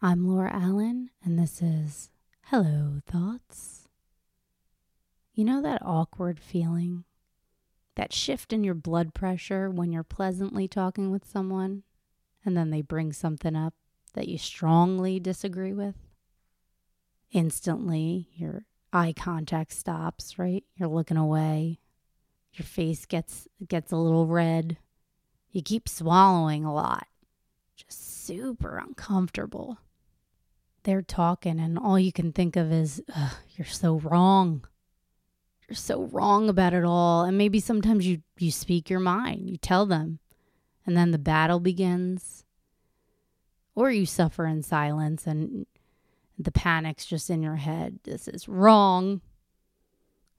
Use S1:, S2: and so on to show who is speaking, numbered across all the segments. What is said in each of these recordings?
S1: I'm Laura Allen, and this is Hello Thoughts. You know that awkward feeling? That shift in your blood pressure when you're pleasantly talking with someone, and then they bring something up that you strongly disagree with? Instantly, your eye contact stops, right? You're looking away. Your face gets gets a little red. You keep swallowing a lot. Just super uncomfortable they're talking and all you can think of is Ugh, you're so wrong you're so wrong about it all and maybe sometimes you you speak your mind you tell them and then the battle begins or you suffer in silence and the panic's just in your head this is wrong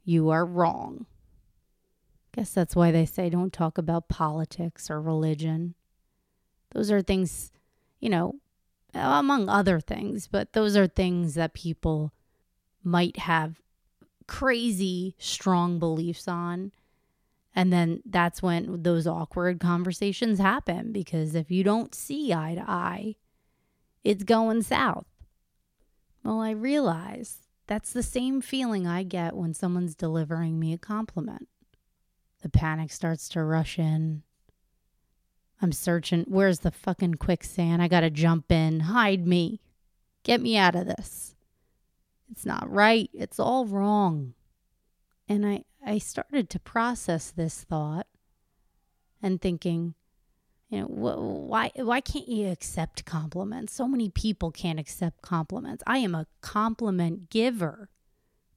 S1: you are wrong guess that's why they say don't talk about politics or religion those are things you know uh, among other things, but those are things that people might have crazy strong beliefs on. And then that's when those awkward conversations happen because if you don't see eye to eye, it's going south. Well, I realize that's the same feeling I get when someone's delivering me a compliment. The panic starts to rush in. I'm searching. Where's the fucking quicksand? I gotta jump in. Hide me. Get me out of this. It's not right. It's all wrong. And I, I started to process this thought and thinking, you know, wh- why, why can't you accept compliments? So many people can't accept compliments. I am a compliment giver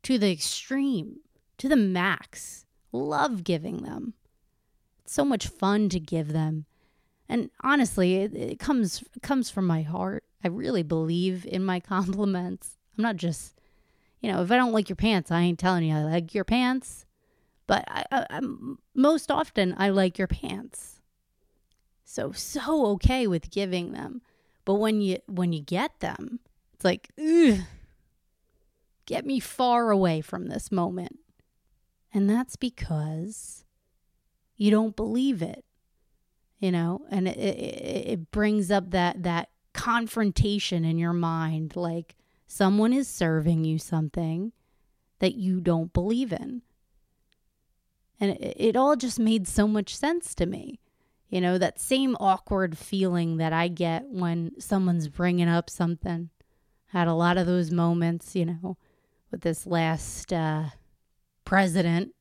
S1: to the extreme, to the max. Love giving them. It's so much fun to give them and honestly it, it comes it comes from my heart i really believe in my compliments i'm not just you know if i don't like your pants i ain't telling you i like your pants but I, I, am most often i like your pants so so okay with giving them but when you when you get them it's like Ugh, get me far away from this moment and that's because you don't believe it you know and it, it, it, brings up that that confrontation in your mind like someone is serving you something that you don't believe in and it, it all just made so much sense to me you know that same awkward feeling that i get when someone's bringing up something I had a lot of those moments you know with this last uh, president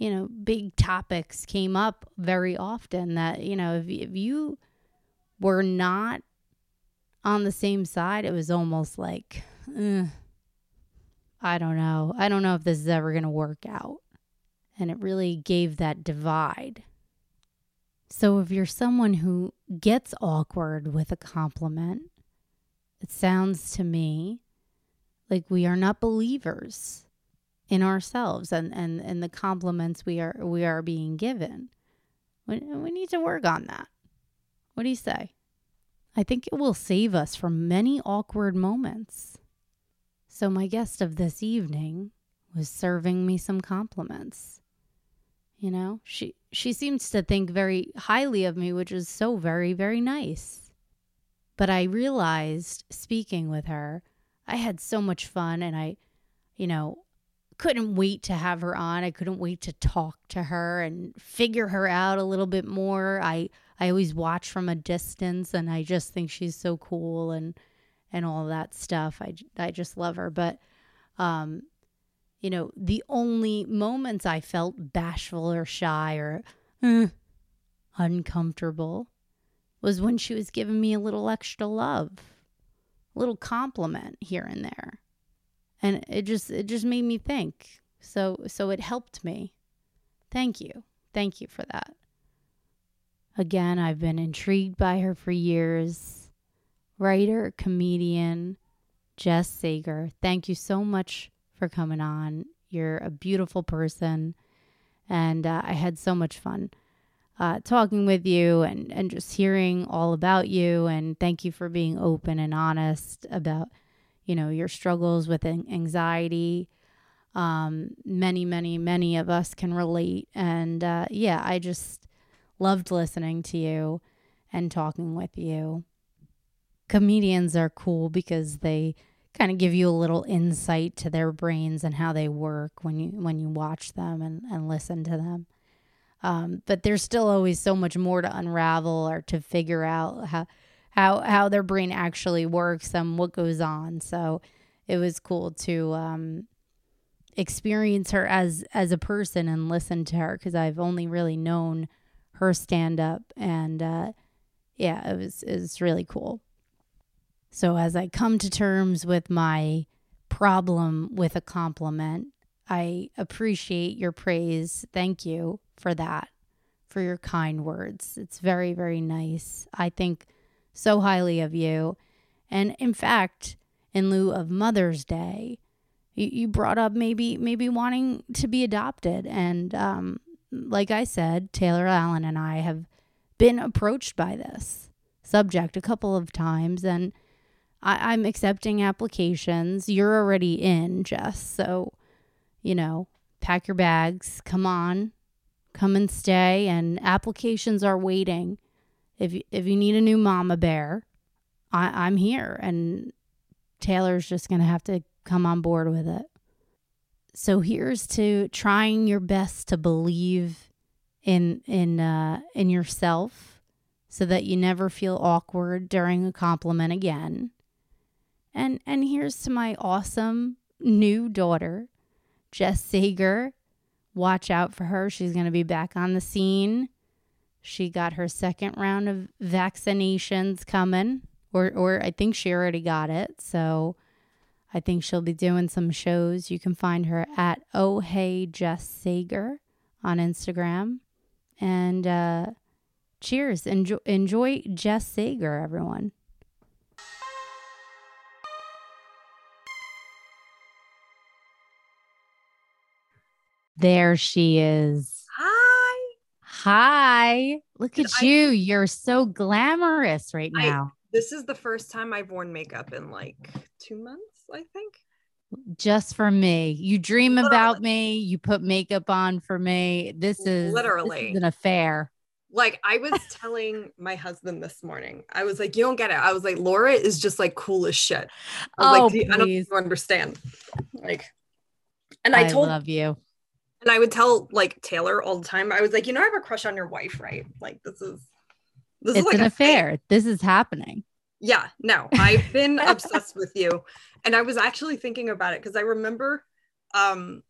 S1: you know, big topics came up very often that, you know, if, if you were not on the same side, it was almost like, eh, I don't know. I don't know if this is ever going to work out. And it really gave that divide. So if you're someone who gets awkward with a compliment, it sounds to me like we are not believers in ourselves and, and, and the compliments we are we are being given. We, we need to work on that. What do you say? I think it will save us from many awkward moments. So my guest of this evening was serving me some compliments. You know, she she seems to think very highly of me, which is so very very nice. But I realized speaking with her, I had so much fun and I you know, couldn't wait to have her on. I couldn't wait to talk to her and figure her out a little bit more. I I always watch from a distance and I just think she's so cool and and all that stuff. I I just love her, but um you know, the only moments I felt bashful or shy or eh, uncomfortable was when she was giving me a little extra love, a little compliment here and there and it just it just made me think so so it helped me thank you thank you for that again i've been intrigued by her for years writer comedian jess sager thank you so much for coming on you're a beautiful person and uh, i had so much fun uh, talking with you and, and just hearing all about you and thank you for being open and honest about you know your struggles with anxiety um, many many many of us can relate and uh, yeah i just loved listening to you and talking with you comedians are cool because they kind of give you a little insight to their brains and how they work when you when you watch them and, and listen to them. Um, but there's still always so much more to unravel or to figure out how how how their brain actually works and what goes on. So it was cool to um, experience her as as a person and listen to her because I've only really known her stand up and uh, yeah, it was it was really cool. So as I come to terms with my problem with a compliment, I appreciate your praise. Thank you for that, for your kind words. It's very very nice. I think so highly of you, and in fact, in lieu of Mother's Day you, brought up maybe maybe wanting to be adopted and um, like i said taylor allen and i have been approached by this subject a couple of times and I, i'm accepting applications you're already in jess so you know pack your bags come on come and stay and applications are waiting if, you, if you need a new mama bear I, i'm here and taylor's just gonna have to come on board with it. So here's to trying your best to believe in in uh, in yourself, so that you never feel awkward during a compliment again. And and here's to my awesome new daughter, Jess Sager. Watch out for her; she's going to be back on the scene. She got her second round of vaccinations coming, or or I think she already got it. So. I think she'll be doing some shows. You can find her at Oh Hey Jess Sager on Instagram. And uh, cheers. Enjoy, enjoy Jess Sager, everyone. There she is.
S2: Hi.
S1: Hi. Look Did at I- you. You're so glamorous right
S2: I-
S1: now.
S2: this is the first time I've worn makeup in like two months. I think.
S1: just for me. You dream
S2: Literally.
S1: about me. You put makeup on for me. This is
S2: Literally.
S1: this is an affair.
S2: Like I was telling my husband this morning, I was like, "You don't get it." I was like, "Laura is just like cool as shit." I was
S1: Oh,
S2: like, "Do you- "I don't think
S1: please.
S2: you understand." Like, and
S1: I,
S2: I told,
S1: love you.
S2: and I would tell like Taylor all the time. I was like, "You know, I have a crush on your wife, right?" Like, this is, this
S1: It's
S2: is like
S1: an
S2: a thing.
S1: affair. This is happening.
S2: Yeah, no, I've been obsessed with you. And I was actually thinking about it because I remember, um,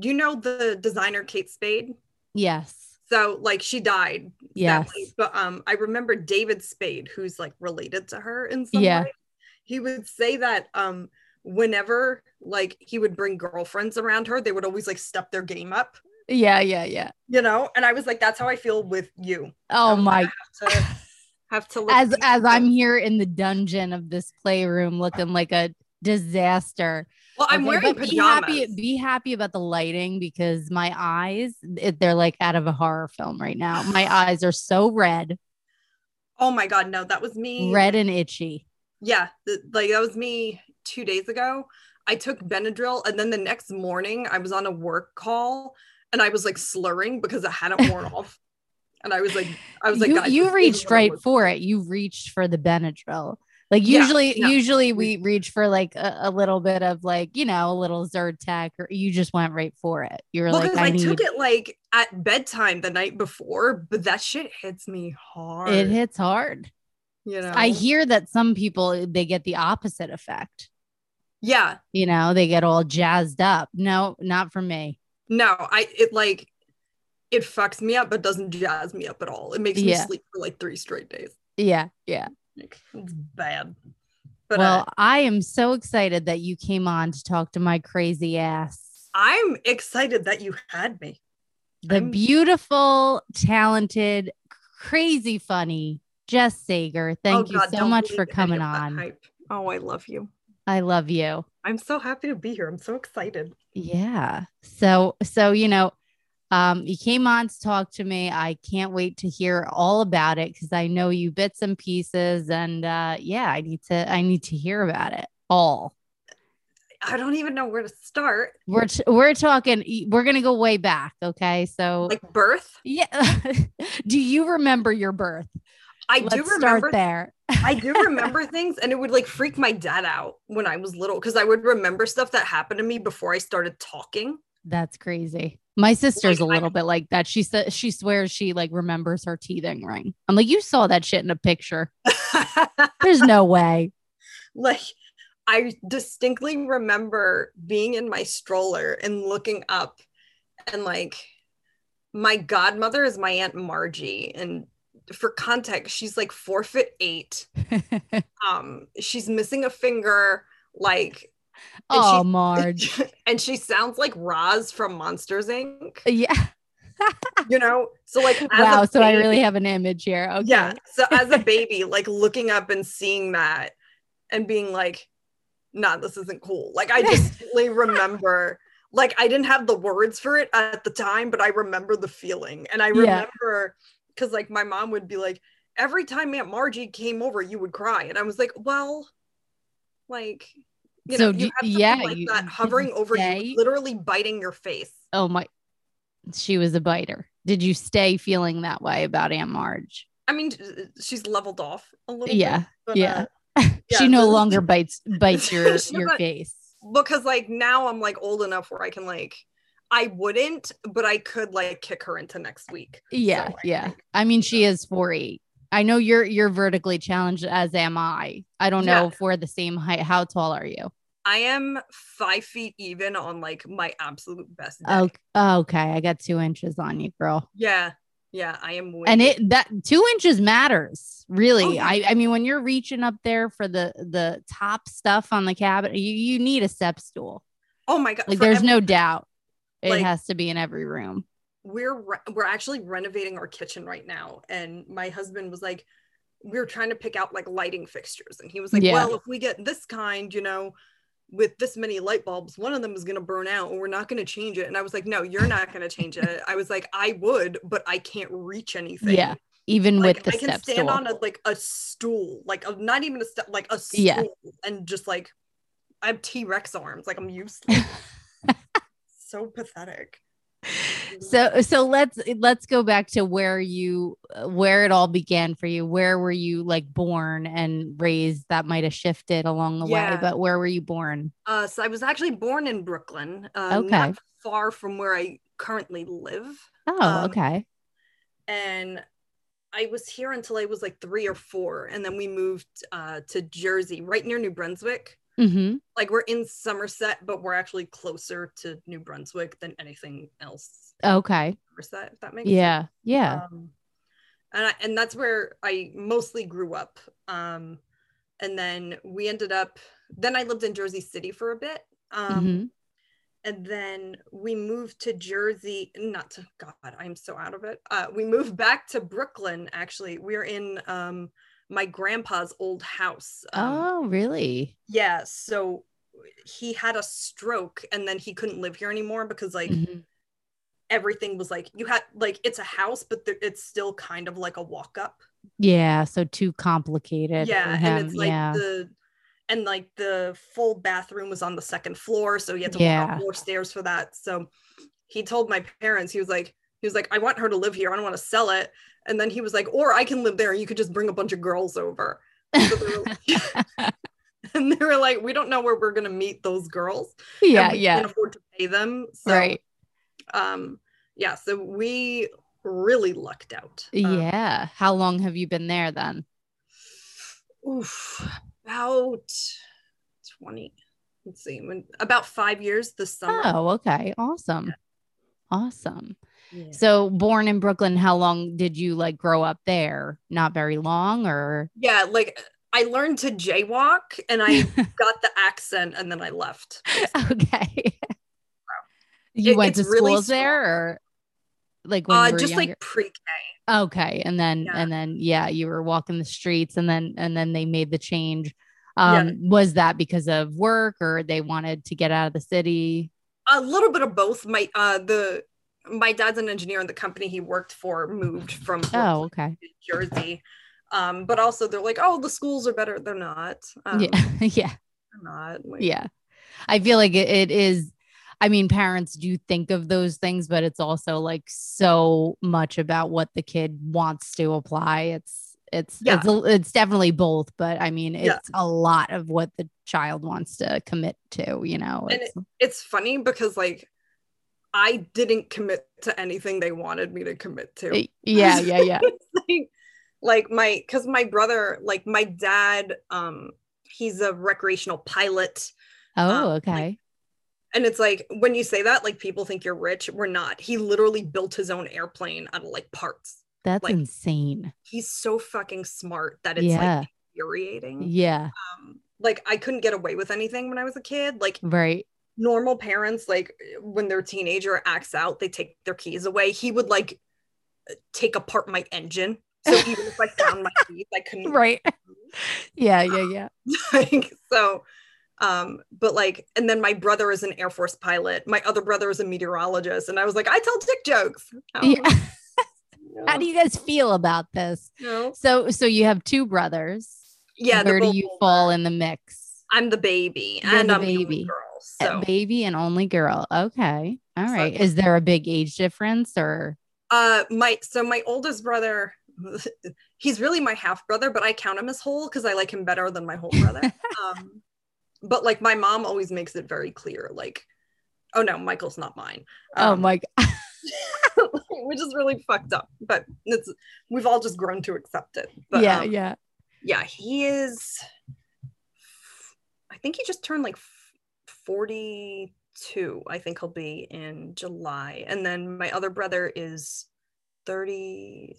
S2: you know, the designer Kate Spade.
S1: Yes.
S2: So, like, she died. that
S1: Yes.
S2: way, But um, I remember David Spade, who's like related to her in some
S1: Yeah.
S2: way. He would say that um, whenever like he would bring girlfriends around her, they would always like step their game up,
S1: Yeah, yeah, yeah.
S2: you know. And I was like, that's how I feel with you. I
S1: Oh
S2: was
S1: my
S2: like, I have to, have to look
S1: as
S2: deep
S1: as
S2: into
S1: I'm here in the dungeon of this playroom looking like a disaster.
S2: Well, I'm
S1: Okay,
S2: wearing
S1: but
S2: pajamas.
S1: Be happy, be happy about the lighting because my eyes, it- they're like out of a horror film right now. My eyes are so red,
S2: Oh my god, no, that was me.
S1: red and itchy.
S2: Yeah, th- like that was me two days ago. I took Benadryl, and then the next morning I was on a work call, and I was like slurring because it hadn't worn off. And I was like, I was like,
S1: you,
S2: "Guys, this
S1: you
S2: is
S1: reached
S2: what I'm
S1: right
S2: looking
S1: for it. You reached for the Benadryl. Like
S2: Yeah, Mm.
S1: usually,
S2: no.
S1: usually we reach for like a, a little bit of like you know a little Zyrtec, or you just went right for it. You were
S2: Well,
S1: like,
S2: because
S1: I,
S2: I,
S1: need.
S2: took it like at bedtime the night before, but that shit hits me hard.
S1: It hits hard.
S2: you know.
S1: I hear that some people eh, they get the opposite effect.
S2: yeah,
S1: You know, they get all jazzed up. No, not for me.
S2: no, I it like it fucks me up, but doesn't jazz me up at all. It makes
S1: Yeah.
S2: me sleep for like three straight days.
S1: Yeah, yeah.
S2: Like, it's bad. But uh,
S1: well, I am so excited that you came on to talk to my crazy ass.
S2: I'm excited that you had me.
S1: the
S2: I'm-
S1: beautiful, talented, crazy, funny Jess Sager. Thank
S2: Oh,
S1: you
S2: God,
S1: so
S2: don't
S1: much for
S2: believe any
S1: coming
S2: of that
S1: on.
S2: hype. Oh, I love you.
S1: I love you.
S2: I'm so happy to be here. I'm so excited.
S1: Yeah. So, so you know, um, you came on to talk to me. I can't wait to hear all about it because I know you bits and pieces, and uh, yeah, I need to. I need to hear about it all.
S2: I don't even know where to start.
S1: We're t- we're talking. We're gonna go way back. Okay. So
S2: Like birth.
S1: yeah. Do you remember your birth?
S2: I
S1: Let's
S2: do remember
S1: start there.
S2: I do remember things and it would like freak my dad out when I was little because I would remember stuff that happened to me before I started talking.
S1: That's crazy. My sister's a
S2: Like, I-
S1: little bit like that. She says she swears she like remembers her teething ring. I'm like, you saw that shit in a picture. There's no way.
S2: like I distinctly remember being in my stroller and looking up and like my godmother is my aunt Margie and for context she's like 4 foot 8 um she's missing a finger like
S1: oh, Marge.
S2: and she sounds like Roz from Monsters Inc
S1: Yeah.
S2: you know so like as
S1: wow.
S2: a
S1: So I
S2: baby-
S1: really have an image here. Okay.
S2: yeah so as a baby like looking up and seeing that and being like nah this isn't cool like i distinctly remember like i didn't have the words for it at the time but i remember the feeling and i
S1: Yeah.
S2: remember because like my mom would be like every time aunt margie came over you would cry and i was like well like you
S1: So
S2: know
S1: do
S2: you
S1: you-
S2: have something
S1: yeah,
S2: like
S1: you-
S2: that
S1: did
S2: hovering
S1: you
S2: over
S1: stay?
S2: you literally biting your face
S1: Oh my. She was a biter. Did you stay feeling that way about Aunt Marge?
S2: i mean she's leveled off a little bit,
S1: Yeah.
S2: but,
S1: Yeah.
S2: uh, yeah,
S1: she no
S2: so-
S1: longer bites bites your
S2: She
S1: your
S2: got-
S1: face.
S2: because like now I'm like old enough where I can like I wouldn't, but I could like kick her into next week.
S1: Yeah,
S2: So I
S1: yeah.
S2: think-
S1: I mean, she is four eight. I know you're you're vertically challenged, as am I. I don't know
S2: Yeah.
S1: if we're the same height. How tall are you?
S2: I am five feet even on like my absolute best. Day.
S1: Oh, okay. I got two inches on you, girl.
S2: yeah, yeah, I am. Winged.
S1: And it that two inches matters, really.
S2: Oh, yeah.
S1: I I mean, when you're reaching up there for the the top stuff on the cabinet, you you need a step stool.
S2: oh my god,
S1: Like,
S2: for
S1: there's
S2: ev-
S1: no doubt. It
S2: Like-
S1: has to be in every room.
S2: We're re- we're actually renovating our kitchen right now, and my husband was like, we were trying to pick out like lighting fixtures, and he was like,
S1: Yeah.
S2: well, if we get this kind, you know. With this many light bulbs, one of them is going to burn out and we're not going to change it. And I was like, no, you're not going to change it. I was like, I would, but I can't reach anything.
S1: Yeah. Even with
S2: like
S1: the
S2: I can
S1: step
S2: stand
S1: stool.
S2: on a like a stool, like a, not even a step, like a stool,
S1: Yeah.
S2: and just like I have T Rex arms, like I'm useless. so pathetic.
S1: so so let's let's go back to where you where it all began for you where were you like born and raised that might have shifted along the way
S2: Yeah.
S1: but where were you born
S2: Uh, so I was actually born in Brooklyn, uh, not
S1: Okay.
S2: far from where I currently live,
S1: oh
S2: Um,
S1: okay
S2: and I was here until I was like three or four, and then we moved uh, to Jersey, right near New Brunswick.
S1: hmm
S2: Like we're in Somerset, but we're actually closer to New Brunswick than anything else.
S1: okay
S2: Somerset, if that makes sense.
S1: yeah yeah
S2: Um, and I, and that's where I mostly grew up. Um, and then we ended up. Then I lived in Jersey City for a bit. Um,
S1: Mhm.
S2: And then we moved to Jersey. Not to God, I'm so out of it. Uh, we moved back to Brooklyn. Actually, we're in um, my grandpa's old house. Um,
S1: oh really
S2: Yeah. So he had a stroke, and then he couldn't live here anymore because like
S1: Mhm.
S2: everything was like you had like it's a house but there, it's still kind of like a walk up
S1: yeah so too complicated
S2: yeah
S1: for him
S2: and it's like
S1: yeah
S2: the and like the full bathroom was on the second floor so you had to walk
S1: Yeah.
S2: up more stairs for that so he told my parents he was like he was like i want her to live here i don't want to sell it and then he was like or i can live there and you could just bring a bunch of girls over so they were like- and they were like we don't know where we're going to meet those girls and
S1: yeah
S2: we
S1: yeah
S2: can't afford to pay them so
S1: right
S2: um yeah so we really lucked out Um,
S1: yeah how long have you been there then
S2: oof, about 20 let's see when about five years this summer
S1: oh okay awesome awesome
S2: Yeah.
S1: So born in Brooklyn, how long did you like grow up there? Not very long or
S2: yeah like i learned to jaywalk and i got the accent and then i left
S1: okay. you
S2: It-
S1: went to
S2: it's really
S1: schools there
S2: small.
S1: or like when
S2: uh
S1: you were
S2: just
S1: younger?
S2: like pre
S1: okay. And then
S2: Yeah.
S1: and then yeah, you were walking the streets and then and then they made the change.
S2: Yeah.
S1: Um was that because of work or they wanted to get out of the city?
S2: a little bit of both my uh the my dad's an engineer and the company he worked for moved from
S1: Oh,
S2: Brooklyn
S1: okay.
S2: to jersey um but also they're like oh the schools are better they're not um,
S1: yeah. yeah.
S2: they're not like,
S1: Yeah. I feel like it, it is. I mean, parents do think of those things, but it's also like so much about what the kid wants to apply. It's It's
S2: Yeah.
S1: it's a, it's definitely both, but I mean, it's
S2: Yeah.
S1: a lot of what the child wants to commit to. You know,
S2: And
S1: it's,
S2: it's funny because like I didn't commit to anything they wanted me to commit to.
S1: yeah, yeah, yeah.
S2: like, like my because my brother, like my dad, um, he's a recreational pilot.
S1: Oh,
S2: Um, like,
S1: okay.
S2: And it's like when you say that, like people think you're rich. We're not. He literally built his own airplane out of like parts.
S1: That's
S2: like-
S1: insane.
S2: He's so fucking smart that it's
S1: Yeah.
S2: like mm-hmm. infuriating.
S1: Yeah,
S2: Um, like I couldn't get away with anything when I was a kid. Like
S1: right.
S2: normal parents like when their teenager acts out they take their keys away he would like take apart my engine so even if i found my keys i couldn't
S1: Right. Yeah, yeah, yeah.
S2: like, so um but like and then my brother is an air force pilot my other brother is a meteorologist and i was like i tell dick jokes
S1: yeah.
S2: no,
S1: How do you guys feel about this?
S2: no.
S1: So, so you have two brothers.
S2: yeah they're
S1: Where do
S2: both
S1: you
S2: older.
S1: fall in the mix?
S2: i'm the baby
S1: You're
S2: and
S1: the
S2: i'm the only
S1: baby.
S2: girl
S1: A
S2: so
S1: baby and only girl. Okay. All
S2: So-
S1: right. Is there a big age difference or?
S2: Uh, my so my oldest brother, he's really my half brother, but I count him as whole because I like him better than my whole brother. um, but like my mom always makes it very clear, like, oh no, Michael's not mine.
S1: Oh
S2: Um,
S1: my g-
S2: which is really fucked up. But it's we've all just grown to accept it. But
S1: yeah,
S2: um,
S1: yeah.
S2: yeah, he is. I think he just turned like forty-two. I think he'll be in July, and then my other brother is thirty.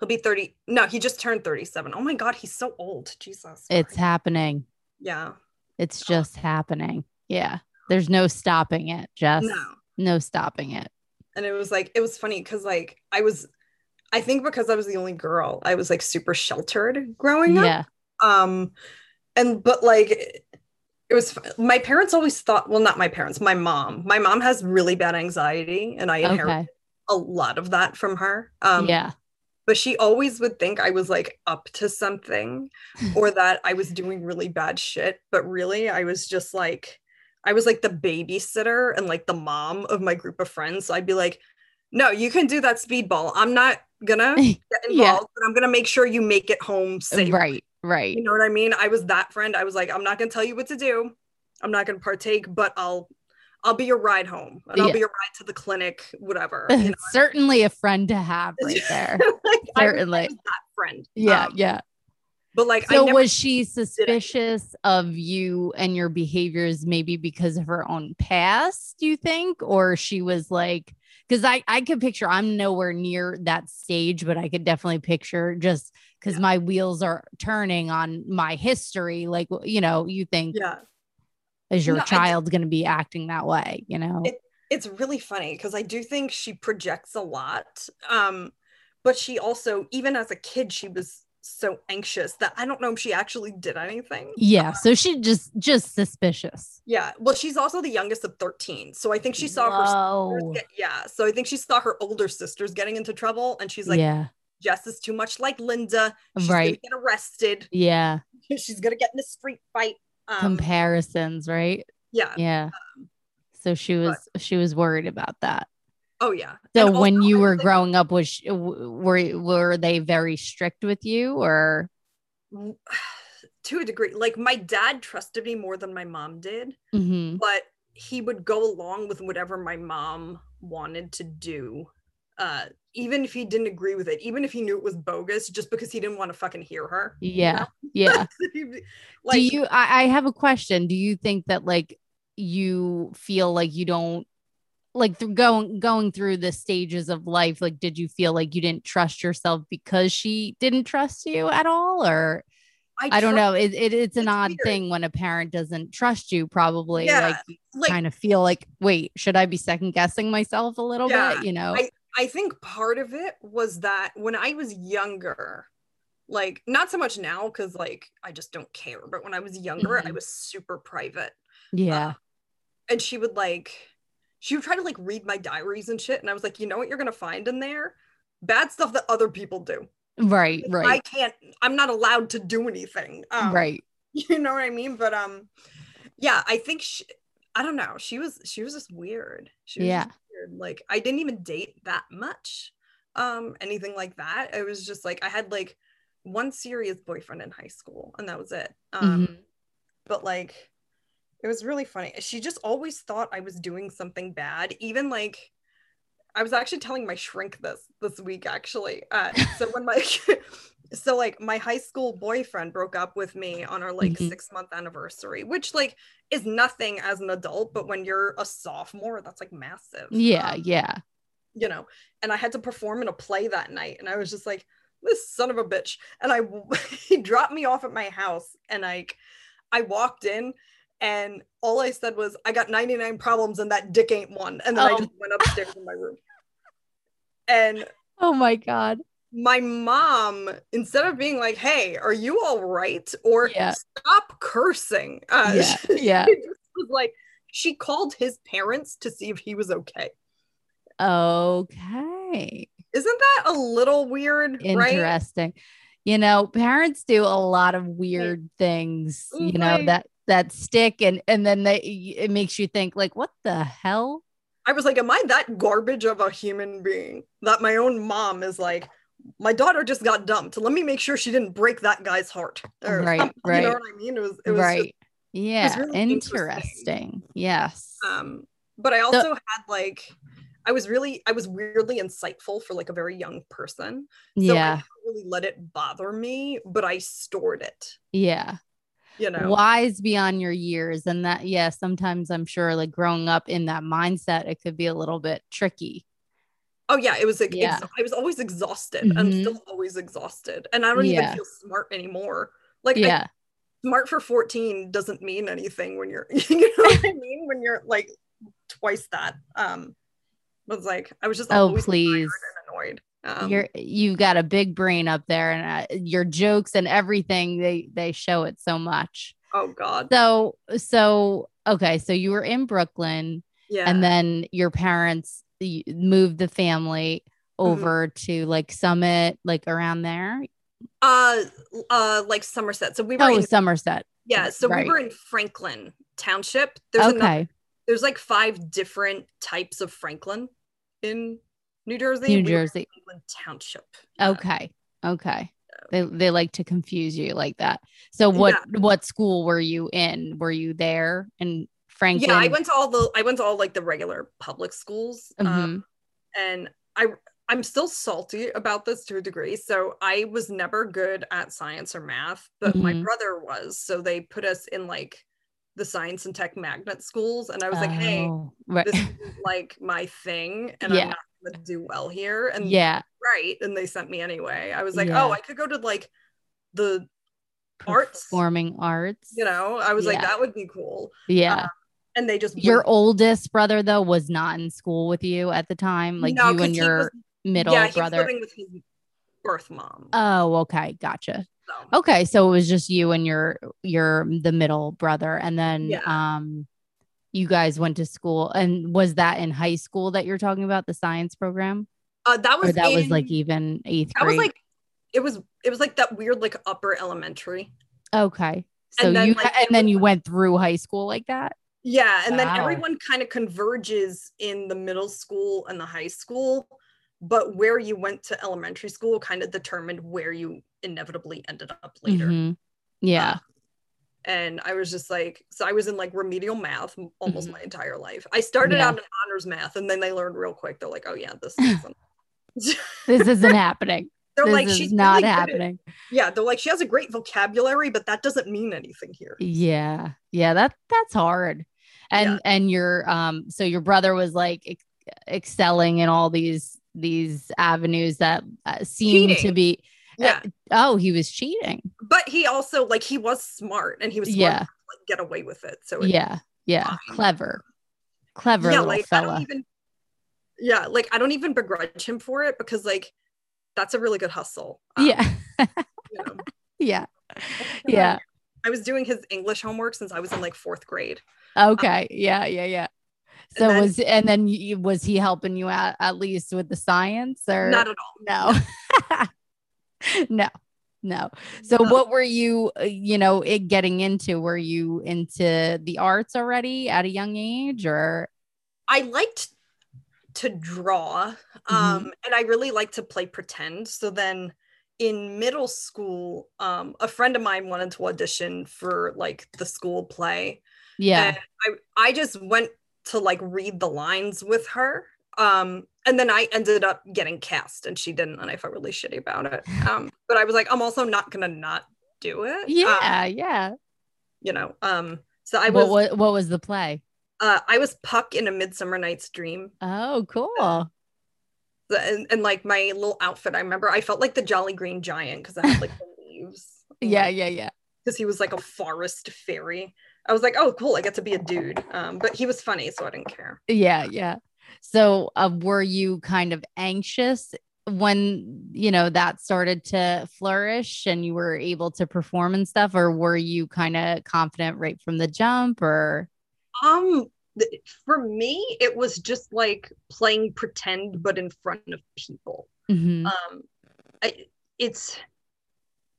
S2: He'll be thirty. No, he just turned thirty-seven. Oh my god, he's so old. Jesus,
S1: It's
S2: Christ.
S1: happening.
S2: yeah.
S1: It's
S2: Oh.
S1: just happening. Yeah. There's no stopping it, Jess.
S2: No,
S1: No stopping it.
S2: and it was like it was funny because like I was, I think because I was the only girl, I was like super sheltered growing up.
S1: Yeah.
S2: um and but like it it was my parents always thought well not my parents my mom my mom has really bad anxiety and i inherited
S1: Okay.
S2: a lot of that from her um
S1: yeah.
S2: but she always would think i was like up to something
S1: Hmm.
S2: or that i was doing really bad shit but really i was just like i was like the babysitter and like the mom of my group of friends so i'd be like no you can do that speedball i'm not gonna get involved
S1: Yeah.
S2: but i'm gonna make sure you make it home safe
S1: Right. Right.
S2: you know what I mean? I was that friend. I was like, I'm not gonna tell you what to do. I'm not gonna partake, but I'll I'll be your ride home and I'll
S1: Yeah.
S2: be your ride to the clinic, whatever. You know?
S1: Certainly a friend to have right there.
S2: like, I was
S1: Certainly.
S2: that friend.
S1: Yeah.
S2: Um,
S1: Yeah.
S2: but like I
S1: So
S2: never
S1: was she suspicious of you and your behaviors maybe because of her own past, do you think? Or she was like because I, I could picture I'm nowhere near that stage, but I could definitely picture just because
S2: Yeah.
S1: my wheels are turning on my history. Like, you know, you think
S2: yeah.
S1: is your
S2: No, I d-
S1: child going to be acting that way? You know,
S2: It's really funny because I do think she projects a lot. Um, but she also, even as a kid, she was so anxious that I don't know if she actually did anything.
S1: yeah. So she just just suspicious.
S2: Yeah. Well, she's also the youngest of 13. So I think she saw her sisters
S1: Whoa.
S2: get- yeah. So I think she saw her older sisters getting into trouble, and she's like,
S1: yeah,
S2: "Jess is too much like Linda. She's
S1: right.
S2: gonna get arrested.
S1: Yeah,
S2: She's gonna get in a street fight." Um,
S1: comparisons, right?
S2: yeah.
S1: Yeah. So she was she was worried about that.
S2: Oh yeah.
S1: So
S2: And
S1: when
S2: also,
S1: you
S2: I
S1: were
S2: think
S1: growing up, was she, w- were were they very strict with you or?
S2: w- to a degree, like my dad trusted me more than my mom did,
S1: Mhm.
S2: but he would go along with whatever my mom wanted to do. Uh, even if he didn't agree with it, even if he knew it was bogus, just because he didn't want to fucking hear her.
S1: Yeah, yeah.
S2: He'd be- like,
S1: do you? I, I have a question. Do you think that like you feel like you don't like through going going through the stages of life? Like, did you feel like you didn't trust yourself because she didn't trust you at all, or I don't
S2: trust-
S1: know. It, it it's an
S2: It's
S1: odd
S2: weird.
S1: thing when a parent doesn't trust you. Probably
S2: Yeah,
S1: like you
S2: like
S1: kind of feel like, wait, should I be second guessing myself a little
S2: Yeah,
S1: bit? You know,
S2: I think part of it was that when I was younger, like not so much now because like I just don't care, but when I was younger, I
S1: Mhm.
S2: was super private. uh,
S1: yeah,
S2: And she would like, she would try to like read my diaries and shit. And I was like, you know what you're going to find in there? Bad stuff that other people do.
S1: right,
S2: I
S1: right,
S2: can't, I'm not allowed to do anything. Um,
S1: right.
S2: You know what I mean? But um, yeah, I think she, I don't know. She was, she was just weird. She was
S1: Yeah.
S2: just weird. Like I didn't even date that much, um, anything like that. It was just like I had like one serious boyfriend in high school, and that was it. Um,
S1: Mhm.
S2: But like, it was really funny. She just always thought I was doing something bad, even like. I was actually telling my shrink this this week actually. Uh, so when my so like my high school boyfriend broke up with me on our like
S1: Mhm.
S2: 6 month anniversary, which like is nothing as an adult, but when you're a sophomore that's like massive.
S1: Yeah,
S2: Um,
S1: yeah.
S2: you know, and I had to perform in a play that night. And I was just like, this son of a bitch. And I, he dropped me off at my house and like, I walked in and all I said was, I got 99 problems and that dick ain't one. And then
S1: Oh.
S2: I just went upstairs in my room. And
S1: Oh my god.
S2: my mom, instead of being like, hey, are you all right? Or
S1: Yeah.
S2: stop cursing. Uh,
S1: Yeah, yeah.
S2: She just was like, she called his parents to see if he was okay.
S1: Okay.
S2: Isn't that a little weird? Right?
S1: Interesting. You know, parents do a lot of weird things, you know,
S2: Mm, Right.
S1: that that stick and and then they it makes you think like what the hell?
S2: I was like, am I that garbage of a human being that my own mom is like, my daughter just got dumped. Let me make sure she didn't break that guy's heart. Or
S1: Right,
S2: something, You know
S1: right,
S2: what I mean? It was, it was just,
S1: right. yeah,
S2: really interesting.
S1: interesting. Yes.
S2: um, but I also had like, I was really, I was weirdly insightful for like a very young person. So I
S1: yeah.
S2: didn't really let it bother me, but I stored it,
S1: yeah.
S2: you know?
S1: wise beyond your years and that yeah sometimes i'm sure like growing up in that mindset it could be a little bit tricky
S2: Oh yeah, it was like,
S1: Yeah.
S2: ex- I was always exhausted. I'm
S1: Mhm.
S2: still always exhausted. And I don't
S1: Yeah.
S2: even feel smart anymore. Like I
S1: yeah
S2: smart for 14 doesn't mean anything when you're you know what i mean when you're like twice that um was like i was just
S1: Oh,
S2: always tired
S1: please.
S2: and annoyed um,
S1: you're you've got a big brain up there and uh, your jokes and everything they they show it so much
S2: oh god
S1: so so okay so you were in brooklyn
S2: yeah
S1: and then your parents y- moved the family
S2: Mm-hmm.
S1: over to like summit like around there
S2: uh uh like somerset so we were
S1: oh
S2: in,
S1: somerset
S2: yeah so
S1: right.
S2: we were in franklin township there's
S1: okay
S2: another, there's like five different types of franklin in new
S1: New
S2: jersey We were in
S1: Jersey.
S2: franklin township Yeah.
S1: Okay. Okay. They they like to confuse you like that. So what what school were you in? Were you there in Franklin?
S2: yeah i went to all the i went to all like the regular public schools um,
S1: Mhm.
S2: and I I'm still salty about this to a degree. So I was never good at science or math, but my
S1: Mhm.
S2: brother was. So they put us in like the science and tech magnet schools, and I was like, hey,
S1: Oh, right.
S2: this is like my thing, and
S1: Yeah.
S2: I'm not gonna do well here. And
S1: yeah,
S2: right, and they sent me anyway. I was like,
S1: Yeah.
S2: oh, I could go to like the arts.
S1: performing arts.
S2: you know, I um, was like,
S1: Yeah.
S2: that would be cool.
S1: yeah.
S2: And they just
S1: your
S2: wouldn't.
S1: oldest brother though was not in school with you at the time, like
S2: No,
S1: you
S2: 'cause
S1: and
S2: he
S1: your
S2: was-
S1: middle
S2: yeah, he was
S1: brother.
S2: living with his birth mom.
S1: oh, okay, gotcha.
S2: so.
S1: Okay, so it was just you and your your the middle brother, and then
S2: Yeah.
S1: um, you guys went to school, and was that in high school that you're talking about the science program,
S2: Uh, that was
S1: or that was like E
S2: in-
S1: even eighth
S2: that was
S1: grade?
S2: like it was it was like that weird like upper elementary
S1: okay, so
S2: and then,
S1: you
S2: like,
S1: and
S2: it
S1: then
S2: was,
S1: you
S2: like-
S1: went through high school like that.
S2: yeah and then
S1: Wow.
S2: everyone kind of converges in the middle school and the high school but where you went to elementary school kind of determined where you inevitably ended up later Uh.
S1: Mhm. Yeah.
S2: and i was just like so i was in like remedial math m- almost my entire life i started
S1: Mm-hmm. Yeah.
S2: out in honors math and then they learned real quick they're like oh yeah this isn't
S1: this isn't happening.
S2: they're
S1: this
S2: like
S1: is
S2: she's
S1: not
S2: really good at-"
S1: happening.
S2: yeah they're like she has a great vocabulary but that doesn't mean anything here
S1: Yeah, yeah. That that's hard. And
S2: Yeah.
S1: and your um, so your brother was like ex- excelling in all these these avenues that uh, seem to
S2: Cheating.
S1: be.
S2: yeah
S1: Oh, he was cheating.
S2: but he also like he was smart and he was smart
S1: Yeah.
S2: enough to, like, get away with it so it,
S1: Yeah, yeah.
S2: fine.
S1: Clever, clever
S2: yeah
S1: little
S2: like i don't
S1: fella.
S2: even yeah like i don't even begrudge him for it because like that's a really good hustle Um,
S1: yeah,
S2: you know.
S1: yeah,
S2: I-
S1: yeah.
S2: i was doing his english homework since i was in like fourth grade
S1: Okay, yeah, yeah, yeah. So
S2: um, then-
S1: was and then you, was he helping you out at least with the science or
S2: not at all
S1: no no no so
S2: No.
S1: what were you uh, you know it getting into were you into the arts already at a young age or
S2: i liked
S1: Mm-hmm.
S2: to draw um and i really liked to play pretend so then in middle school, um, a friend of mine wanted to audition for like the school play.
S1: Yeah.
S2: And I, I just went to like read the lines with her. Um, and then I ended up getting cast and she didn't. And I felt really shitty about it. Um, but I was like, I'm also not going to not do it. Um,
S1: yeah. yeah.
S2: you know, um, so I
S1: what,
S2: was,
S1: what, what was the play?
S2: uh, I was Puck in A Midsummer Night's Dream.
S1: Oh,
S2: Uh,
S1: cool.
S2: The- And, and like my little outfit, I remember I felt like the Jolly Green Giant because I had like the leaves.
S1: Yeah. Yeah. Yeah.
S2: Because he was like a forest fairy. I was like, oh, cool. I get to be a dude. Um, but he was funny, so I didn't care.
S1: Yeah. Yeah. So uh, were you kind of anxious when, you know, that started to flourish and you were able to perform and stuff? Or were you kind of confident right from the jump or?
S2: Um, th- for me, it was just like playing pretend, but in front of people.
S1: Mhm.
S2: Um, I, it's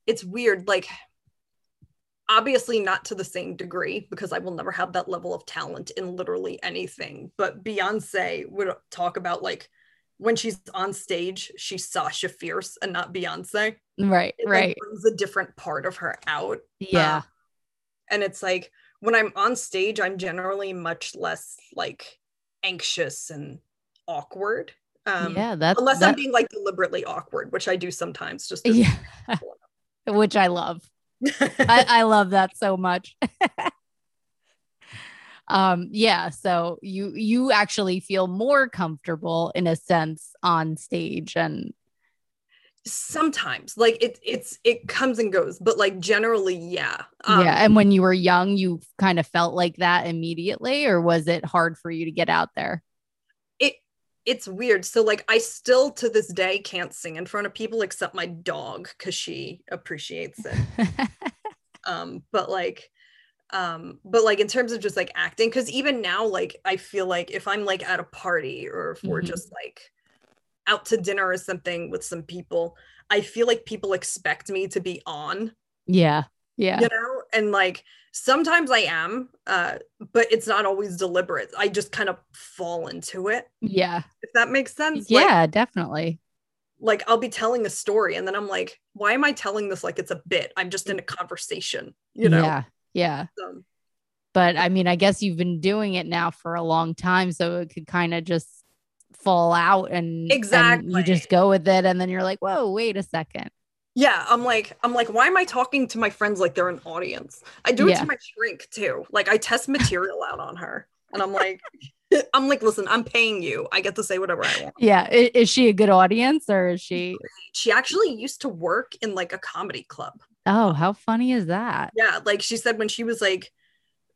S2: it's weird. Like, obviously, not to the same degree because I will never have that level of talent in literally anything. But Beyonce would talk about like when she's on stage, she's Sasha Fierce and not Beyonce.
S1: Right.
S2: Um, It, like,
S1: Right.
S2: brings a different part of her out.
S1: Yeah.
S2: and it's like when i'm on stage i'm generally much less like anxious and awkward um
S1: yeah. That's
S2: unless i'm
S1: that,
S2: being like deliberately awkward which i do sometimes just as-
S1: yeah. Which I love. I, I love that so much. um, yeah. So you you actually feel more comfortable in a sense on stage, and
S2: sometimes like it it's it comes and goes but like generally yeah Um,
S1: yeah. And when you were young, you kind of felt like that immediately, or was it hard for you to get out there?
S2: it it's weird so like i still to this day can't sing in front of people except my dog because she appreciates it um but like um but like in terms of just like acting because even now like i feel like if i'm like at a party or if we're
S1: Mhm.
S2: just like out to dinner or something with some people i feel like people expect me to be on
S1: yeah. Yeah.
S2: you know and like sometimes i am uh but it's not always deliberate i just kind of fall into it
S1: Yeah.
S2: if that makes sense Like-
S1: Yeah. Definitely.
S2: like I'll be telling a story and then I'm like, why am I telling this like it's a bit? I'm just in a conversation, you know?
S1: Yeah. Yeah.
S2: Um,
S1: but I mean, I guess you've been doing it now for a long time, so it could kind of just fall out and and
S2: Exactly.
S1: you just go with it, and then you're like, whoa, wait a second,
S2: yeah, I'm like, I'm like, why am I talking to my friends like they're an audience? I do it
S1: Yeah.
S2: to my shrink too. Like I test material out on her and I'm like, I'm like, listen, I'm paying you. I get to say whatever I want.
S1: yeah, i- is, she a good audience or is she?
S2: She actually used to work in like a comedy club.
S1: Oh, how funny is that?
S2: Yeah, like she said when she was like,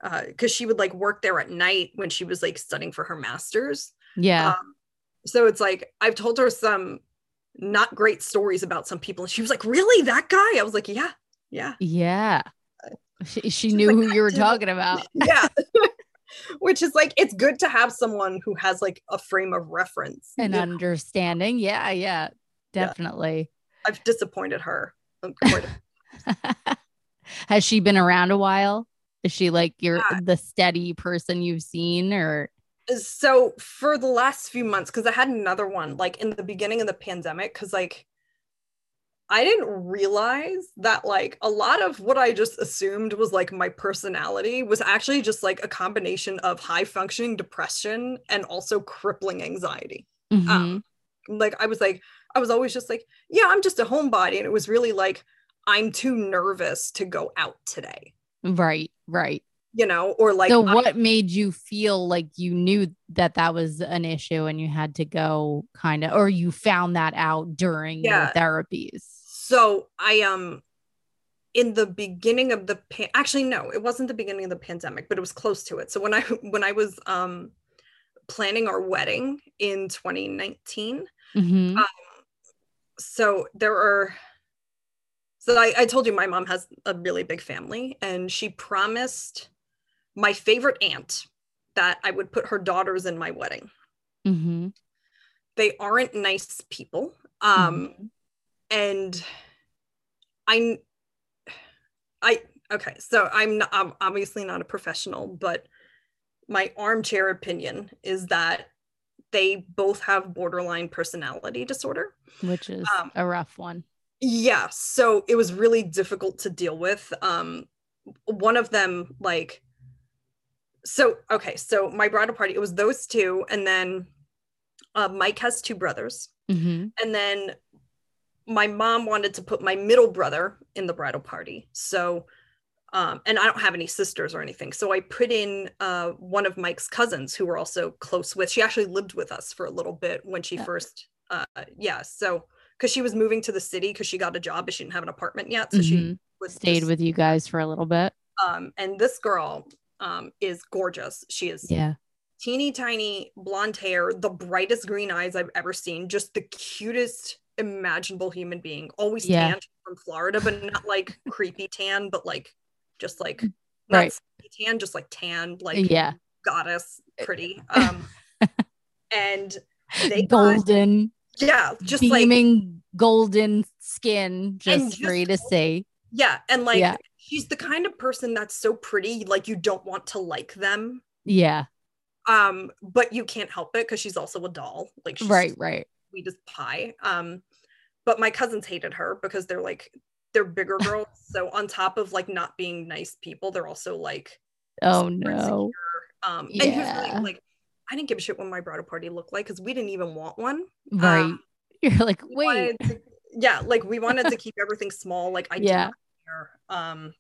S2: because she would like work there at night when she was like studying for her master's.
S1: Yeah,
S2: Um, so it's like I've told her some not great stories about some people, and she was like, "Really, that guy?" I was like, "Yeah, yeah,
S1: yeah. She, she
S2: She's
S1: knew
S2: like,
S1: who you were
S2: did it."
S1: talking about.
S2: yeah." Which is like it's good to have someone who has like a frame of reference.
S1: and
S2: You know,
S1: understanding. Yeah, yeah, definitely.
S2: I've disappointed her. um, quite a-
S1: Has she been around a while? Is she like your
S2: Yeah.
S1: the steady person you've seen, or
S2: Uh, so for the last few months, because I had another one like in the beginning of the pandemic, because like I didn't realize that like a lot of what I just assumed was like my personality was actually just like a combination of high functioning depression and also crippling anxiety.
S1: Mhm.
S2: Like I was like I was always just like, yeah, I'm just a homebody and it was really like I'm too nervous to go out today,
S1: right, right.
S2: you know, or like
S1: so
S2: I-
S1: what made you feel like you knew that that was an issue and you had to go kind of or you found that out during
S2: Yeah.
S1: your therapies
S2: So I um in the beginning of the pan- actually no, it wasn't the beginning of the pandemic, but it was close to it. So when I when I was um planning our wedding in 2019,
S1: Mhm.
S2: so there are so I, I told you my mom has a really big family and she promised my favorite aunt that I would put her daughters in my wedding.
S1: Mhm.
S2: They aren't nice people. Um
S1: Mm-hmm.
S2: and I, I okay. So I'm not, I'm obviously not a professional, but my armchair opinion is that they both have borderline personality disorder.
S1: Mhm. which is
S2: um,
S1: a rough one
S2: yeah so it was really difficult to deal with um one of them like so okay so my bridal party it was those two and then uh, mike has two brothers
S1: Mm-hmm.
S2: and then my mom wanted to put my middle brother in the bridal party so um, and i don't have any sisters or anything so i put in uh, one of mike's cousins who were also close with she actually lived with us for a little bit when she
S1: Yeah.
S2: first uh, yeah so because she was moving to the city because she got a job but she didn't have an apartment yet so she was
S1: mm-hmm. Stayed
S2: just-
S1: with you guys for a little bit.
S2: um, and this girl um, is gorgeous she is
S1: Yeah.
S2: teeny tiny blonde hair, the brightest green eyes I've ever seen, just the cutest imaginable human being. Always
S1: Yeah.
S2: tan from Florida, but not like creepy tan, but like just like not
S1: Right.
S2: skinny tan, just like tan, like
S1: yeah. Eh.
S2: goddess pretty. Um and they got-
S1: Golden,
S2: yeah, just like
S1: beaming golden skin, just,
S2: just
S1: free to see.
S2: yeah, and like
S1: Yeah.
S2: she's the kind of person that's so pretty, like you don't want to like them.
S1: Yeah.
S2: Um, but you can't help it because she's also a doll. Like she's
S1: Right. Right.
S2: sweet as pie. Um, but my cousins hated her because they're like they're bigger girls. so on top of like not being nice people, they're also like
S1: Oh
S2: super
S1: no.
S2: insecure. Um, and here's the
S1: Yeah.
S2: thing, like I didn't give a shit what my bridal party looked like because we didn't even want one.
S1: Right.
S2: Um,
S1: You're like,
S2: we
S1: wait.
S2: wanted to- yeah, like we wanted to keep everything small. Like I did
S1: Yeah.
S2: not care. Um,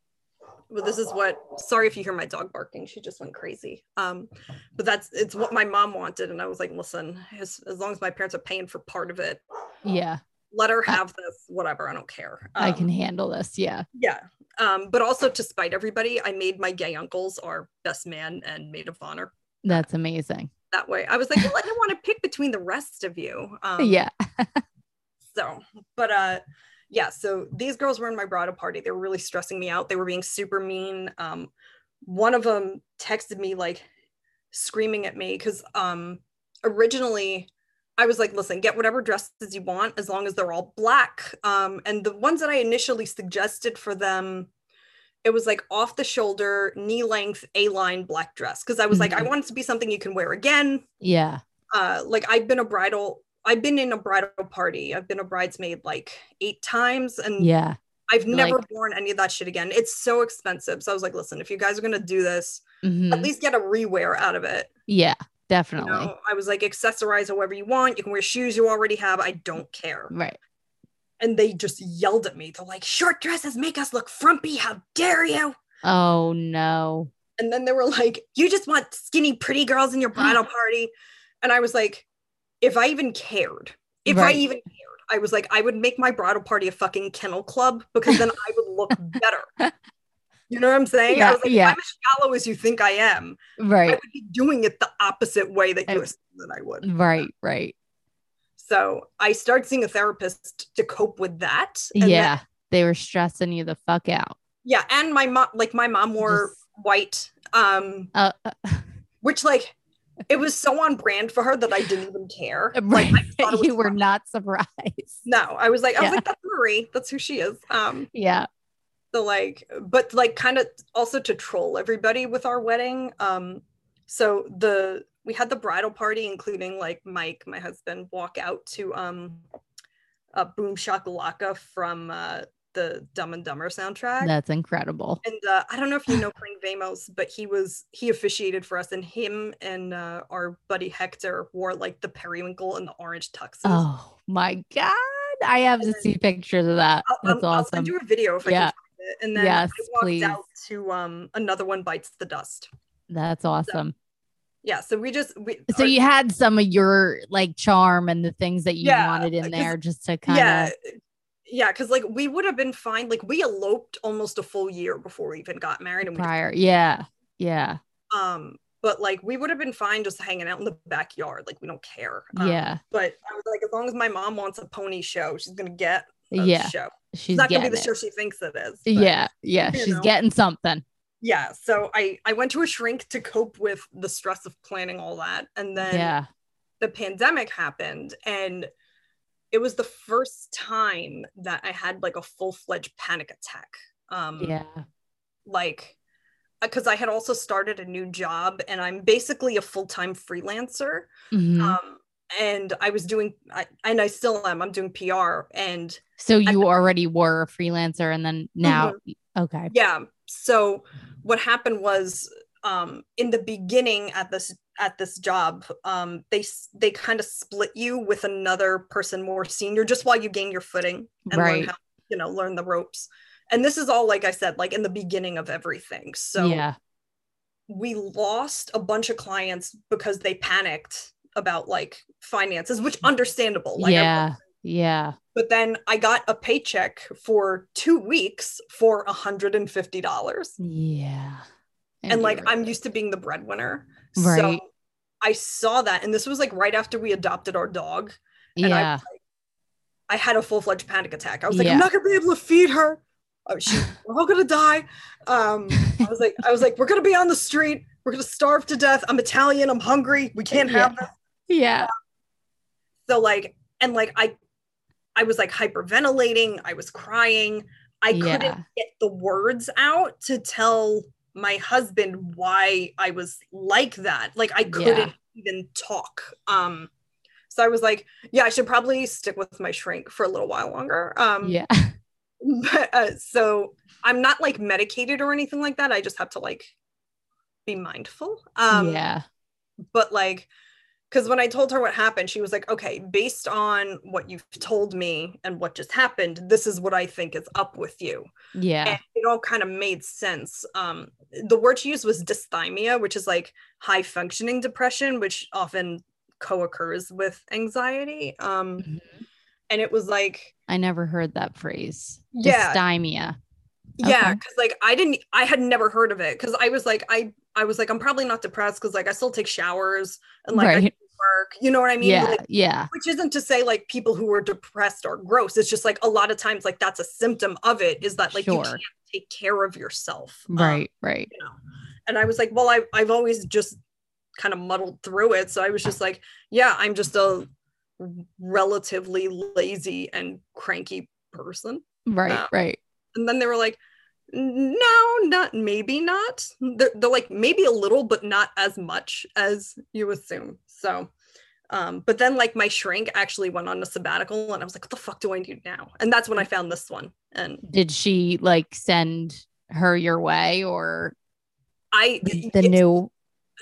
S2: well, this is what. Sorry if you hear my dog barking. She just went crazy. Um, but that's it's what my mom wanted, and I was like, listen, as, as long as my parents are paying for part of it,
S1: Yeah.
S2: let her
S1: I-
S2: have this whatever i don't care
S1: I
S2: Um,
S1: can handle this. Yeah.
S2: yeah um but also to spite everybody i made my gay uncles our best man and maid of honor
S1: That's amazing.
S2: that way i was like well, i don't want to pick between the rest of you um
S1: yeah.
S2: so but uh yeah so these girls were in my bridal party they were really stressing me out they were being super mean um one of them texted me like screaming at me because um originally i was like listen get whatever dresses you want as long as they're all black um and the ones that i initially suggested for them it was like off the shoulder knee length a line black dress because i was like i
S1: Mhm.
S2: want it to be something you can wear again
S1: Yeah.
S2: uh like I've been a bridal I've been in a bridal party. I've been a bridesmaid like eight times and
S1: Yeah.
S2: I've
S1: Like-
S2: never worn any of that shit again. It's so expensive. So I was like, listen, if you guys are going to do this,
S1: Mhm.
S2: at least get a rewear out of it.
S1: Yeah.
S2: Mm-hmm. You
S1: Definitely.
S2: know, I was like, accessorize however you want. You can wear shoes you already have. I don't care.
S1: Right.
S2: And they just yelled at me. They're like, short dresses make us look frumpy. How dare you?
S1: Oh no.
S2: And then they were like, you just want skinny, pretty girls
S1: Mm.
S2: in your bridal party. And I was like, if I even cared, if
S1: Right.
S2: I even cared, I was like, I would make my bridal party a fucking kennel club because then I would look better. You know what I'm saying?
S1: Yeah,
S2: I was like,
S1: yeah.
S2: if I'm as shallow as you think I am, I
S1: Right.
S2: would be doing it the opposite way that you
S1: I-
S2: assume that I would.
S1: Right. Right.
S2: So I started seeing a therapist to cope with that. And then-
S1: Yeah. They were stressing you the fuck out.
S2: yeah. And my mom, like my mom wore
S1: Just-
S2: white. Um,
S1: Uh,
S2: which like it was so on brand for her that I didn't even care.
S1: right.
S2: Like, I thought it was
S1: you were
S2: fine.
S1: not surprised.
S2: No, I was like, I
S1: Yeah.
S2: was like, that's Marie. That's who she is. Um,
S1: Yeah.
S2: the like, but like kind of also to troll everybody with our wedding. Um, so the we had the bridal party, including like Mike, my husband, walk out to um a boom shakalaka from uh the Dumb and Dumber soundtrack.
S1: That's incredible.
S2: and uh, I don't know if you know Frank Vamos, but he was he officiated for us, and him and uh, our buddy Hector wore like the periwinkle and the orange tuxes.
S1: Oh my God. I have to
S2: And then-
S1: see pictures of that.
S2: I'll,
S1: That's
S2: I'll- I'll
S1: awesome.
S2: send you a video if
S1: Yeah.
S2: I can find it. And then
S1: Yes,
S2: I walked
S1: please.
S2: out to um, another one bites the dust.
S1: That's awesome.
S2: Yeah, so we just we uh,
S1: So
S2: our-
S1: you had some of your like charm and the things that you
S2: Yeah, uh,
S1: wanted in
S2: 'cause-
S1: there just to kind of
S2: yeah yeah because like we would have been fine. Like we eloped almost a full year before we even got married, and we
S1: prior. Yeah. Yeah.
S2: um but like we would have been fine just hanging out in the backyard. Like we don't care. Um,
S1: yeah.
S2: But I was like, as long as my mom wants a pony show, she's gonna get a
S1: Yeah.
S2: show.
S1: She's
S2: it's not gonna
S1: getting
S2: be the
S1: it.
S2: show she thinks it is. but-
S1: yeah. Yeah.
S2: you
S1: She's
S2: know.
S1: getting something.
S2: Yeah. So I I went to a shrink to cope with the stress of planning all that. And then
S1: yeah.
S2: the pandemic happened and it was the first time that I had like a full-fledged panic attack. Um
S1: Yeah.
S2: like because I had also started a new job and I'm basically a full-time freelancer.
S1: Mhm.
S2: Um, and I was doing, I, and I still am. I'm doing PR, and
S1: So you already were a freelancer and then now
S2: Mm-hmm.
S1: okay.
S2: yeah. So what happened was, um, in the beginning at this at this job, um, they s- they kind of split you with another person more senior just while you gain your footing and learn
S1: Right.
S2: how you know learn the ropes. And this is all like I said, like in the beginning of everything. So
S1: yeah.
S2: we lost a bunch of clients because they panicked about like finances, which understandable. Like I-
S1: yeah. Yeah.
S2: but then I got a paycheck for two weeks for $150.
S1: Yeah.
S2: And like
S1: you're-
S2: I'm used to being the breadwinner. So
S1: Right.
S2: I saw that. And this was like right after we adopted our dog. and I-
S1: yeah.
S2: I had a full fledged panic attack. I was like,
S1: Yeah.
S2: I'm not gonna be able to feed her. Oh, she, we're all gonna die. Um, I was like, I was like, we're gonna be on the street. We're gonna starve to death. I'm Italian. I'm hungry. We can't have this.
S1: yeah.
S2: So like, and like I, I was like hyperventilating. I was crying. I
S1: Yeah.
S2: couldn't get the words out to tell my husband why I was like that. Like I couldn't even talk. Um, so I was like, yeah, I should probably stick with my shrink for a little while longer. Um,
S1: Yeah.
S2: but, uh, so I'm not like medicated or anything like that. I just have to like be mindful. Um,
S1: yeah.
S2: But like, because when I told her what happened, she was like, okay, based on what you've told me and what just happened, this is what I think is up with you.
S1: Yeah.
S2: And it all kind of made sense. Um, the word she used was dysthymia, which is like high functioning depression, which often co occurs with anxiety. Um,
S1: Mhm.
S2: and it was like,
S1: I never heard that phrase.
S2: Yeah.
S1: Dysthymia.
S2: yeah
S1: Okay.
S2: because like i didn't i had never heard of it because i was like i i was like i'm probably not depressed because like i still take showers and like I
S1: right.
S2: work you know what i mean
S1: yeah.
S2: Like,
S1: yeah.
S2: which isn't to say like people who are depressed are gross it's just like a lot of times like that's a symptom of it is that like you
S1: sure.
S2: can't take care of yourself Um,
S1: right. Right.
S2: and i was like well I, i've always just kind of muddled through it so i was just like yeah i'm just a relatively lazy and cranky person
S1: Right.
S2: uh,
S1: right.
S2: and then they were like, "N- no, not maybe not. They're, they're like, maybe a little, but not as much as you assume. So, um, but then like my shrink actually went on a sabbatical and I was like, what the fuck do I do now? And that's when I found this one. And
S1: Did she like send her your way or
S2: I,
S1: the
S2: it's-
S1: new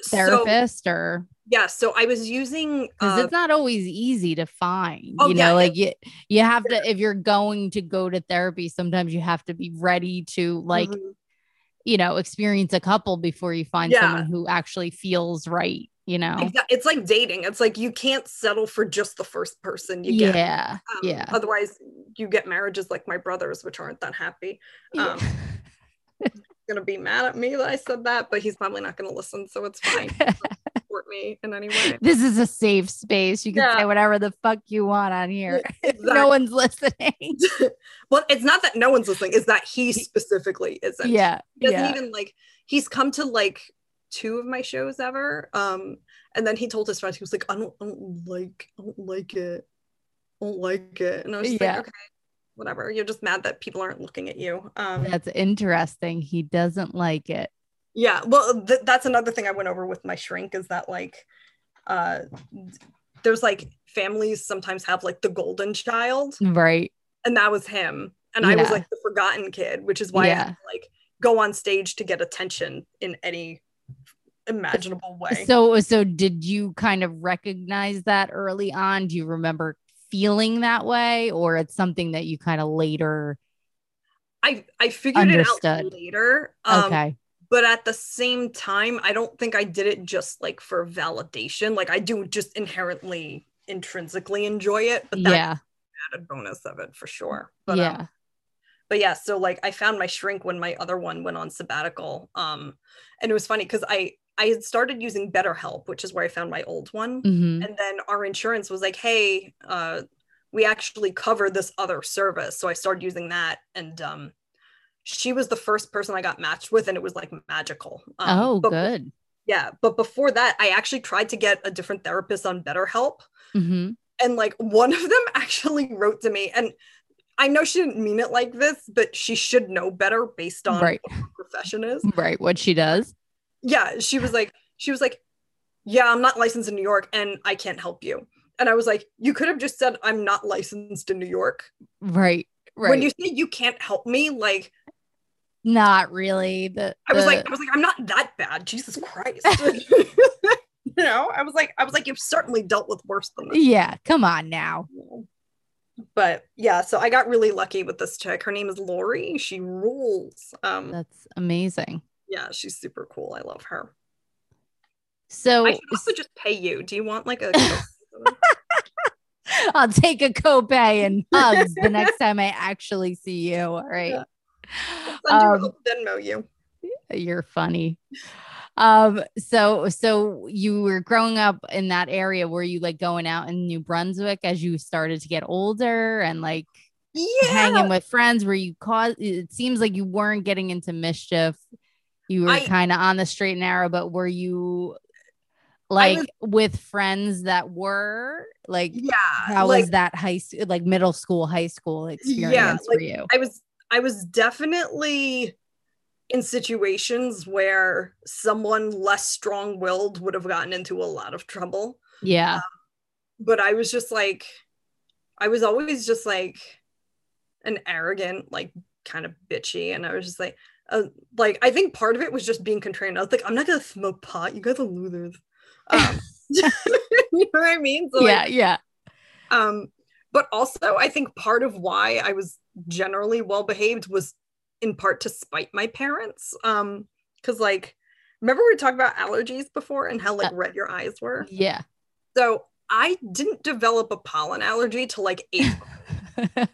S2: so-
S1: therapist or
S2: yeah. So I was using,
S1: because
S2: uh,
S1: it's not always easy to find
S2: Oh,
S1: you know
S2: yeah,
S1: like you you have to if you're going to go to therapy sometimes you have to be ready to like
S2: mhm.
S1: you know experience a couple before you find
S2: Yeah.
S1: someone who actually feels right you know
S2: Exa- it's like dating. It's like, you can't settle for just the first person you get.
S1: yeah
S2: Um,
S1: yeah
S2: Otherwise you get marriages like my brothers, which aren't that happy. um, gonna be mad at me that I said that, but he's probably not gonna listen, so it's fine. Support me in any way.
S1: this is a safe space you can
S2: Yeah. E,
S1: say whatever the fuck you want on here
S2: Exactly.
S1: no one's listening
S2: well, it's not that no one's listening; it's that he specifically isn't.
S1: yeah
S2: he doesn't
S1: yeah
S2: even like. He's come to like two of my shows ever, um, and then he told his friends he was like, "I don't, I don't like, I don't like it, I don't like it," and I was just
S1: Yeah.
S2: like, "Okay, whatever. You're just mad that people aren't looking at you." Um,
S1: that's interesting he doesn't like it
S2: yeah well th- that's another thing i went over with my shrink is that like uh there's like families sometimes have like the golden child
S1: right
S2: and that was him and i was
S1: Yeah.
S2: like the forgotten kid which is why i had
S1: Yeah.
S2: to, like go on stage to get attention in any imaginable way
S1: So, uh, so did you kind of recognize that early on? Do you remember feeling that way, or it's something that you kind of later?
S2: i i figured it out
S1: Understood.
S2: later um
S1: okay,
S2: but at the same time i don't think i did it just like for validation like i do just inherently intrinsically enjoy it but that
S1: yeah,
S2: added bonus of it for sure. But yeah.
S1: yeah,
S2: Um, but yeah, so like I found my shrink when my other one went on sabbatical. Um, and it was funny because I I had started using BetterHelp, which is where I found my old one.
S1: Mhm.
S2: And then our insurance was like, hey, uh, we actually cover this other service. So I started using that and um she was the first person I got matched with, and it was like magical. Um,
S1: oh,
S2: but-
S1: good.
S2: Yeah, but before that, I actually tried to get a different therapist on BetterHelp,
S1: hmm
S2: and like one of them actually wrote to me and i know she didn't mean it like this but she should know better based on
S1: Right.
S2: what her profession is
S1: Right, what she does.
S2: yeah she was like she was like yeah i'm not licensed in new york and i can't help you And I was like, you could have just said, I'm not licensed in New York.
S1: Right. Right.
S2: When you say you can't help me, like,
S1: Not really. The,
S2: I was
S1: the-
S2: like, I was like, I'm not that bad. Jesus Christ. you know, I was like, I was like, you've certainly dealt with worse than this.
S1: yeah, come on now.
S2: But yeah, so I got really lucky with this chick. Her name is Lori. She rules. Um,
S1: That's amazing.
S2: yeah, she's super cool. I love her.
S1: So
S2: I should also just pay you. Do you want like a?
S1: I'll take a copay and hugs the next time I actually see you. All right.
S2: Yeah.
S1: Um,
S2: Then Venmo you.
S1: You're funny. Um, so so you were growing up in that area. Were you like going out in New Brunswick as you started to get older and like
S2: Yeah.
S1: hanging with friends? Were you cause it seems like you weren't getting into mischief. You were
S2: I-
S1: kind of on the straight and narrow, but were you like
S2: was-
S1: with friends that were like
S2: yeah.
S1: how
S2: like,
S1: was that high school like middle school, high school experience for
S2: like,
S1: you?
S2: I was I was definitely in situations where someone less strong-willed would have gotten into a lot of trouble.
S1: Yeah.
S2: But I was just like I was always just like an arrogant, like kind of bitchy. And I was just like, uh, like I think part of it was just being contrarian. I was like, I'm not gonna smoke pot. You guys are losers. Um, you know what I mean? So,
S1: yeah,
S2: like,
S1: yeah.
S2: um but also i think part of why i was generally well behaved was in part to spite my parents um because like remember we talked about allergies before and how like red your eyes were
S1: Yeah.
S2: so i didn't develop a pollen allergy till like eight Um,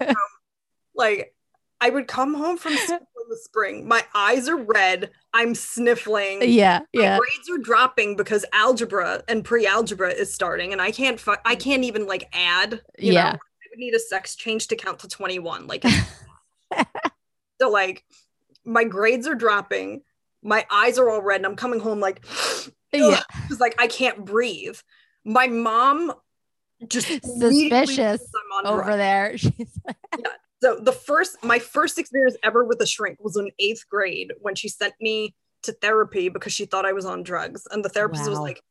S2: like i would come home from school in the spring my eyes are red i'm sniffling
S1: yeah,
S2: my
S1: yeah.
S2: grades are dropping because algebra and pre-algebra is starting and i can't fu- i can't even like add you
S1: Mm. Yeah.
S2: know i would need a sex change to count to 21 like it's- so like my grades are dropping my eyes are all red and i'm coming home like
S1: Yeah.
S2: because like i can't breathe my mom just immediately
S1: Suspicious
S2: thinks I'm on drugs.
S1: Over there. She's like,
S2: So the first, my first experience ever with a shrink was in eighth grade when she sent me to therapy because she thought I was on drugs, and the therapist was
S1: Wow.
S2: like,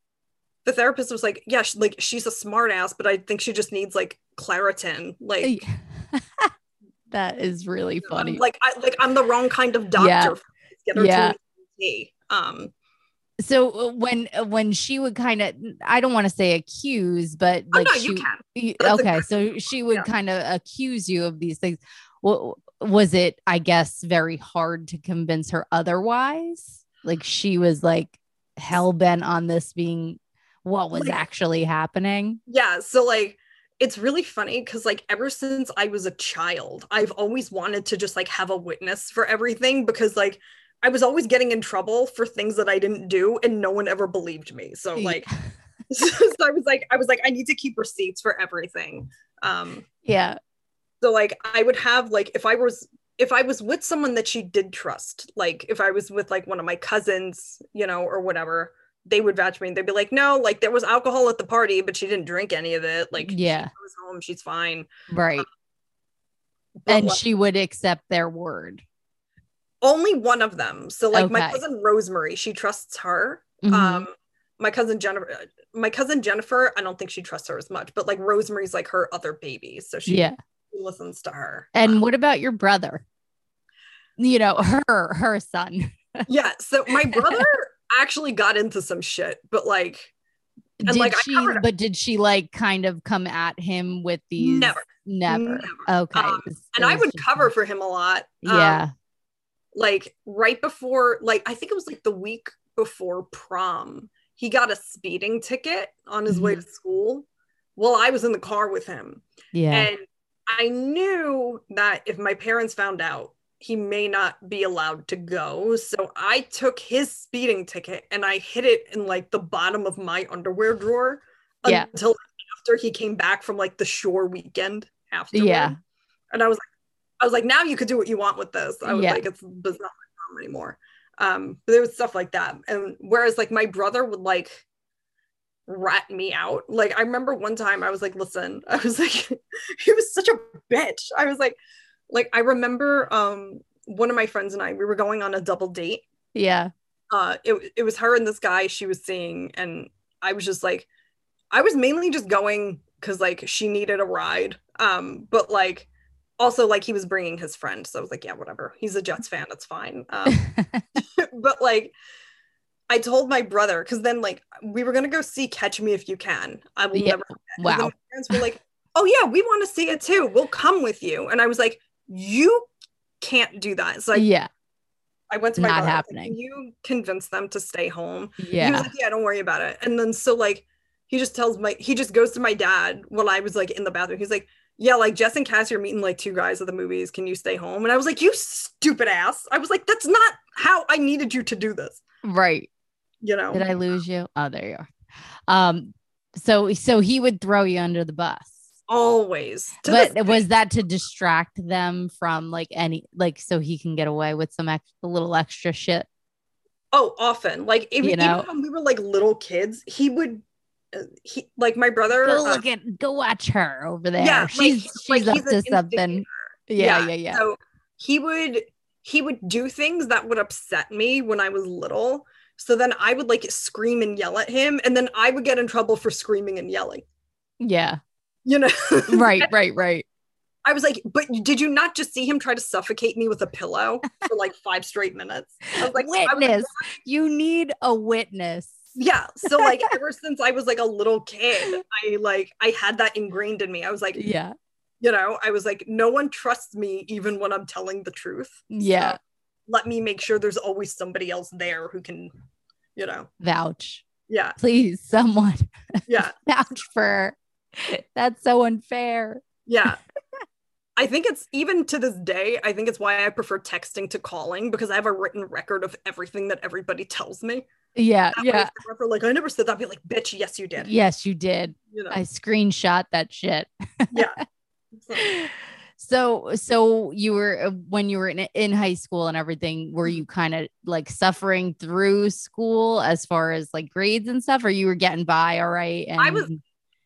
S2: the therapist was like, yeah, she, like she's a smart ass, but I think she just needs like Claritin, like
S1: that is really funny.
S2: like I like I'm the wrong kind of doctor.
S1: Yeah.
S2: for this. Get her to
S1: Yeah.
S2: an ENT. Um,
S1: so uh, when uh, when she would kind of I don't want to say accuse, but
S2: oh,
S1: like
S2: no,
S1: she,
S2: you can.
S1: y-
S2: That's
S1: okay, so she would
S2: Yeah.
S1: kind of accuse you of these things. What was it? I guess very hard to convince her otherwise. Like she was like hell bent on this being what was
S2: Like-
S1: actually happening.
S2: Yeah. So like it's really funny because like ever since I was a child, I've always wanted to just like have a witness for everything because like I was always getting in trouble for things that I didn't do and no one ever believed me. So
S1: Yeah.
S2: like so I was like I was like I need to keep receipts for everything. Um
S1: Yeah,
S2: so like I would have like if I was if I was with someone that she did trust, like if I was with like one of my cousins, you know, or whatever, they would vouch for me and they'd be like, no, like there was alcohol at the party, but she didn't drink any of it. Like
S1: yeah,
S2: was home. She's fine.
S1: right.
S2: But,
S1: and
S2: like,
S1: she would accept their word.
S2: only one of them. So like my
S1: Okay.
S2: cousin Rosemary, she trusts her.
S1: Mhm.
S2: Um, my cousin Jennifer, my cousin Jennifer, I don't think she trusts her as much. But like Rosemary's like her other baby, so she
S1: yeah.
S2: listens to her.
S1: And what about your brother? You know, her her son.
S2: yeah, so my brother actually got into some shit, but like And,
S1: Did
S2: like, I
S1: she
S2: covered up-
S1: but did she like kind of come at him with these
S2: never.
S1: never.
S2: never.
S1: Okay.
S2: Um,
S1: It was-
S2: And
S1: it
S2: I
S1: was
S2: would
S1: just-
S2: cover for him a lot. Um,
S1: Yeah.
S2: like right before like i think it was like the week before prom he got a speeding ticket on his
S1: Mm-hmm.
S2: way to school well i was in the car with him
S1: yeah.
S2: and i knew that if my parents found out he may not be allowed to go so i took his speeding ticket and i hid it in like the bottom of my underwear drawer
S1: Yeah.
S2: until after he came back from like the shore weekend after
S1: Yeah.
S2: and I was like, I was like, now you could do what you want with this. I was
S1: Yeah.
S2: like, it's bizarre mom anymore. Um, but there was stuff like that. And whereas like my brother would like rat me out. Like I remember one time I was like, listen, I was like, he was such a bitch. I was like, like I remember um one of my friends and I, we were going on a double date
S1: Yeah.
S2: uh it, it was her and this guy she was seeing and i was just like i was mainly just going because like she needed a ride. Um, but like also like he was bringing his friend, so I was like, yeah, whatever. He's a Jets fan, it's fine. Um, but like I told my brother because then like we were gonna go see Catch Me If You Can. I will
S1: Yeah.
S2: never. and then
S1: wow.
S2: my parents were like, oh yeah, we want to see it too. We'll come with you. And I was like, you can't do that. So I,
S1: yeah.
S2: I went to my
S1: Not
S2: brother. I was like,
S1: happening.
S2: Can you convince them to stay home? He was
S1: Yeah.
S2: like, yeah, don't worry about it. And then so like he just tells my he just goes to my dad when I was like in the bathroom. He's like, yeah, like Jess and Cassie are meeting like two guys at the movies. Can you stay home? And I was like, you stupid ass. I was like, that's not how I needed you to do this.
S1: Right.
S2: You know.
S1: Did I lose you? Oh, there you are. Um, so so he would throw you under the bus.
S2: Always. To this
S1: But
S2: day.
S1: was that to distract them from like any like so he can get away with some ex- a little extra shit?
S2: Oh, often. Like if,
S1: You know?
S2: even when we were like little kids, he would uh, he like my brother
S1: Go
S2: uh,
S1: look at go watch her over there.
S2: yeah, like,
S1: she's
S2: he's-
S1: she's
S2: like,
S1: up
S2: he's
S1: to
S2: an
S1: something.
S2: instigator.
S1: Yeah, yeah, yeah.
S2: So he would he would do things that would upset me when I was little. So then I would like scream and yell at him, and then I would get in trouble for screaming and yelling.
S1: yeah.
S2: You know,
S1: Right, right, right.
S2: I was like, "But did you not just see him try to suffocate me with a pillow for like five straight minutes?" I was like, I was like,
S1: witness. you need a witness.
S2: yeah. So like, ever since I was like a little kid, I like I had that ingrained in me. I was like,
S1: Yeah.
S2: you know, I was like, no one trusts me even when I'm telling the truth.
S1: Yeah.
S2: Let me make sure there's always somebody else there who can, you know,
S1: Vouch.
S2: yeah,
S1: Please, someone
S2: yeah,
S1: vouch for her. That's so unfair.
S2: yeah. I think it's even to this day, I think it's why I prefer texting to calling because I have a written record of everything that everybody tells me.
S1: Yeah.
S2: That way,
S1: Yeah.
S2: if they're ever like, I never said that, I'd be like, bitch, yes, you did.
S1: Yes, you did.
S2: You know,
S1: I screenshot that shit.
S2: so-
S1: So, so you were uh, when you were in, in high school and everything, were
S2: Mm-hmm.
S1: you kind of like suffering through school as far as like grades and stuff, or you were getting by all right? And
S2: I was-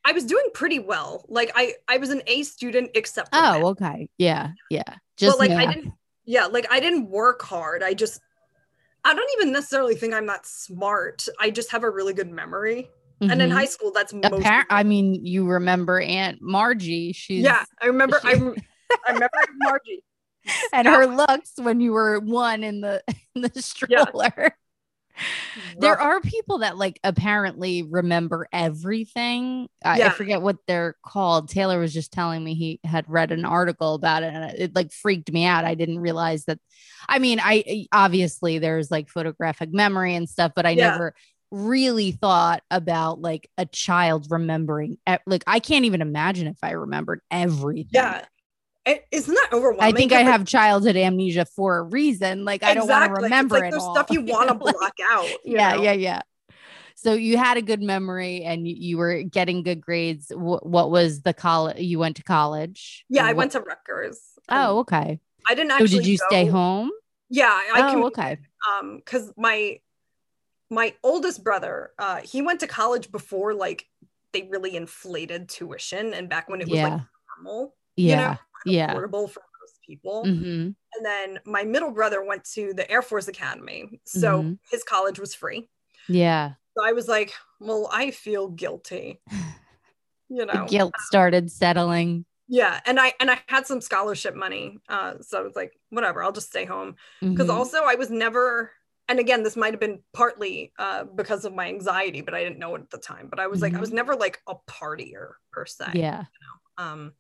S2: I was doing pretty well. Like I, I was an A student except for math.
S1: oh, okay. Yeah. Yeah. Just
S2: but like
S1: math.
S2: I didn't yeah, like I didn't work hard. I just I don't even necessarily think I'm that smart. I just have a really good memory. And in
S1: Mhm.
S2: high school that's most of
S1: Appar-
S2: it.
S1: I mean, you remember Aunt Margie. She's
S2: Yeah, I remember I,
S1: she-
S2: rem- I remember Margie.
S1: and her looks when you were one in the in the stroller. There
S2: Rough.
S1: are people that like apparently remember everything. I, I
S2: Yeah.
S1: forget what they're called. Taylor was just telling me he had read an article about it, and it, it, like freaked me out. I didn't realize that. I mean, I- I obviously there's like photographic memory and stuff, but I
S2: Yeah.
S1: never really thought about like a child remembering. e- Like I can't even imagine if I remembered everything.
S2: Yeah. It, isn't that
S1: I
S2: overwhelming?
S1: think I
S2: 'Cause, like,
S1: have childhood amnesia for a reason. Like I don't want
S2: exactly,
S1: to remember
S2: it's like
S1: it
S2: there's
S1: all.
S2: stuff you want to
S1: know, like-
S2: block out. you
S1: yeah,
S2: know?
S1: yeah, yeah. So you had a good memory and you, you were getting good grades. Wh- what was the college? You went to college?
S2: Yeah, I
S1: Wh-
S2: went to Rutgers.
S1: Oh,
S2: Um,
S1: okay.
S2: I didn't
S1: So
S2: actually
S1: did you
S2: go-
S1: stay home?
S2: Yeah, I
S1: oh,
S2: commu-
S1: okay.
S2: um because my my oldest brother uh he went to college before like they really inflated tuition and back when it was
S1: Yeah.
S2: like normal you know
S1: Yeah.
S2: and
S1: yeah.
S2: affordable for most people
S1: Mhm.
S2: and then my middle brother went to the air force academy so
S1: Mhm.
S2: his college was free
S1: Yeah.
S2: so i was like well i feel guilty you
S1: The
S2: know
S1: guilt started settling.
S2: yeah and i and i had some scholarship money uh so i was like whatever i'll just stay home because
S1: Mhm.
S2: also I was never, and again, this might have been partly uh, because of my anxiety, but I didn't know it at the time. But I was like, I
S1: Mm-hmm.
S2: was never like a partier per se.
S1: yeah.
S2: Um,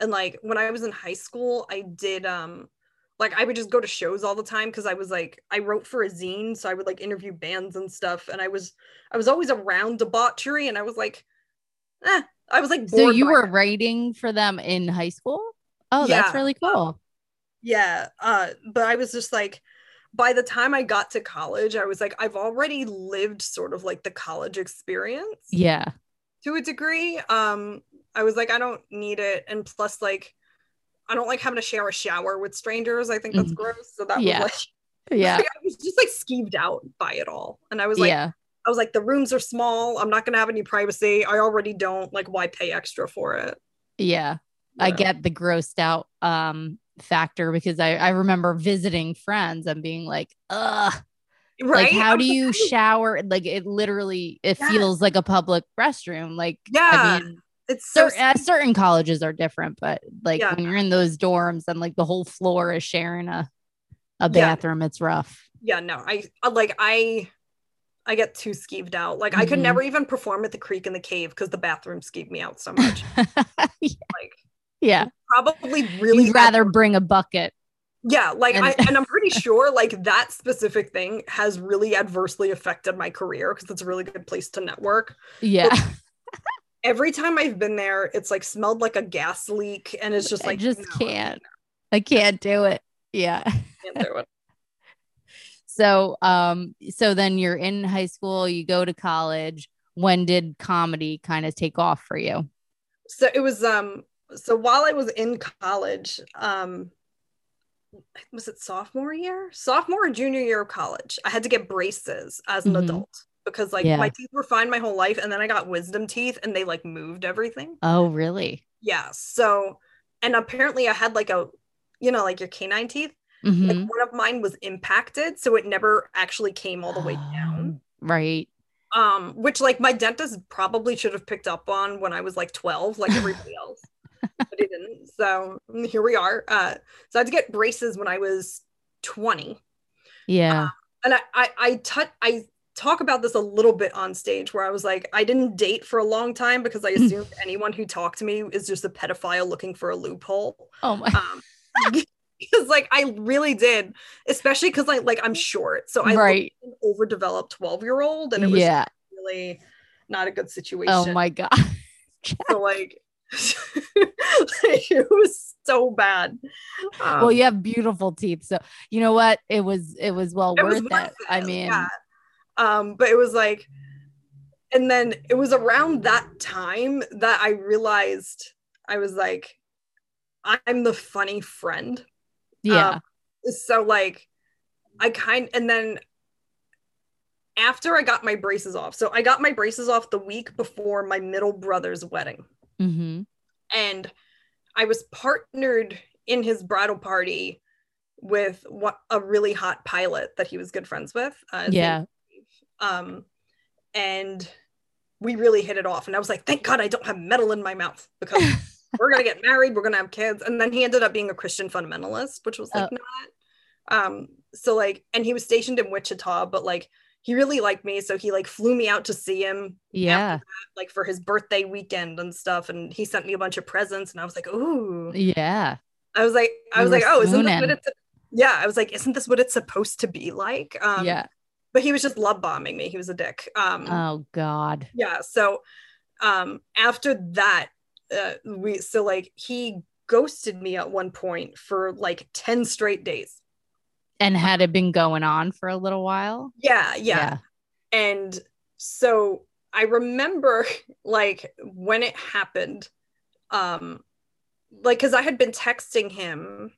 S2: and like when I was in high school, I did um, like I would just go to shows all the time because I was like I wrote for a zine, so I would like interview bands and stuff, and I was I was always around debauchery, and I was like, eh, I was like
S1: So
S2: bored
S1: you
S2: by
S1: were
S2: it.
S1: writing for them in high school? Oh, that's
S2: Yeah.
S1: really cool.
S2: Yeah. Uh, but I was just like, by the time I got to college, I was like, I've already lived sort of like the college experience
S1: Yeah.
S2: to a degree. Um, I was like, I don't need it. And plus, like, I don't like having to share a shower with strangers. I think that's
S1: Mhm.
S2: gross. So that
S1: Yeah.
S2: was like,
S1: Yeah.
S2: I was just like skeeved out by it all. And I was like,
S1: yeah.
S2: I was like, the rooms are small. I'm not gonna have any privacy. I already don't. Like, why pay extra for it?
S1: Yeah.
S2: You
S1: I
S2: know?
S1: get the grossed out um factor because I, I remember visiting friends and being like, ugh,
S2: right.
S1: like how
S2: I'm
S1: do
S2: like,
S1: you
S2: I-
S1: shower? Like it literally it
S2: Yeah.
S1: feels like a public restroom. Like I
S2: Yeah.
S1: mean,
S2: It's so
S1: Certain, uh, certain colleges are different, but like
S2: Yeah.
S1: when you're in those dorms and like the whole floor is sharing a a
S2: Yeah.
S1: bathroom, it's rough.
S2: yeah no i I- like i i get too skeeved out like i could
S1: Mhm.
S2: never even perform at the creek in the cave because the bathroom skeeved me out so much
S1: yeah,
S2: probably really
S1: you'd
S2: had-
S1: rather bring a bucket.
S2: yeah like I,
S1: and-
S2: and i'm pretty sure like that specific thing has really adversely affected my career because it's a really good place to network
S1: Yeah,
S2: every time i've been there it's like smelled like a gas leak and it's just
S1: I
S2: like
S1: just
S2: no,
S1: can't. I can't do it. Yeah.
S2: I can't do it.
S1: So, um, so then you're in high school, you go to college. When did comedy kind of take off for you?
S2: so it was um so while i was in college um was it sophomore year sophomore or junior year of college i had to get braces as an
S1: Mhm.
S2: adult because like
S1: Yeah.
S2: my teeth were fine my whole life and then i got wisdom teeth and they like moved everything
S1: Oh, really?
S2: yeah so and apparently i had like a you know like your canine teeth like
S1: Mhm.
S2: one of mine was impacted so it never actually came all the way down
S1: Oh, Right.
S2: um which like my dentist probably should have picked up on when i was like 12 like everybody else but he didn't so mm, here we are uh so i had to get braces when i was 20
S1: Yeah.
S2: and i i i, tou- I talk about this a little bit on stage where i was like i didn't date for a long time because i assumed anyone who talked to me is just a pedophile looking for a loophole
S1: oh my.
S2: um because like i really did especially because i like i'm short so i right.
S1: right.
S2: an overdeveloped 12 year old and it was
S1: Yeah.
S2: really not a good situation.
S1: Oh my god.
S2: So like, it was so bad. Um,
S1: well, you have beautiful teeth, so you know what? It was it was well
S2: it
S1: worth
S2: was
S1: it.
S2: worth
S1: I
S2: it,
S1: mean,
S2: yeah. um, but it was like, and then it was around that time that I realized I was like, I'm the funny friend.
S1: yeah.
S2: Um, So like, I kind and then after I got my braces off. So I got my braces off the week before my middle brother's wedding.
S1: hmm
S2: and I was partnered in his bridal party with what a really hot pilot that he was good friends with. Uh, his
S1: Yeah.
S2: name- Um, and we really hit it off, and I was like, "Thank God I don't have metal in my mouth because we're gonna get married, we're gonna have kids." And then he ended up being a Christian fundamentalist, which was like
S1: Oh.
S2: not. Um, so like, and he was stationed in Wichita, but like he really liked me, so he like flew me out to see him
S1: Yeah.
S2: like for his birthday weekend and stuff and he sent me a bunch of presents and I was like, "Ooh."
S1: Yeah.
S2: I was like I
S1: You
S2: was
S1: were
S2: like, "Oh, isn't this
S1: swooning.
S2: what it's Yeah, I was like, "Isn't this what it's supposed to be like?" Um
S1: yeah.
S2: but he was just love bombing me. He was a dick. Um
S1: Oh god.
S2: yeah, so um after that uh, we so like he ghosted me at one point for like 10 straight days.
S1: And had it been going on for a little while?
S2: Yeah, yeah. And so I remember like when it happened, um, like because I had been texting him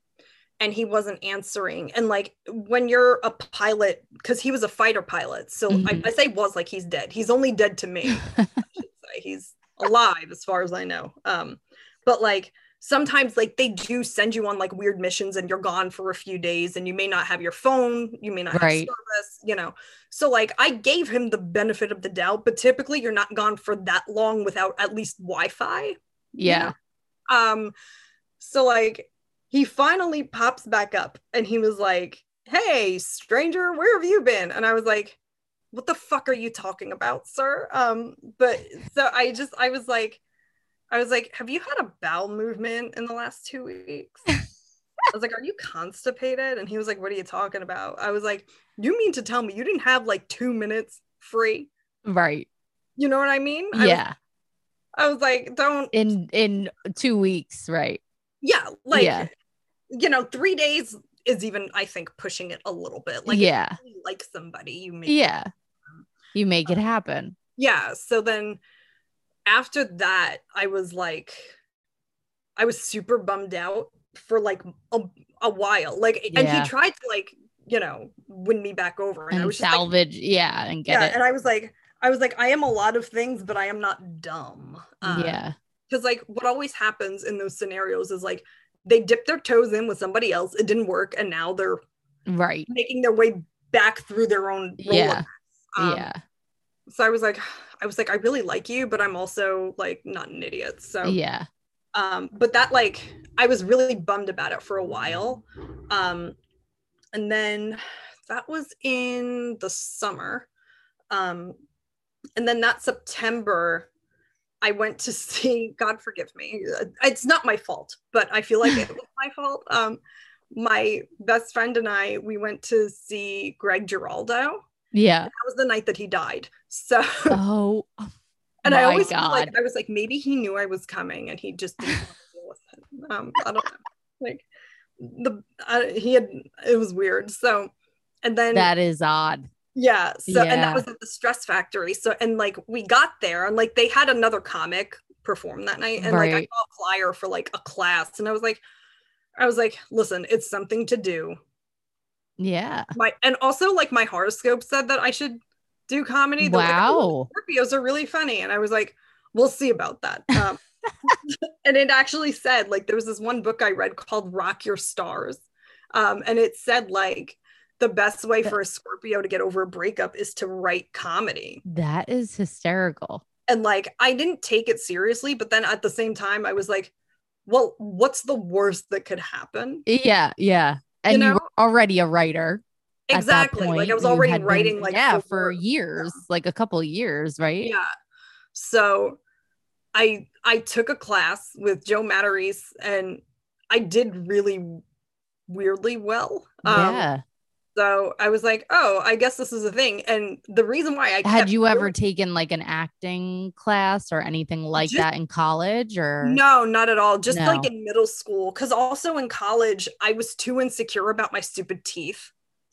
S2: and he wasn't answering. And like when you're a pilot, because he was a fighter pilot, so
S1: Mhm.
S2: I, I say was like he's dead. He's only dead to me. I should say. he's alive as far as I know. Um, but like sometimes like they do send you on like weird missions and you're gone for a few days and you may not have your phone, you may not have
S1: Right.
S2: service, you know. So like I gave him the benefit of the doubt, but typically you're not gone for that long without at least Wi-Fi.
S1: Yeah.
S2: Um so like he finally pops back up and he was like, "Hey, stranger, where have you been?" And I was like, "What the fuck are you talking about, sir?" Um but so I just I was like I was like, "Have you had a bowel movement in the last 2 weeks?" I was like, "Are you constipated?" And he was like, "What are you talking about?" I was like, "You mean to tell me you didn't have like 2 minutes free?"
S1: Right.
S2: You know what I mean? I was-
S1: Yeah.
S2: I was like, "Don't
S1: in in two weeks, right?
S2: yeah, like
S1: yeah.
S2: you know, three days is even, I think, pushing it a little bit. Like, if
S1: yeah.
S2: you like somebody, you make,
S1: Yeah. You make
S2: Uh,
S1: it happen.
S2: yeah. So then after that, I was like, I was super bummed out for like a, a while. Like, and
S1: Yeah.
S2: he tried to like, you know, win me back over, and, I
S1: And
S2: was just like,
S1: salvage. yeah. And
S2: yeah,
S1: get
S2: and I was like, I was like, I am a lot of things, but I am not dumb. Uh,
S1: it. Yeah.
S2: because like what always happens in those scenarios is like they dip their toes in with somebody else it didn't work and now they're
S1: Right.
S2: making their way back through their own role.
S1: Yeah.
S2: Um,
S1: yeah.
S2: so i was like I was like, I really like you, but I'm also like not an idiot. So
S1: yeah.
S2: um but that like i was really bummed about it for a while um and then that was in the summer um and then that september i went to see god forgive me uh, it's not my fault but i feel like it was my fault um my best friend and i we went to see greg giraldo
S1: Yeah.
S2: that was the night that he died so
S1: Oh,
S2: and I
S1: My
S2: always feel like
S1: God.
S2: I was like, maybe he knew I was coming and he just didn't want to deal with it. Um, I don't know. Like the uh, he had it was weird. So and then
S1: that is odd.
S2: yeah, so and
S1: yeah.
S2: that was at the Stress Factory. So and like we got there and like they had another comic perform that night and like I
S1: Right.
S2: saw a flyer for like a class and I was like, I was like, listen, it's something to do.
S1: Yeah.
S2: My and also like my horoscope said that I should do comedy. They're like,
S1: Wow.
S2: "Oh, Scorpios are really funny. And I was like, we'll see about that. Um, and it actually said, like, there was this one book I read called Rock Your Stars. Um, and it said, like, the best way for a Scorpio to get over a breakup is to write comedy.
S1: That is hysterical.
S2: And like, I didn't take it seriously. But then at the same time, I was like, well, what's the worst that could happen?
S1: Yeah. Yeah. And you,
S2: know?
S1: were already a writer. at that
S2: Exactly. Like,
S1: point.
S2: I was
S1: You
S2: already
S1: had been-
S2: writing, like,
S1: yeah,
S2: the
S1: for
S2: worst.
S1: years, like a couple years, right?
S2: Yeah. So I I took a class with Joe Matarese and I did really weirdly well. Um
S1: Yeah.
S2: so I was like, oh, I guess this is a thing. And the reason why I
S1: Had
S2: kept
S1: you ever
S2: doing-
S1: taken like an acting class or anything like
S2: Just-
S1: that in college or
S2: no, not at all. Just like
S1: No.
S2: in middle school. Cause also in college, I was too insecure about my stupid teeth.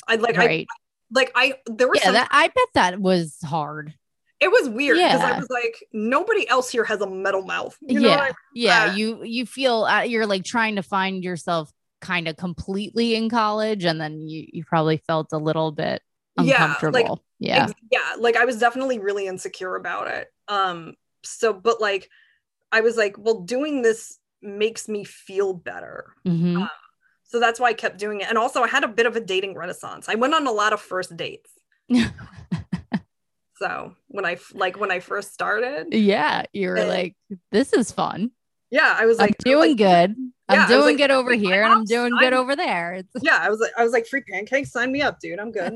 S2: I like I
S1: right?
S2: like I there were
S1: yeah,
S2: some
S1: that, I bet that was hard.
S2: it was weird because I
S1: Yeah.
S2: was like, nobody else here has a metal mouth. You know what I
S1: yeah, yeah.
S2: Uh,
S1: you you feel uh, you're like trying to find yourself kind of completely in college, and then you you probably felt a little bit
S2: Yeah, like,
S1: uncomfortable. Yeah,
S2: Ex- yeah like i was definitely really insecure about it um so but like i was like well doing this makes me feel better
S1: Mhm.
S2: so that's why i kept doing it and also i had a bit of a dating renaissance i went on a lot of first dates so when i f- like when i first started
S1: yeah. You were
S2: And-
S1: like, this is fun.
S2: yeah i was like
S1: I'm doing
S2: like,
S1: good.
S2: Yeah, I
S1: I'm
S2: was
S1: doing
S2: like,
S1: good over
S2: "Free
S1: here, and I'm
S2: pancakes?
S1: doing
S2: I'm-
S1: good over there. It's,
S2: yeah i was like i was like free pancakes sign me up dude i'm good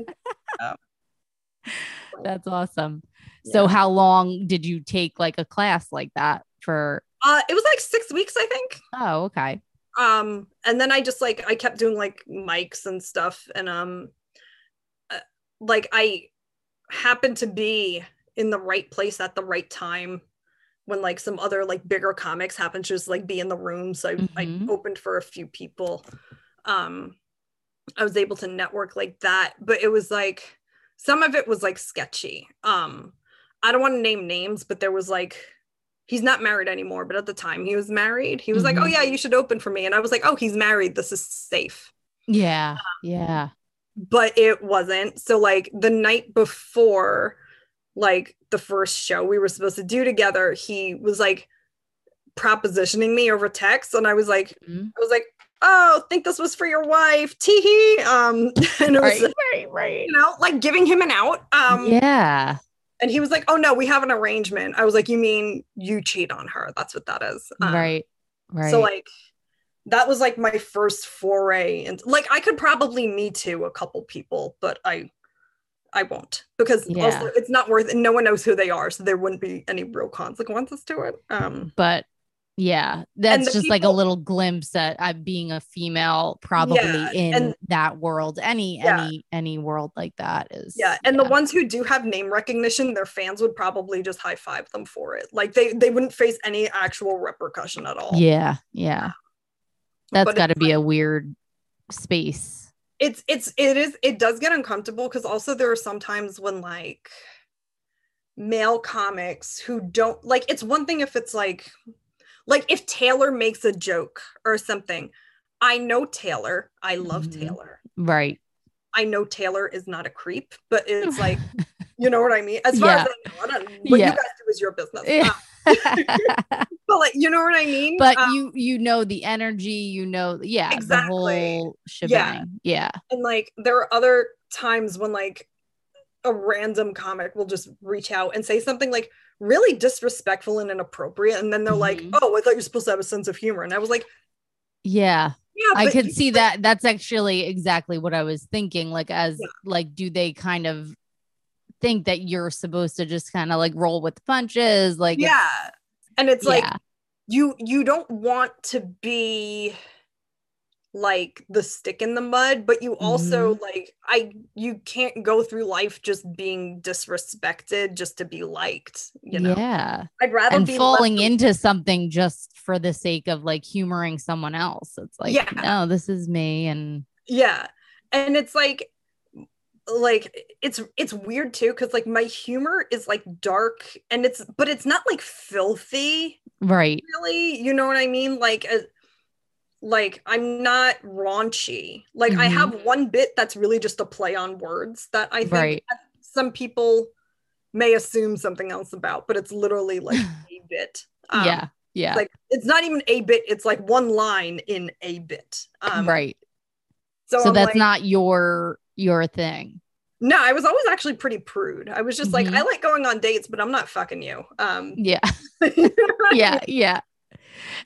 S1: that's awesome. So,
S2: Yeah.
S1: how long did you take like a class like that for?
S2: uh it was like six weeks i think
S1: Oh, okay.
S2: um and then i just like i kept doing like mics and stuff and um uh, like i happened to be in the right place at the right time when like some other like bigger comics happened to just like be in the room so I, I
S1: Mhm.
S2: opened for a few people um i was able to network like that but it was like some of it was like sketchy um i don't want to name names but there was like he's not married anymore but at the time he was married he was like oh
S1: Mhm.
S2: yeah you should open for me and i was like oh he's married this is safe Um,
S1: Yeah, yeah.
S2: but it wasn't. So like the night before like the first show we were supposed to do together, he was like propositioning me over text and I was like
S1: Mhm.
S2: I was like, "Oh, think this was for your wife." Tee hee. Um and it was
S1: Right, right, right.
S2: you know, like giving him an out. Um
S1: yeah.
S2: and he was like, "Oh no, we have an arrangement." I was like, "You mean you cheat on her? That's what that is." Um,
S1: right. Right.
S2: So like that was like my first foray and like I could probably me too a couple people, but I I won't because also
S1: Yeah.
S2: it's not worth and no one knows who they are, so there wouldn't be any real consequences to it. Um
S1: but yeah,
S2: the
S1: that's just like a
S2: people-
S1: little glimpse at uh, being a female probably
S2: Yeah,
S1: in
S2: and-
S1: that world. Any
S2: Yeah.
S1: any any world like that is
S2: yeah, and the ones who do have name recognition, their fans would probably just high five them for it. Like they they wouldn't face any actual repercussion at all.
S1: Yeah, yeah.
S2: But
S1: That's
S2: it's
S1: got to be a weird space.
S2: it's it's it is it does get uncomfortable because also there are some times when like male comics who don't like it's one thing if it's like like if taylor makes a joke or something i know taylor i love
S1: Mhm.
S2: taylor
S1: Right.
S2: i know taylor is not a creep but it's like you know what i mean as far as i know I don't, what
S1: Yeah.
S2: you guys do is your business
S1: Yeah.
S2: Uh, but like you know what i mean
S1: but
S2: Um,
S1: you you know the energy, you know yeah,
S2: Exactly.
S1: the whole shebang. Yeah.
S2: and like there are other times when like a random comic will just reach out and say something like really disrespectful and inappropriate. And then they're
S1: Mhm.
S2: like, oh, I thought you're supposed to have a sense of humor. And I was like,
S1: Yeah.
S2: yeah,
S1: I
S2: but
S1: could
S2: you-
S1: see
S2: but
S1: that. That's actually exactly what I was thinking. Like, as
S2: Yeah.
S1: like, do they kind of think that you're supposed to just kind of like roll with the punches? Like, it's-
S2: yeah. And it's like,
S1: yeah,
S2: you you don't want to be like the stick in the mud but you
S1: Mm-hmm.
S2: also like i you can't go through life just being disrespected just to be liked you know
S1: yeah,
S2: i'd rather
S1: and
S2: be
S1: falling
S2: left-
S1: into something just for the sake of like humoring someone else. It's like,
S2: Yeah.
S1: no, this is me, and
S2: yeah and it's like like it's it's weird too because like my humor is like dark and it's but it's not like filthy
S1: right,
S2: really you know what i mean like uh, like i'm not raunchy like i
S1: Mhm.
S2: have one bit that's really just a play on words that i think
S1: Right.
S2: that some people may assume something else about but it's literally like a bit Um,
S1: yeah, yeah,
S2: like it's not even a bit it's like one line in a bit um
S1: right.
S2: so,
S1: so
S2: I'm
S1: that's
S2: like-
S1: not your your thing.
S2: no i was always actually pretty prude i was just
S1: Mhm.
S2: like i like going on dates but i'm not fucking you um
S1: Yeah. Mm. yeah yeah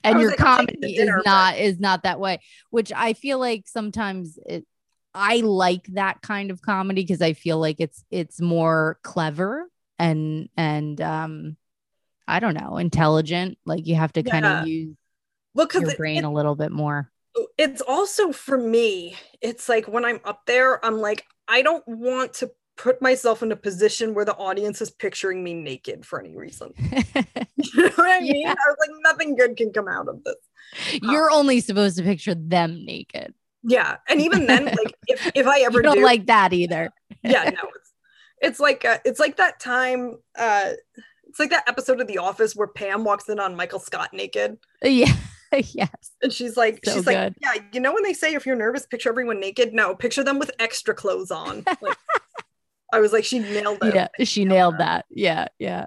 S1: and
S2: was
S1: your
S2: like, I'll take you to
S1: comedy
S2: dinner,
S1: is
S2: but-
S1: not is not that way which i feel like sometimes it i like that kind of comedy because i feel like it's it's more clever and and um i don't know intelligent like you have to kind
S2: Yeah.
S1: of use
S2: well because
S1: your brain a little bit more
S2: it's also for me it's like when i'm up there i'm like i don't want to put myself in a position where the audience is picturing me naked for any reason you know what i mean
S1: Yeah.
S2: i was like nothing good can come out of this
S1: you're only supposed to picture them naked
S2: yeah and even then like if, if i ever
S1: you don't
S2: do
S1: like that either
S2: yeah no it's, it's like uh, it's like that time uh it's like that episode of the office where pam walks in on michael scott naked
S1: yeah yes
S2: and she's like
S1: So
S2: she's
S1: good.
S2: like yeah you know when they say if you're nervous picture everyone naked no picture them with extra clothes on like, i was like she nailed it
S1: yeah she nailed that yeah yeah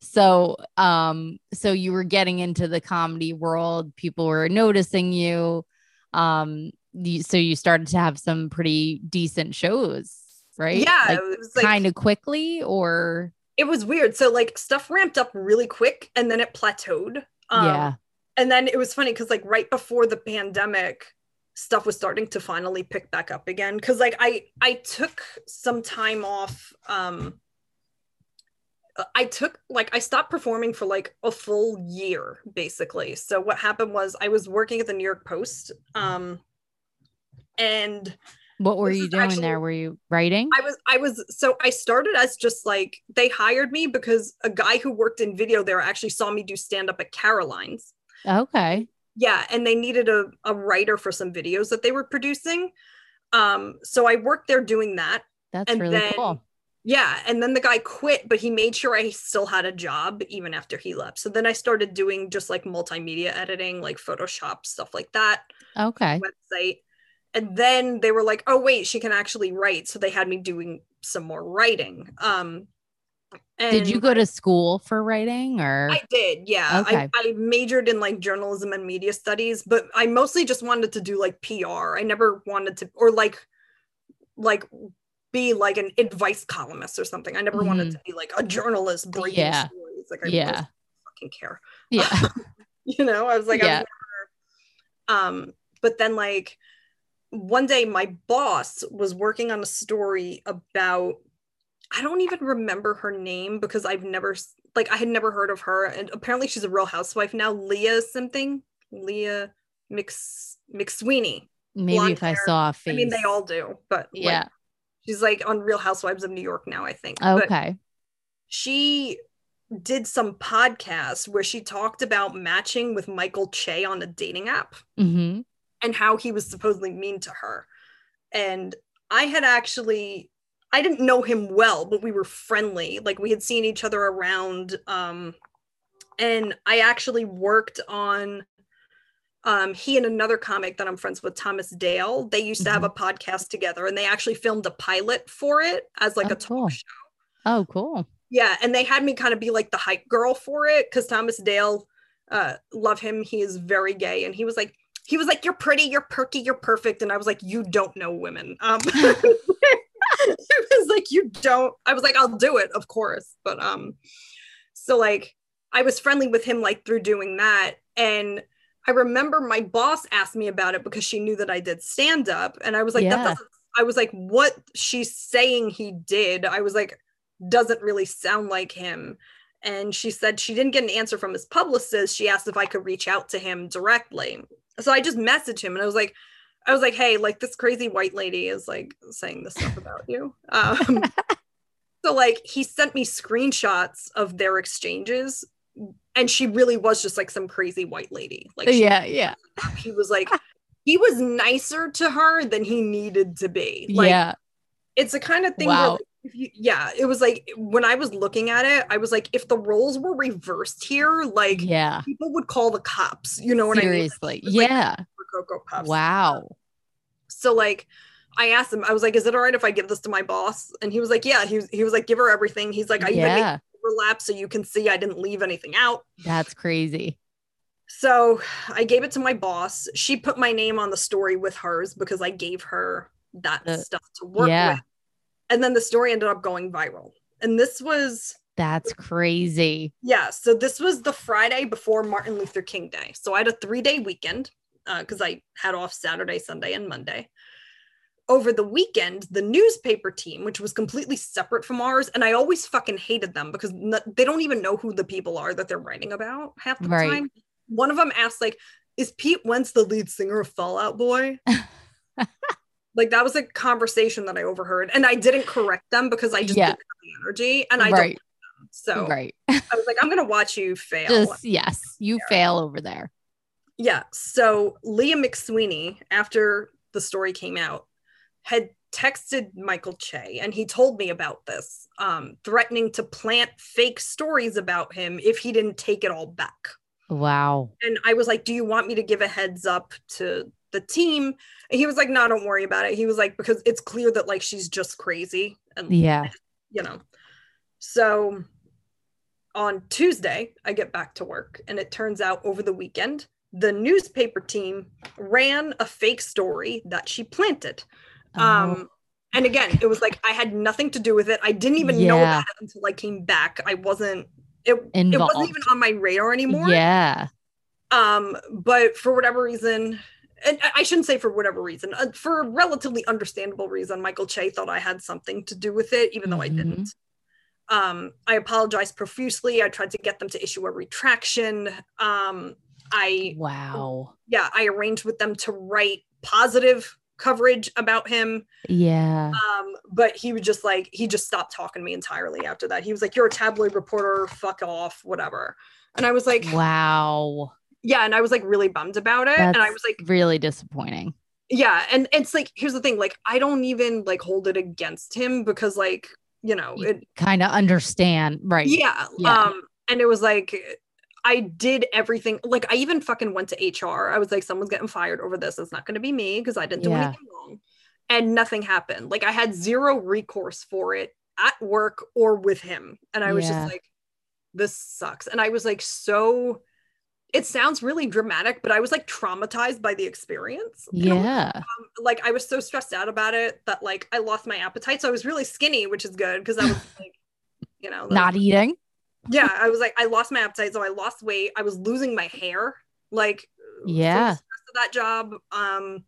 S1: so um so you were getting into the comedy world people were noticing you um you, so you started to have some pretty decent shows right
S2: Yeah,
S1: like,
S2: it was like
S1: kind of quickly or
S2: it was weird. So like stuff ramped up really quick and then it plateaued. Um,
S1: yeah
S2: And then it was funny because like right before the pandemic, stuff was starting to finally pick back up again. Cause like I I took some time off. Um I took like I stopped performing for like a full year basically. So what happened was I was working at the New York Post. Um and
S1: what were
S2: this
S1: you
S2: is
S1: doing
S2: actually-
S1: there were you writing
S2: I was I was so I started as just like they hired me because a guy who worked in video there actually saw me do stand up at Caroline's.
S1: okay
S2: Yeah, and they needed a, a writer for some videos that they were producing. Um, so I worked there doing that.
S1: that's
S2: and
S1: really
S2: then-
S1: cool
S2: Yeah, and then the guy quit, but he made sure I still had a job even after he left. So then I started doing just like multimedia editing, like Photoshop stuff like that
S1: okay
S2: website. And then they were like, oh, wait, she can actually write. So they had me doing some more writing. Um, and
S1: did you go to school for writing or
S2: I did, yeah.
S1: Okay.
S2: I, I majored in like journalism and media studies, but I mostly just wanted to do like PR. I never wanted to, or like, like, be like an advice columnist or something. I never wanted to be like a journalist breaking
S1: Mm-hmm. Yeah.
S2: stories. Like I
S1: Yeah.
S2: don't fucking care
S1: yeah
S2: you know i was like
S1: Yeah.
S2: I was never, um but then like one day my boss was working on a story about i don't even remember her name because i've never s- like i had never heard of her and apparently she's a real housewife now leah something leah mix mcsweeney
S1: maybe if i
S2: blonde hair.
S1: saw a face
S2: i mean they all do but like,
S1: yeah
S2: she's like on real housewives of new york now i think But
S1: okay
S2: she did some podcast where she talked about matching with Michael Che on a dating app
S1: hmm
S2: and how he was supposedly mean to her. And I had actually I didn't know him well, but we were friendly. Like we had seen each other around um and I actually worked on um he and another comic that I'm friends with Thomas Dale. They used to have a
S1: Mm-hmm.
S2: podcast together and they actually filmed a pilot for it as like
S1: Oh,
S2: a talk
S1: cool.
S2: show.
S1: oh cool
S2: Yeah, and they had me kind of be like the hype girl for it because Thomas Dale, uh, love him. He is very gay, and he was like, he was like, "You're pretty, you're perky, you're perfect," and I was like, "You don't know women." Um, it was like you don't i was like i'll do it of course but um so like i was friendly with him like through doing that and i remember my boss asked me about it because she knew that i did stand up and i was like
S1: Yeah.
S2: that doesn't i was like what she's saying he did i was like doesn't really sound like him and she said she didn't get an answer from his publicist she asked if i could reach out to him directly so i just messaged him and i was like I was like, hey, like this crazy white lady is like saying this stuff about you. Um, so like he sent me screenshots of their exchanges, and she really was just like some crazy white lady. Like she,
S1: yeah, yeah,
S2: he was like, he was nicer to her than he needed to be. Like
S1: yeah.
S2: it's the kind of thing where
S1: Wow.
S2: like, if you, yeah, it was like when I was looking at it, I was like, if the roles were reversed here, like
S1: yeah.
S2: people would call the cops. You know what
S1: Seriously.
S2: I mean? Like,
S1: yeah.
S2: for Cocoa Puffs.
S1: wow.
S2: So like I asked him, I was like, is it all right if I give this to my boss? And he was like, yeah. He was, he was like, give her everything. He's like, I even made
S1: yeah.
S2: overlap so you can see I didn't leave anything out.
S1: That's crazy.
S2: So I gave it to my boss. She put my name on the story with hers because I gave her that
S1: The-
S2: stuff to work
S1: yeah.
S2: with. And then the story ended up going viral. And this was,
S1: That's crazy.
S2: yeah. So this was the Friday before Martin Luther King Day. So I had a three day weekend because I had off Saturday, Sunday, and Monday. Over the weekend, the newspaper team, which was completely separate from ours, and I always fucking hated them because n- they don't even know who the people are that they're writing about half the
S1: Right.
S2: time. One of them asked, like, is Pete Wentz the lead singer of Fallout Boy? like that was a conversation that I overheard, and I didn't correct them because I just
S1: Yeah.
S2: didn't have the energy, and I don't.
S1: right.
S2: So
S1: right.
S2: I was like, I'm gonna watch you fail.
S1: Just yes, you fail over there.
S2: Yeah. So Leah McSweeney, after the story came out, had texted Michael Che and he told me about this, um, threatening to plant fake stories about him if he didn't take it all back.
S1: Wow.
S2: And I was like, Do you want me to give a heads up to the team? And he was like, No, don't worry about it. He was like, Because it's clear that like she's just crazy and
S1: Yeah.
S2: you know. So on Tuesday, I get back to work, and it turns out over the weekend, the newspaper team ran a fake story that she planted.
S1: Oh.
S2: Um, and again, it was like I had nothing to do with it. I didn't even know
S1: Yeah.
S2: that until I came back. I wasn't. It, it wasn't
S1: Involved.
S2: even on my radar anymore.
S1: Oh, yeah.
S2: Um, but for whatever reason, and I- I shouldn't say for whatever reason, uh, for a relatively understandable reason, Michael Che thought I had something to do with it, even though I
S1: Mhm.
S2: didn't. Um, I apologized profusely. I tried to get them to issue a retraction. Um, I,
S1: Wow.
S2: yeah, I arranged with them to write positive coverage about him.
S1: Yeah.
S2: Um, but he was just like, he just stopped talking to me entirely after that. He was like, You're a tabloid reporter, fuck off, whatever. And I was like,
S1: Wow.
S2: Yeah. And I was like really bummed about it. and I
S1: That's
S2: was like,
S1: really disappointing.
S2: yeah and it's like here's the thing like i don't even like hold it against him because like you know
S1: You-
S2: it
S1: Kind of understand. Right.
S2: yeah,
S1: Yeah.
S2: um and it was like i did everything like i even fucking went to hr i was like someone's getting fired over this it's not going to be me because i didn't do
S1: Yeah.
S2: anything wrong and nothing happened like i had zero recourse for it at work or with him and i was
S1: Yeah.
S2: just like this sucks and i was like so it sounds really dramatic but i was like traumatized by the experience in a way
S1: Yeah.
S2: um, like I was so stressed out about it that like I lost my appetite. So I was really skinny, which is good because I was like, you know, that was-
S1: Not eating.
S2: yeah, I was like I lost my appetite, so I lost weight. I was losing my hair, like from the
S1: Yeah.
S2: stress of that job. Um,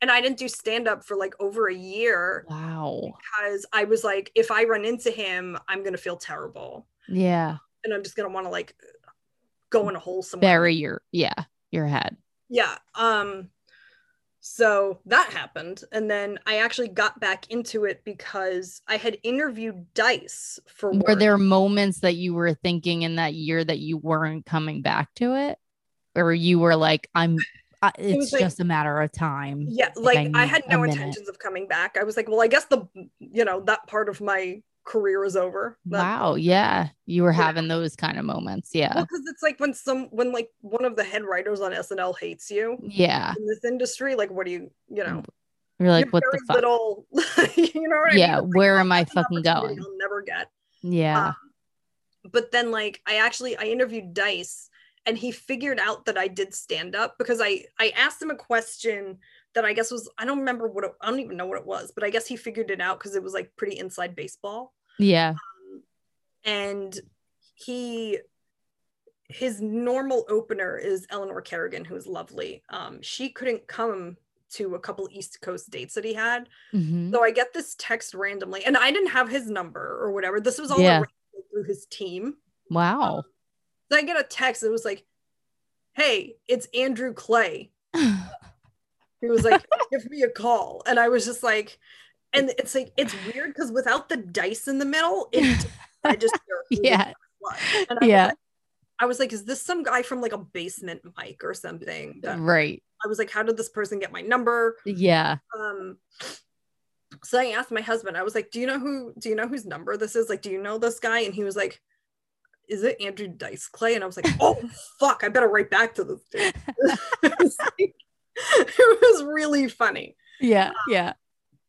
S2: and I didn't do stand up for like over a year
S1: Wow.
S2: because I was like, if I run into him, I'm gonna feel terrible,
S1: Yeah.
S2: and I'm just gonna want to like go in a hole somewhere.
S1: Bury your yeah your head.
S2: yeah um so that happened and then i actually got back into it because i had interviewed dice for
S1: Were
S2: work.
S1: there moments that you were thinking in that year that you weren't coming back to it, or you were like, I'm? I, it's
S2: was like-
S1: just a matter of time.
S2: yeah
S1: like, I
S2: like i,
S1: need
S2: had
S1: a
S2: no
S1: minute.
S2: intentions of coming back i was like well i guess the you know that part of my career is over That-
S1: Wow. Yeah. You were
S2: Yeah.
S1: having those kind of moments. Yeah.
S2: Well, 'cause it's like when some when like one of the head writers on snl hates you
S1: Yeah.
S2: in this industry like what do you you know
S1: You're like,
S2: you're
S1: what the
S2: very
S1: fuck?
S2: little you know what I
S1: yeah.
S2: mean? It's like,
S1: Where am I
S2: that's an
S1: fucking
S2: opportunity
S1: going?
S2: i'll never get
S1: Yeah.
S2: um, but then like i actually i interviewed dice and he figured out that i did stand up because i i asked him a question that I guess was I don't remember what it, I don't even know what it was, but I guess he figured it out because it was like pretty inside baseball.
S1: Yeah.
S2: And he his normal opener is Eleanor Kerrigan, who's lovely. Um, she couldn't come to a couple East Coast dates that he had.
S1: Mhm.
S2: uh, So I get this text randomly, and I didn't have his number or whatever. This was all
S1: Yeah.
S2: arranged through his team.
S1: Wow.
S2: Then I get a text that was like, Hey, it's Andrew Clay. uh, He was like, Give me a call. And I was just like, And it's like, it's weird because without the dice in the middle, it I just
S1: yeah.
S2: And I, was
S1: Yeah.
S2: like- I was like, Is this some guy from like a basement mic or something? That-
S1: Right.
S2: I was like, How did this person get my number?
S1: Yeah.
S2: um so i asked my husband i was like do you know who do you know whose number this is like do you know this guy and he was like is it andrew dice clay and i was like oh fuck i better write back to this dude it, was like- it was really funny
S1: Yeah. Yeah.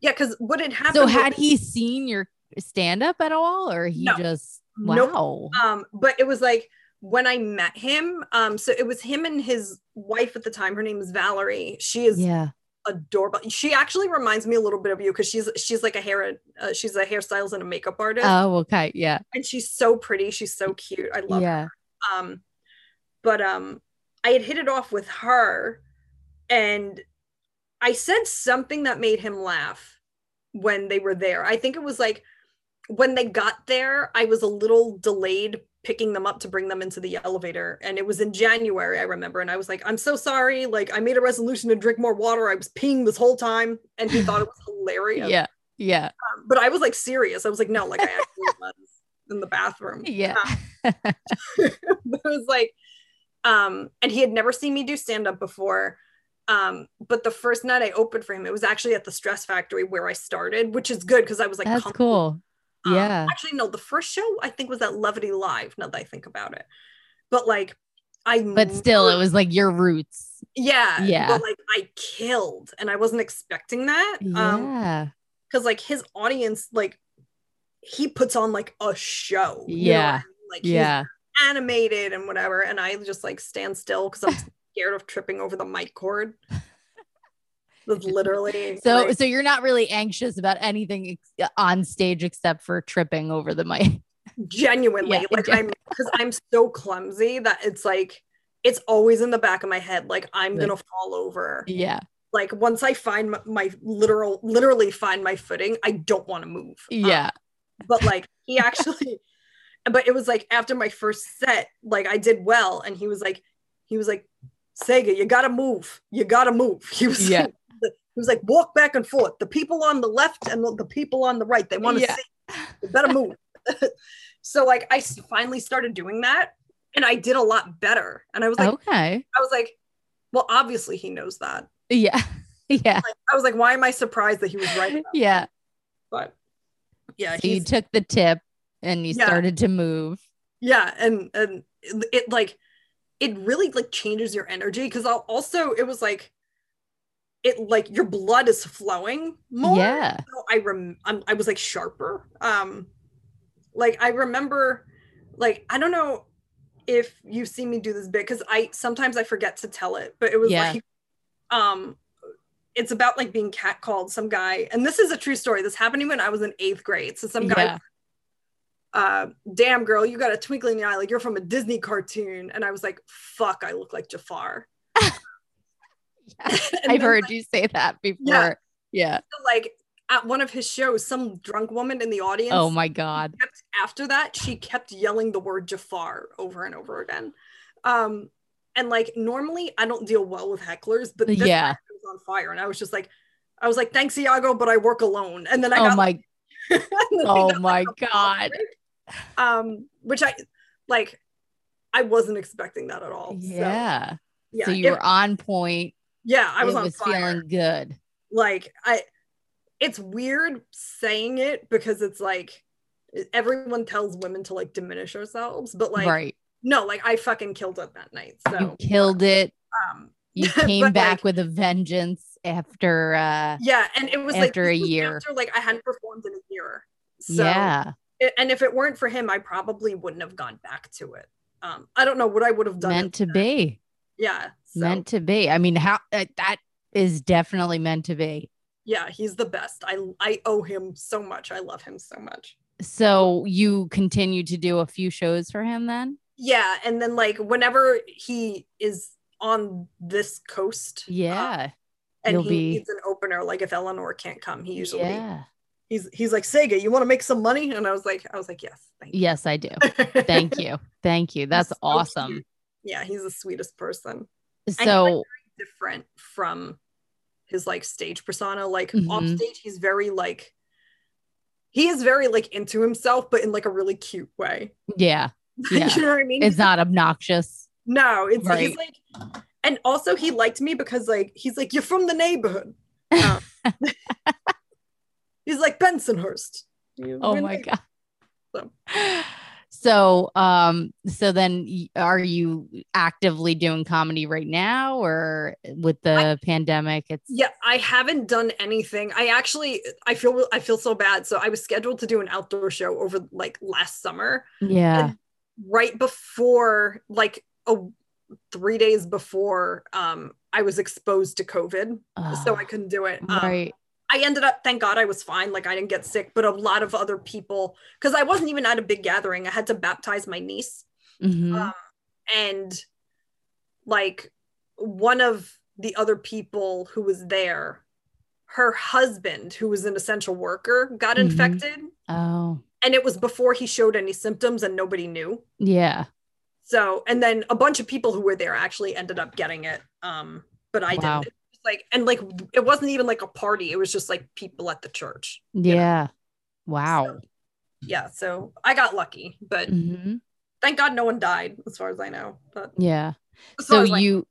S2: yeah because what had happened
S1: So
S2: was-
S1: had he seen your stand up at all or he
S2: No.
S1: just
S2: Nope.
S1: wow.
S2: um but it was like when i met him um so it was him and his wife at the time her name is valerie she is
S1: Yeah.
S2: adorable she actually reminds me a little bit of you because she's she's like a hair uh, she's a hairstylist and a makeup artist
S1: Oh, okay. Yeah.
S2: and she's so pretty she's so cute i love
S1: Yeah.
S2: her um but um i had hit it off with her and i said something that made him laugh when they were there i think it was like when they got there i was a little delayed picking them up to bring them into the elevator and it was in january i remember and i was like i'm so sorry like i made a resolution to drink more water i was peeing this whole time and he thought it was hilarious
S1: Yeah. Yeah.
S2: Um, but i was like serious i was like no like i actually was in the bathroom
S1: Yeah.
S2: it was like um and he had never seen me do stand up before um but the first night i opened for him it was actually at the stress factory where i started which is good because i was like
S1: That's
S2: comfortable.
S1: cool.
S2: Um,
S1: Yeah.
S2: actually no the first show i think was at levity live now that i think about it but like i
S1: But still, it
S2: mur-
S1: was like your roots.
S2: yeah
S1: Yeah.
S2: but like i killed and i wasn't expecting that um
S1: Yeah.
S2: because like his audience like he puts on like a show you know what
S1: Yeah.
S2: I mean? like he's
S1: yeah.
S2: animated and whatever and i just like stand still because i'm scared of tripping over the mic cord that's literally
S1: So,
S2: like-
S1: so you're not really anxious about anything ex- uh, on stage except for tripping over the mic.
S2: genuinely
S1: Yeah,
S2: like i'm because i'm so clumsy that it's like it's always in the back of my head like i'm
S1: Like-
S2: gonna fall over
S1: Yeah.
S2: like once i find my, my literal literally find my footing i don't want to move Um,
S1: Yeah.
S2: but like he actually but it was like after my first set like i did well and he was like he was like sega you gotta move you gotta move he was
S1: Yeah.
S2: like, he was like walk back and forth the people on the left and the people on the right they want to
S1: Yeah.
S2: see you better move so like i s- finally started doing that and i did a lot better and i was
S1: Oh.
S2: like
S1: okay.
S2: i was like well obviously he knows that
S1: Yeah. Yeah.
S2: i was like why am i surprised that he was right about it?"
S1: Yeah.
S2: but yeah
S1: So you
S2: he's-
S1: took the tip and you
S2: Yeah.
S1: started to move.
S2: yeah and and it, it, like it really like changes your energy because i'll also it was like it like your blood is flowing more
S1: Yeah.
S2: so i rem I'm, i was like sharper um like i remember like i don't know if you've seen me do this bit because i sometimes i forget to tell it but it was
S1: Yeah.
S2: like um it's about like being catcalled some guy and this is a true story this happened to me when i was in eighth grade so some guy
S1: yeah.
S2: uh, damn girl, you got a twinkle in your eye, like you're from a Disney cartoon. And I was like, fuck, I look like Jafar. And
S1: I've
S2: then,
S1: heard you say that before. Yeah.
S2: Like at one of his shows, some drunk woman in the audience.
S1: Oh my God.
S2: kept- after that, she kept yelling the word Jafar over and over again. Um, and like normally, I don't deal well with hecklers, but this
S1: Yeah.
S2: time I was on fire, and I was just like, I was like, thanks, Iago, but I work alone. And then I
S1: Oh
S2: got.
S1: my.
S2: and then I
S1: Oh
S2: got,
S1: my
S2: like, a
S1: God.
S2: um, which I like. I wasn't expecting that at all. So,
S1: Yeah.
S2: yeah.
S1: so you
S2: it-
S1: were on point.
S2: yeah, I was
S1: it
S2: on
S1: was
S2: fire.
S1: feeling good.
S2: like I it's weird saying it because it's like everyone tells women to like diminish ourselves, but like
S1: right.
S2: no, like I fucking killed it that night. So
S1: you killed it.
S2: um
S1: You came
S2: But,
S1: back
S2: like-
S1: with a vengeance after uh
S2: yeah, and it was like
S1: After a
S2: this was
S1: year.
S2: after, like I hadn't performed in a year. So
S1: yeah.
S2: it- and if it weren't for him, I probably wouldn't have gone back to it. Um I don't know what I would have done.
S1: Meant to be.
S2: yeah. So
S1: Meant to be. I mean, how uh, that is definitely meant to be.
S2: Yeah, he's the best. I I owe him so much. I love him so much.
S1: So you continue to do a few shows for him then?
S2: Yeah, and then like whenever he is on this coast, uh,
S1: Yeah.
S2: and
S1: you'll
S2: he
S1: be-
S2: needs an opener. Like if Eleanor can't come, he usually
S1: yeah.
S2: he's he's like Sega, you want to make some money? And I was like, I was like, yes, thank you.
S1: Yes, I do. Thank you. Thank you. That's
S2: so cute.
S1: awesome.
S2: yeah, he's the sweetest person. like
S1: So
S2: different from his like stage persona. Like
S1: Mhm.
S2: off stage, he's very like he is very like into himself, but in like a really cute way.
S1: yeah, Yeah.
S2: you know what I mean?
S1: it's not obnoxious.
S2: no, it's he's
S1: right.
S2: like and also he liked me because like he's like, You're from the neighborhood. Um, he's like Bensonhurst. You-
S1: Oh
S2: we're
S1: my
S2: neigh-
S1: god.
S2: So-
S1: So um so then y- are you actively doing comedy right now or with the pandemic it's
S2: Yeah, I haven't done anything. I actually I feel I feel so bad. So I was scheduled to do an outdoor show over like last summer.
S1: yeah
S2: and right before like a three days before um i was exposed to covid so i
S1: Ugh,
S2: couldn't do it um,
S1: right
S2: i ended up thank god i was fine like i didn't get sick but a lot of other people because i wasn't even at a big gathering i had to baptize my niece
S1: Mhm.
S2: um, and like one of the other people who was there her husband who was an essential worker got
S1: Mhm.
S2: infected
S1: oh
S2: and it was before he showed any symptoms and nobody knew
S1: yeah
S2: So, and then a bunch of people who were there actually ended up getting it. Um, but I
S1: Wow.
S2: didn't. It was like, and like, it wasn't even like a party. It was just like people at the church.
S1: yeah,
S2: know?
S1: wow
S2: Yeah. So I got lucky, but
S1: hmm
S2: thank God no one died as far as I know. But
S1: yeah
S2: as far
S1: so
S2: as I-
S1: you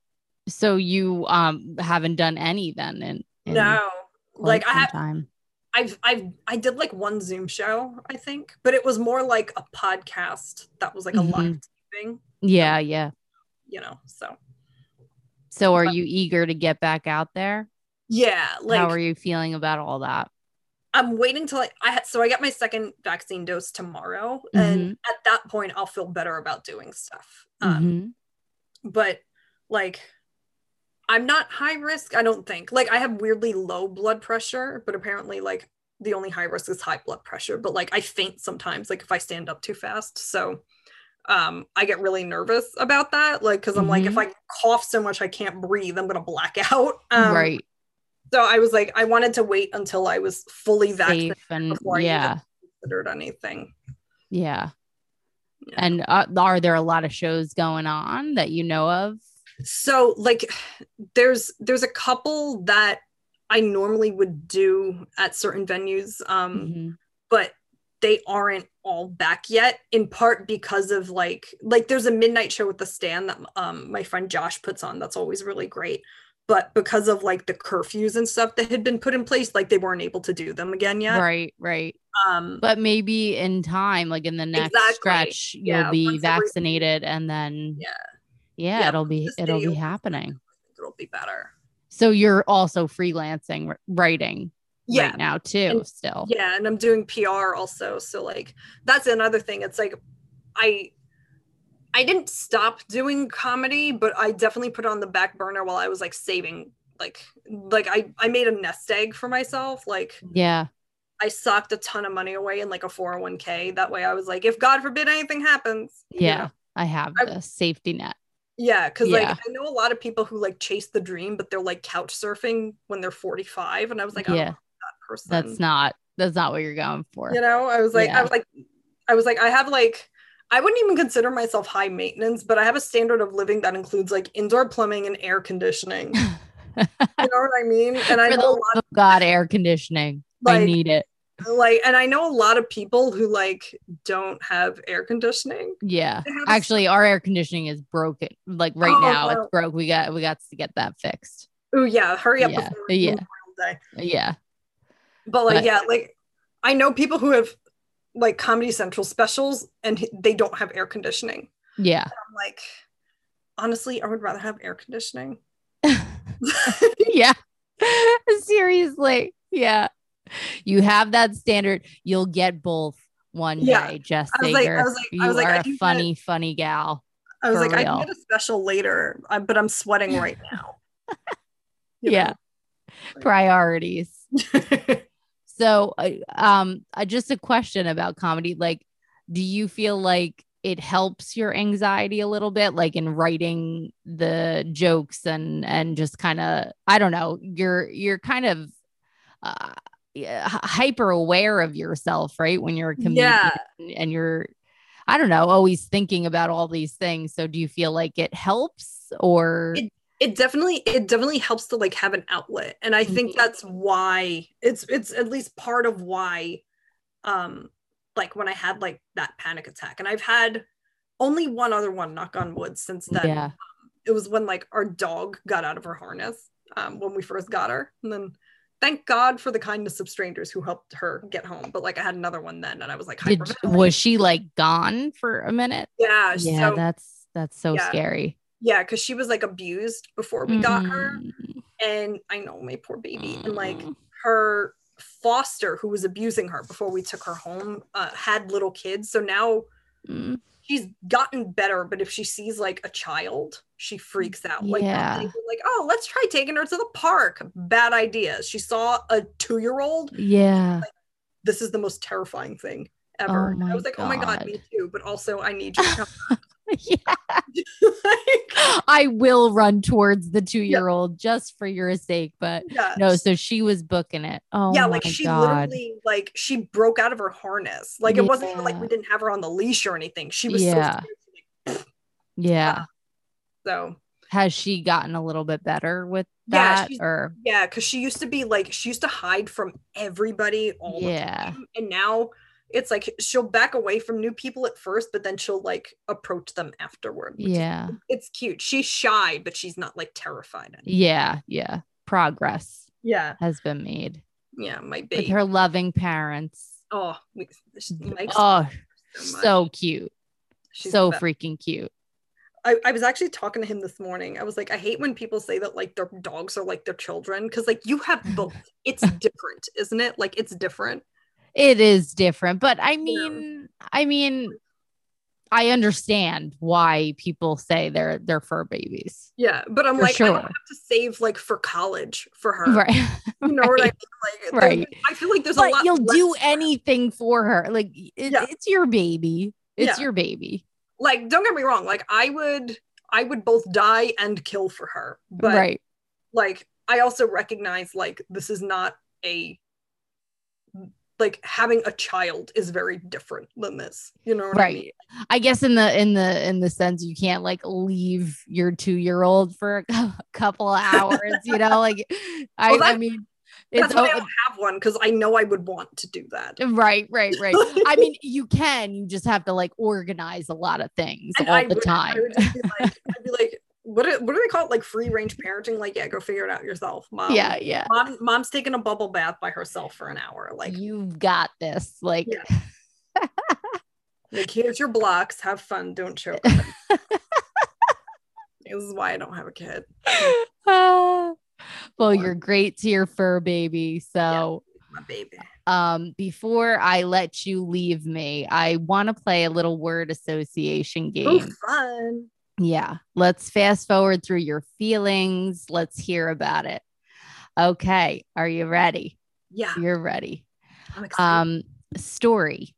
S1: so you um haven't done any then in, in
S2: no,
S1: quite
S2: like I
S1: some
S2: have,
S1: time
S2: I've, I've, I did like one Zoom show, I think, but it was more like a podcast that was like
S1: Mm-hmm.
S2: a live thing,
S1: yeah yeah
S2: you know? So
S1: so are
S2: But-
S1: you eager to get back out there
S2: yeah, like,
S1: how are you feeling about all that
S2: I'm waiting till I, I ha- so I get my second vaccine dose tomorrow, and at that point I'll feel better about doing stuff. Um,
S1: Mhm.
S2: But like, I'm not high risk. I don't think. Like, I have weirdly low blood pressure, but apparently, like, the only high risk is high blood pressure. But like, I faint sometimes, like if I stand up too fast. So, um, I get really nervous about that, like, because I'm like, if I cough so much I can't breathe, I'm gonna black out. Um,
S1: Mm-hmm. right
S2: So I was like, I wanted to wait until I was fully vaccinated
S1: safe and
S2: before I even
S1: yeah
S2: considered anything.
S1: Yeah.
S2: Yeah.
S1: And uh, are there a lot of shows going on that you know
S2: Um,
S1: of?
S2: So like there's there's a couple that I normally would do at certain venues um
S1: Mhm.
S2: but they aren't all back yet in part because of like like there's a midnight show with the stand that um my friend Josh puts on that's always really great but because of like the curfews and stuff that had been put in place like they weren't able to do them again yet
S1: Right, right.
S2: um
S1: But maybe in time, like in the next
S2: Exactly.
S1: stretch,
S2: Yeah,
S1: you'll be
S2: once every-
S1: vaccinated, and then
S2: Yeah.
S1: yeah,
S2: Yeah,
S1: it'll
S2: once
S1: be
S2: the
S1: it'll
S2: studio
S1: be
S2: opens back
S1: happening.
S2: it'll be better
S1: So you're also freelancing wr- writing
S2: yeah
S1: right now too. still,
S2: yeah and i'm doing pr also so like that's another thing it's like i i didn't stop doing comedy but i definitely put it on the back burner while i was like saving like like i i made a nest egg for myself like
S1: yeah,
S2: i socked a ton of money away in like a 401k that way i was like if god forbid anything happens you
S1: yeah.
S2: know?
S1: I have
S2: I-
S1: the safety net.
S2: yeah because
S1: Yeah.
S2: like i know a lot of people who like chase the dream but they're like couch surfing when they're 45 and i was like I
S1: Yeah.
S2: yeah that person
S1: That's not that's not what you're going for.
S2: you know i was like
S1: Yeah.
S2: i was like i was like i have like i wouldn't even consider myself high maintenance but i have a standard of living that includes like indoor plumbing and air conditioning you know what i mean and i
S1: for the
S2: know a
S1: love
S2: lot
S1: of God, air conditioning. I
S2: Like-
S1: need it.
S2: like and i know a lot of people who like don't have air conditioning
S1: Yeah.
S2: They have a-
S1: Actually, our air conditioning is broken. Like right
S2: Oh,
S1: now,
S2: no.
S1: it's broke. We got we got to get that fixed.
S2: oh yeah hurry up
S1: Yeah,
S2: before
S1: yeah.
S2: Memorial Day.
S1: Yeah.
S2: but like
S1: But-
S2: yeah like i know people who have like comedy central specials and h- they don't have air conditioning
S1: Yeah.
S2: i'm like honestly i would rather have air conditioning
S1: yeah. Seriously. Yeah. You have that standard. You'll get both one
S2: Yeah.
S1: day, Jess
S2: I was like- I
S1: Sager.
S2: was like- I
S1: you
S2: was like,
S1: are
S2: I
S1: a
S2: can get-
S1: funny, funny gal.
S2: I was
S1: For
S2: like, I
S1: real.
S2: uh, can get a special later, I- but I'm sweating right now. You
S1: Yeah.
S2: know?
S1: priorities. So, uh, um, uh, just a question about comedy. Like, do you feel like it helps your anxiety a little bit, like in writing the jokes and and just kind of, I don't know, you're you're kind of uh, yeah, hy- hyper aware of yourself, right? When you're a comedian
S2: Yeah.
S1: and you're, I don't know, always thinking about all these things. So, do you feel like it helps or?
S2: it definitely it definitely helps to like have an outlet and i think
S1: Mhm.
S2: that's why it's it's at least part of why um like when i had like that panic attack and i've had only one other one knock on wood since then
S1: yeah.
S2: it was when like our dog got out of her harness um, when we first got her and then thank god for the kindness of strangers who helped her get home but like i had another one then and i was like
S1: Did,
S2: hyperventilating.
S1: was she like gone for a minute?
S2: yeah
S1: Yeah,
S2: so
S1: that's that's so
S2: yeah.
S1: scary.
S2: yeah because she was like abused before we got her
S1: Mm-hmm.
S2: and I know my poor baby, and like
S1: Mm.
S2: her foster who was abusing her before we took her home uh, had little kids, so now
S1: Mm.
S2: she's gotten better. But if she sees like a child, she freaks out. Like,
S1: Mm, Yeah.
S2: they were like oh, let's try taking her to the park. Bad idea. She saw a two-year-old.
S1: Yeah.
S2: This is the most terrifying thing ever.
S1: Oh
S2: I
S1: my
S2: was like, oh my god, me
S1: God.
S2: too. But also, I need you. To come.
S1: yeah.
S2: like,
S1: I will run towards the two year old just for your sake, but
S2: yeah.
S1: no, so she was booking it. Oh
S2: Uh, yeah,
S1: my
S2: like she
S1: God.
S2: literally like she broke out of her harness. Like it wasn't even like
S1: Yeah.
S2: we didn't have her on the leash or anything. She was
S1: Yeah.
S2: so, scared.
S1: yeah.
S2: so
S1: Has she gotten a little bit better with
S2: Yeah,
S1: that?
S2: she's-
S1: or
S2: yeah, because she used to be like she used to hide from everybody all the
S1: yeah.
S2: time, and now it's like she'll back away from new people at first, but then she'll like approach them afterward. which is-
S1: Yeah.
S2: it's cute. She's shy, but she's not like terrified.
S1: Yeah. Yeah. Progress
S2: Yeah,
S1: has been made
S2: yeah, my
S1: with
S2: baby.
S1: her loving parents.
S2: oh, we- she likes
S1: Oh,
S2: her so much.
S1: so cute.
S2: She's the
S1: so
S2: best.
S1: freaking cute.
S2: I, I was actually talking to him this morning. I was like, I hate when people say that like their dogs are like their children because like you have both. It's different, isn't it? Like it's different.
S1: it is different but i mean i mean i understand why people say they're they're fur babies
S2: Yeah, but I'm
S1: For
S2: like, I
S1: sure.
S2: don't have to save like for college for her.
S1: right
S2: You know what I mean? Like, there's-
S1: Right.
S2: I feel like there's a
S1: but
S2: lot.
S1: you'll do
S2: less-
S1: anything for her like it,
S2: Yeah.
S1: it's your baby it's
S2: Yeah.
S1: your baby
S2: Like, don't get me wrong. Like, I would, I would both die and kill for her. But
S1: right
S2: like, I also recognize like this is not a like having a child is very different than this. You know what I mean?
S1: right i guess in the in the in the sense you can't like leave your two year old for a cou- couple of hours you know like i,
S2: Well,
S1: I
S2: that-
S1: mean
S2: That's
S1: it's
S2: why I
S1: o-
S2: don't have one because I know I would want to do that.
S1: Right, right, right. I mean, you can. You just have to like organize a lot of things
S2: And
S1: all
S2: I
S1: the
S2: would-
S1: time.
S2: I would just be like, I'd be like, what do, what do they call it? Like free range parenting? Like, yeah, go figure it out yourself, mom.
S1: yeah, yeah.
S2: Mom, mom's taking a bubble bath by herself for an hour. Like,
S1: You've got this. Like,
S2: Yeah. like here's your blocks. Have fun. Don't choke. on them. this is why I don't have a kid.
S1: ah. well,
S2: Lord.
S1: you're great to your fur baby. So,
S2: My baby.
S1: um, before I let you leave me, I want to play a little word association game.
S2: Oh, fun.
S1: Yeah. Let's fast forward through your feelings. Let's hear about it. Okay. Are you ready?
S2: Yeah.
S1: You're ready.
S2: I'm excited.
S1: Um, story.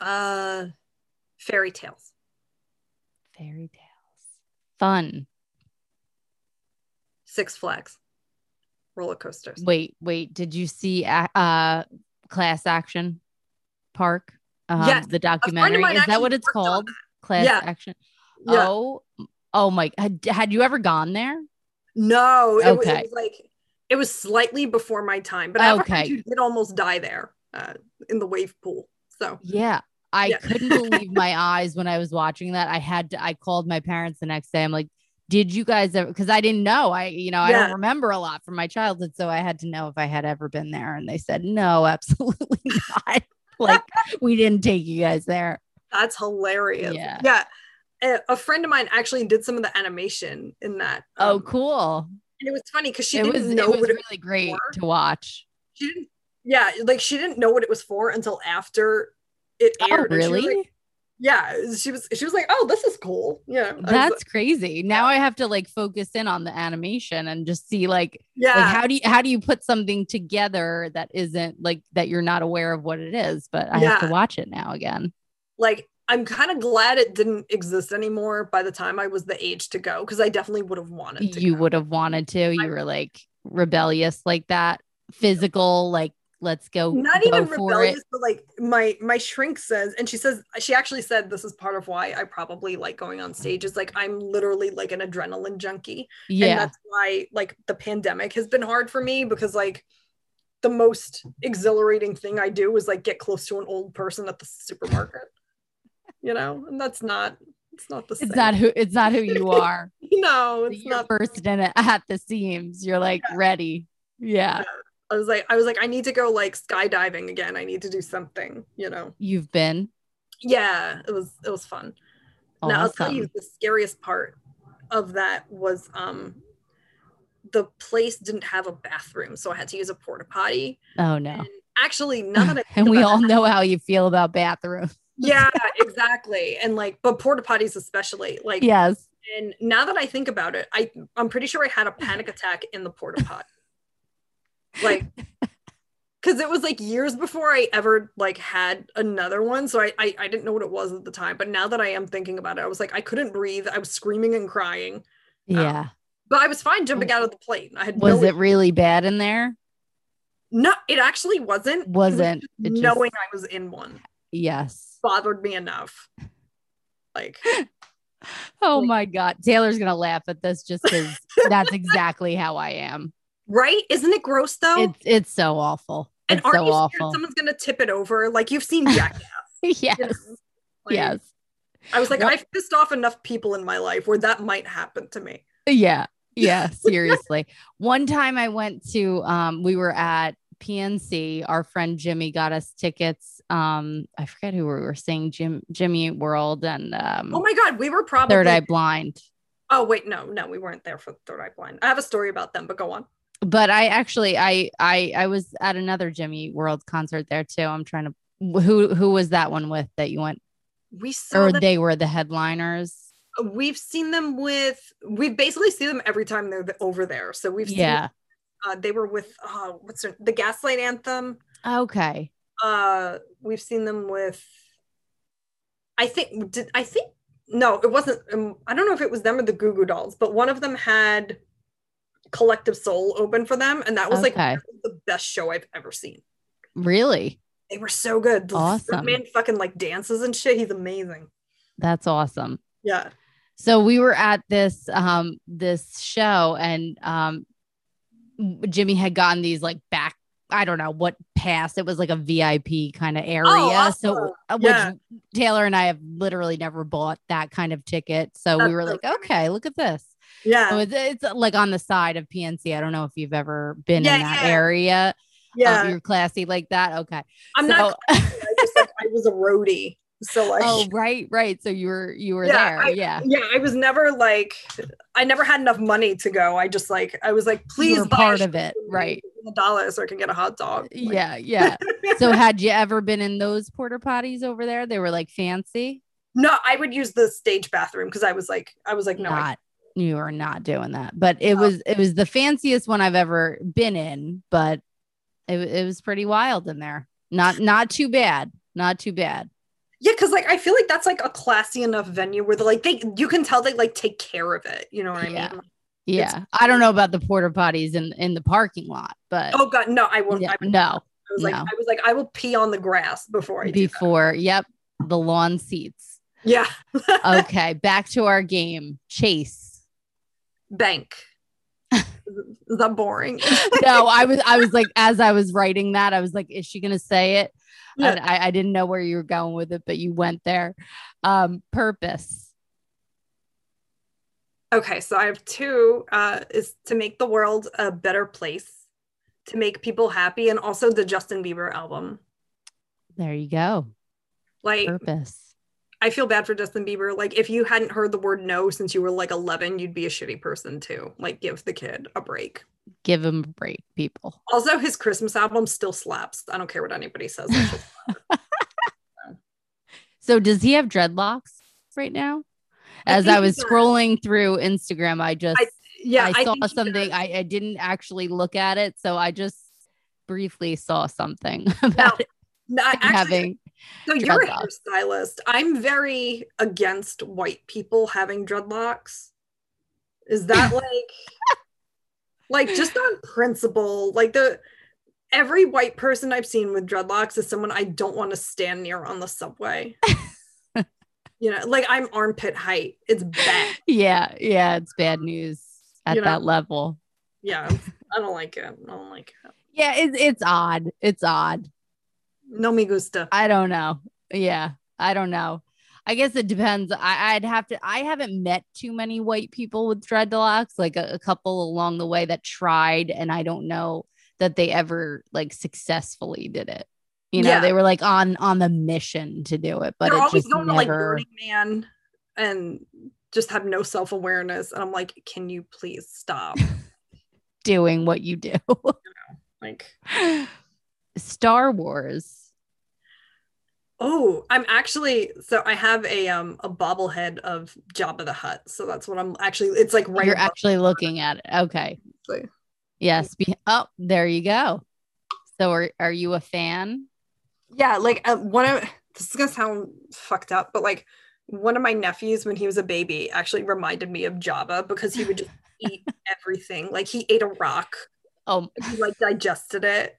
S2: uh, fairy tales.
S1: Fairy tales. Fun.
S2: Six Flags. Roller coasters.
S1: Wait, wait. Did you see a- uh class action park? Um,
S2: Yes.
S1: the
S2: of
S1: documentary.
S2: mine
S1: Is that what
S2: actually
S1: it's
S2: worked on
S1: called? Class
S2: Yeah.
S1: action.
S2: Yeah.
S1: Oh, oh my. Had, had you ever gone there?
S2: No, it, wa- it
S1: Okay.
S2: was like it was slightly before my time, but I ever heard
S1: Okay.
S2: you did almost die there uh, in the wave pool. So
S1: Yeah. I
S2: Yeah.
S1: couldn't believe my eyes when I was watching that. I had to, I called my parents the next day. I'm like, did you guys ever? Because I didn't know. I, you know, I
S2: Yeah.
S1: don't remember a lot from my childhood. So I had to know if I had ever been there. And they said, no, absolutely not. like, we didn't take you guys there.
S2: that's hilarious.
S1: Yeah.
S2: A, a friend of mine actually did some of the animation in that.
S1: Oh,
S2: um,
S1: cool.
S2: And it was funny because she
S1: it
S2: didn't
S1: was,
S2: know
S1: it was
S2: what it,
S1: really great
S2: for.
S1: to watch.
S2: she didn't. Yeah, like she didn't know what it was for until after it
S1: Oh,
S2: aired. and she was like-
S1: really?
S2: yeah, she was she was like, "Oh, this is cool." Yeah, I was
S1: That's
S2: like,
S1: crazy. Now I have to like focus in on the animation and just see like,
S2: yeah.
S1: like how do you how do you put something together that isn't like that you're not aware of what it is, but I have to
S2: Yeah.
S1: watch it now again.
S2: like I'm kind of glad it didn't exist anymore by the time I was the age to go because I definitely would have wanted to.
S1: You
S2: go.
S1: would have wanted to. You were like rebellious like that, physical like let's go
S2: not
S1: go
S2: even
S1: for
S2: rebellious,
S1: it.
S2: but like my my shrink says, and she says she actually said this is part of why I probably like going on stage is like I'm literally like an adrenaline junkie, and
S1: Yeah.
S2: that's why like the pandemic has been hard for me because like the most exhilarating thing I do is like get close to an old person at the supermarket, you know, and that's not it's not the same.
S1: It's not who it's not who you are.
S2: no, it's
S1: you're
S2: not
S1: bursting at, at the seams. You're like ready. Yeah.
S2: I was like, I was like, I need to go like skydiving again. I need to do something, you know.
S1: You've been
S2: Yeah, it was it was fun. Now I'll tell you
S1: awesome.
S2: the scariest part of that was um the place didn't have a bathroom, so I had to use a porta potty.
S1: Oh no.
S2: Actually, now that I think
S1: and we
S2: about
S1: all
S2: it-
S1: know how you feel about bathrooms.
S2: yeah, exactly. And like, but porta potties especially, like,
S1: Yes.
S2: and now that I think about it, I I'm pretty sure I had a panic attack in the porta potty. like because it was like years before I ever like had another one. So I, I I didn't know what it was at the time. But now that I am thinking about it, I was like, I couldn't breathe. I was screaming and crying.
S1: Yeah.
S2: But I was fine jumping out of the plane. I had
S1: was
S2: no,
S1: it really bad in there?
S2: no it actually wasn't. It was
S1: Wasn't.
S2: just
S1: It just-
S2: knowing I was in one
S1: Yes.
S2: bothered me enough. Like
S1: Oh
S2: Like-
S1: my God. Taylor's going to laugh at this just because that's exactly how I am.
S2: right? Isn't it gross though?
S1: It's, it's so awful.
S2: and
S1: It's
S2: aren't
S1: so
S2: you
S1: awful.
S2: scared someone's gonna tip it over? Like you've seen Jackass.
S1: yes.
S2: you know? Like,
S1: yes.
S2: I was like,
S1: Well-
S2: I've pissed off enough people in my life where that might happen to me.
S1: Yeah. Yeah. Seriously. One time I went to, um, we were at PNC. Our friend Jimmy got us tickets. Um, I forget who we were seeing, Jim, Jimmy Eat World and um,
S2: Oh my god, we were probably
S1: Third Eye Blind.
S2: Oh wait, no, no, we weren't there for Third Eye Blind. I have a story about them, but go on.
S1: but I actually I I I was at another Jimmy World concert there too. I'm trying to who who was that one with that you went
S2: We saw
S1: or
S2: them. uh,
S1: they were the headliners.
S2: we've seen them with. We basically see them every time they're th- over there. So we've
S1: Yeah.
S2: seen. Uh, they were with. Uh, what's her, the Gaslight Anthem?
S1: Okay.
S2: Uh, we've seen them with. I think did I think no, it wasn't. Um, I don't know if it was them or the Goo Goo Dolls, but one of them had Collective Soul open for them, and that was like
S1: Okay.
S2: the best show I've ever seen.
S1: Really?
S2: They were so good. The
S1: Awesome.
S2: man fucking like dances and shit. He's amazing.
S1: That's awesome. Oh,
S2: Yeah.
S1: so we were at this um this show and um jimmy had gotten these like back i don't know what pass it was like a vip kind of area so uh, which
S2: Oh, Yeah.
S1: taylor and i have literally never bought that kind of ticket so we
S2: That's
S1: were
S2: so
S1: like
S2: funny.
S1: okay look at this
S2: Yeah.
S1: so it's, it's uh, like on the side of pnc i don't know if you've ever been
S2: Yeah,
S1: in that
S2: yeah.
S1: area
S2: yeah.
S1: um, you're classy like that okay
S2: I'm
S1: so,
S2: not I just like I was a roadie. So like
S1: oh right right so you were you were
S2: Yeah,
S1: there
S2: I-
S1: yeah
S2: yeah, I was never like I never had enough money to go. I just like I was like,
S1: You
S2: please
S1: were
S2: buy
S1: part
S2: a
S1: of it
S2: shirt
S1: right
S2: for a dollar so I can get a hot dog. Like,
S1: yeah yeah so had you ever been in those porta potties over there they were like fancy
S2: No, I would use the stage bathroom because I was like I was like, no, I-
S1: not you are not doing that but it was it was the fanciest one i've ever been in but it, wa- it was pretty wild in there not not too bad not too bad
S2: yeah, because like I feel like that's like a classy enough venue where they're like they you can tell they like take care of it. You know what I
S1: Yeah.
S2: mean?
S1: yeah i don't know about the porta potties in in the parking lot but
S2: Oh god, no, I won't.
S1: yeah,
S2: I, would-
S1: no
S2: I was like,
S1: no.
S2: I was like, I will pee on the grass before I do that.
S1: before yep the lawn seats
S2: Yeah,
S1: okay back to our game chase
S2: bank. Is that boring?
S1: no, I was I was like as I was writing that, I was like, is she gonna say it?
S2: Yeah.
S1: And I, I didn't know where you were going with it, but you went there. Um, purpose.
S2: Okay, so I have two uh, is to make the world a better place, to make people happy, and also the Justin Bieber album.
S1: There you go.
S2: Like,
S1: Purpose.
S2: I feel bad for Justin Bieber. Like, if you hadn't heard the word no since you were like 11, you'd be a shitty person too. Like, give the kid a break.
S1: Give him a break, people.
S2: Also, his Christmas album still slaps. I don't care what anybody says.
S1: So does he have dreadlocks right now?
S2: I
S1: As
S2: think
S1: I
S2: he
S1: was
S2: does.
S1: scrolling through Instagram, I just
S2: Yeah,
S1: I, saw
S2: think he
S1: something.
S2: does.
S1: I, I didn't actually look at it, so I just briefly saw something about
S2: No, I-
S1: him
S2: actually,
S1: having.
S2: so you're a
S1: dreadlocks.
S2: hairstylist. I'm very against white people having dreadlocks. Is that like, like just on principle? Like the every white person I've seen with dreadlocks is someone I don't want to stand near on the subway. you know, like I'm armpit height. It's bad.
S1: Yeah, yeah, it's bad news at
S2: You know.
S1: that level.
S2: Yeah, I don't like it. I don't like it.
S1: Yeah, it's it's odd. It's odd.
S2: No me gusta.
S1: I don't know. Yeah, I don't know. I guess it depends. I, I'd have to. I haven't met too many white people with dreadlocks. Like a, a couple along the way that tried, and I don't know that they ever like successfully did it. You know,
S2: Yeah.
S1: they were like on on the mission to do it, but
S2: They're
S1: it
S2: always
S1: just
S2: going
S1: never.
S2: to like Burning Man and just have no self awareness. And I'm like, can you please stop?
S1: doing what you do.
S2: like,
S1: Star Wars.
S2: oh, I'm actually so I have a um a bobblehead of Jabba the Hutt. So that's what I'm actually. It's like right.
S1: You're
S2: above-
S1: actually looking at it. Okay.
S2: Exactly.
S1: Yes. Be- oh, there you go. So are are you a fan?
S2: yeah, like uh, one of this is gonna sound fucked up, but like one of my nephews when he was a baby actually reminded me of Jabba because he would just eat everything. Like he ate a rock.
S1: Oh,
S2: He like digested it.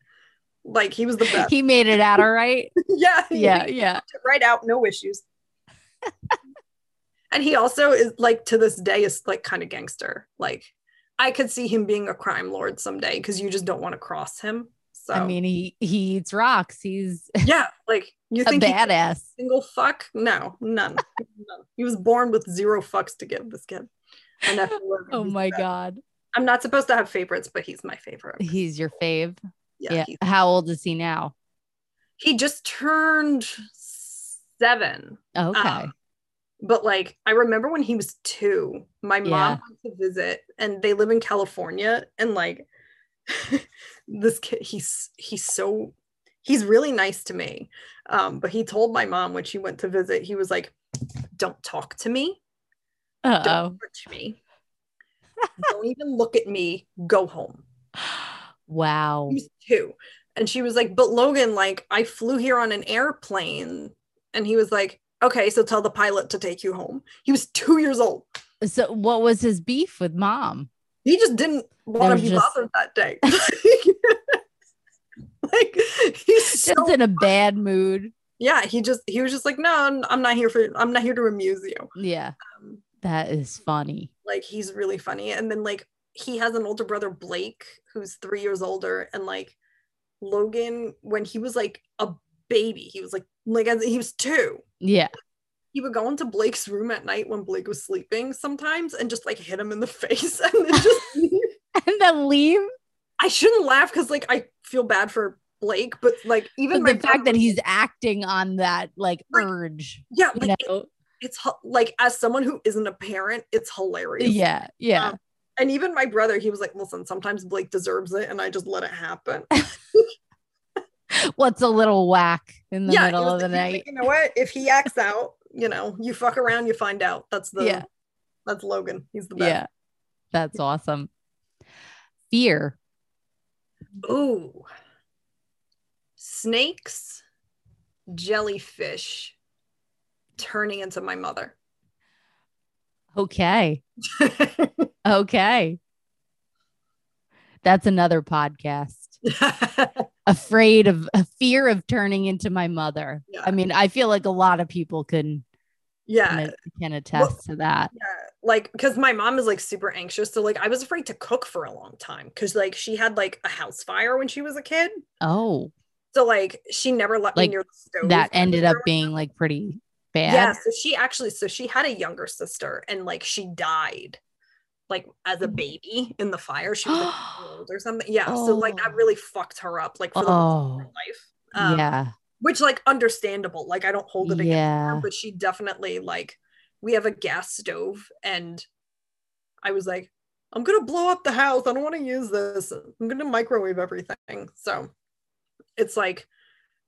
S2: Like he was the best.
S1: he made it out all right.
S2: yeah. he
S1: yeah, yeah.
S2: it right out, no issues. and he also is like to this day is like kind of gangster. Like I could see him being a crime lord someday because you just don't want to cross him. So
S1: I mean, he he eats rocks. He's
S2: yeah, like you
S1: a
S2: think he's a
S1: badass.
S2: single fuck? No, none. none. He was born with zero fucks to give this kid. My nephew was-
S1: Oh
S2: he's
S1: my
S2: the best.
S1: god,
S2: I'm not supposed to have favorites, but he's my favorite.
S1: he's your fave.
S2: Yeah.
S1: Yeah.
S2: He,
S1: How old is he now?
S2: he just turned seven.
S1: Okay.
S2: Um, but like I remember when he was two, my
S1: Yeah.
S2: mom went to visit, and they live in California, and like this kid, he's he's so he's really nice to me, um, but he told my mom when she went to visit, he was like, "Don't talk to me,
S1: oh.
S2: don't touch me, don't even look at me, go home."
S1: Wow.
S2: He was two, and she was like, "But Logan, like I flew here on an airplane," and he was like. Okay, so tell the pilot to take you home. He was two years old.
S1: So what was his beef with mom?
S2: he just didn't want
S1: was
S2: to be
S1: just-
S2: bothered that day. like he's so,
S1: Just in a bad mood.
S2: yeah, he just he was just like, no, I'm- I'm not here for I'm not here to amuse you.
S1: Yeah.
S2: Um,
S1: That is funny.
S2: like he's really funny, and then like he has an older brother Blake who's three years older, and like Logan when he was like a baby, he was like like as he was two.
S1: Yeah.
S2: He would go into Blake's room at night when Blake was sleeping sometimes and just like hit him in the face and then just leave.
S1: And then leave.
S2: I shouldn't laugh because like I feel bad for Blake, but like even
S1: But
S2: my
S1: the fact
S2: brother-
S1: that he's acting on that like
S2: Like,
S1: urge.
S2: yeah,
S1: You
S2: like it-
S1: know?
S2: it's hu- like as someone who isn't a parent, it's hilarious.
S1: Yeah. Yeah.
S2: Um, and even my brother, he was like, "Listen, sometimes Blake deserves it, and I just let it happen."
S1: What's a little whack in the
S2: yeah, he
S1: middle
S2: was
S1: of the
S2: like,
S1: night?
S2: he's like, you know what? If he acts out, you know, you fuck around, you find out. That's the
S1: Yeah.
S2: that's Logan. He's the best.
S1: Yeah. That's awesome. Fear.
S2: Ooh, snakes, jellyfish, turning into my mother.
S1: Okay. Okay. That's another podcast. Afraid of a fear of turning into my mother.
S2: Yeah.
S1: I mean, I feel like a lot of people can
S2: yeah,
S1: can, can attest to that.
S2: Yeah, like because my mom is like super anxious, so like I was afraid to cook for a long time because like she had like a house fire when she was a kid,
S1: Oh,
S2: so like she never let
S1: Like,
S2: me near the stove.
S1: that
S2: when we
S1: ended up
S2: were-
S1: being like pretty bad.
S2: yeah. So she actually, so she had a younger sister, and like she died, like
S1: Oh.
S2: as a baby in the fire. She was like, a year old or something. Yeah, so like that
S1: Oh.
S2: really fucked her up, like for the rest of her
S1: oh,
S2: life. Um,
S1: yeah.
S2: which like understandable. Like I don't hold it against her,
S1: Yeah.
S2: but she definitely like we have a gas stove and I was like, I'm gonna blow up the house. I don't want to use this. I'm gonna microwave everything. So it's like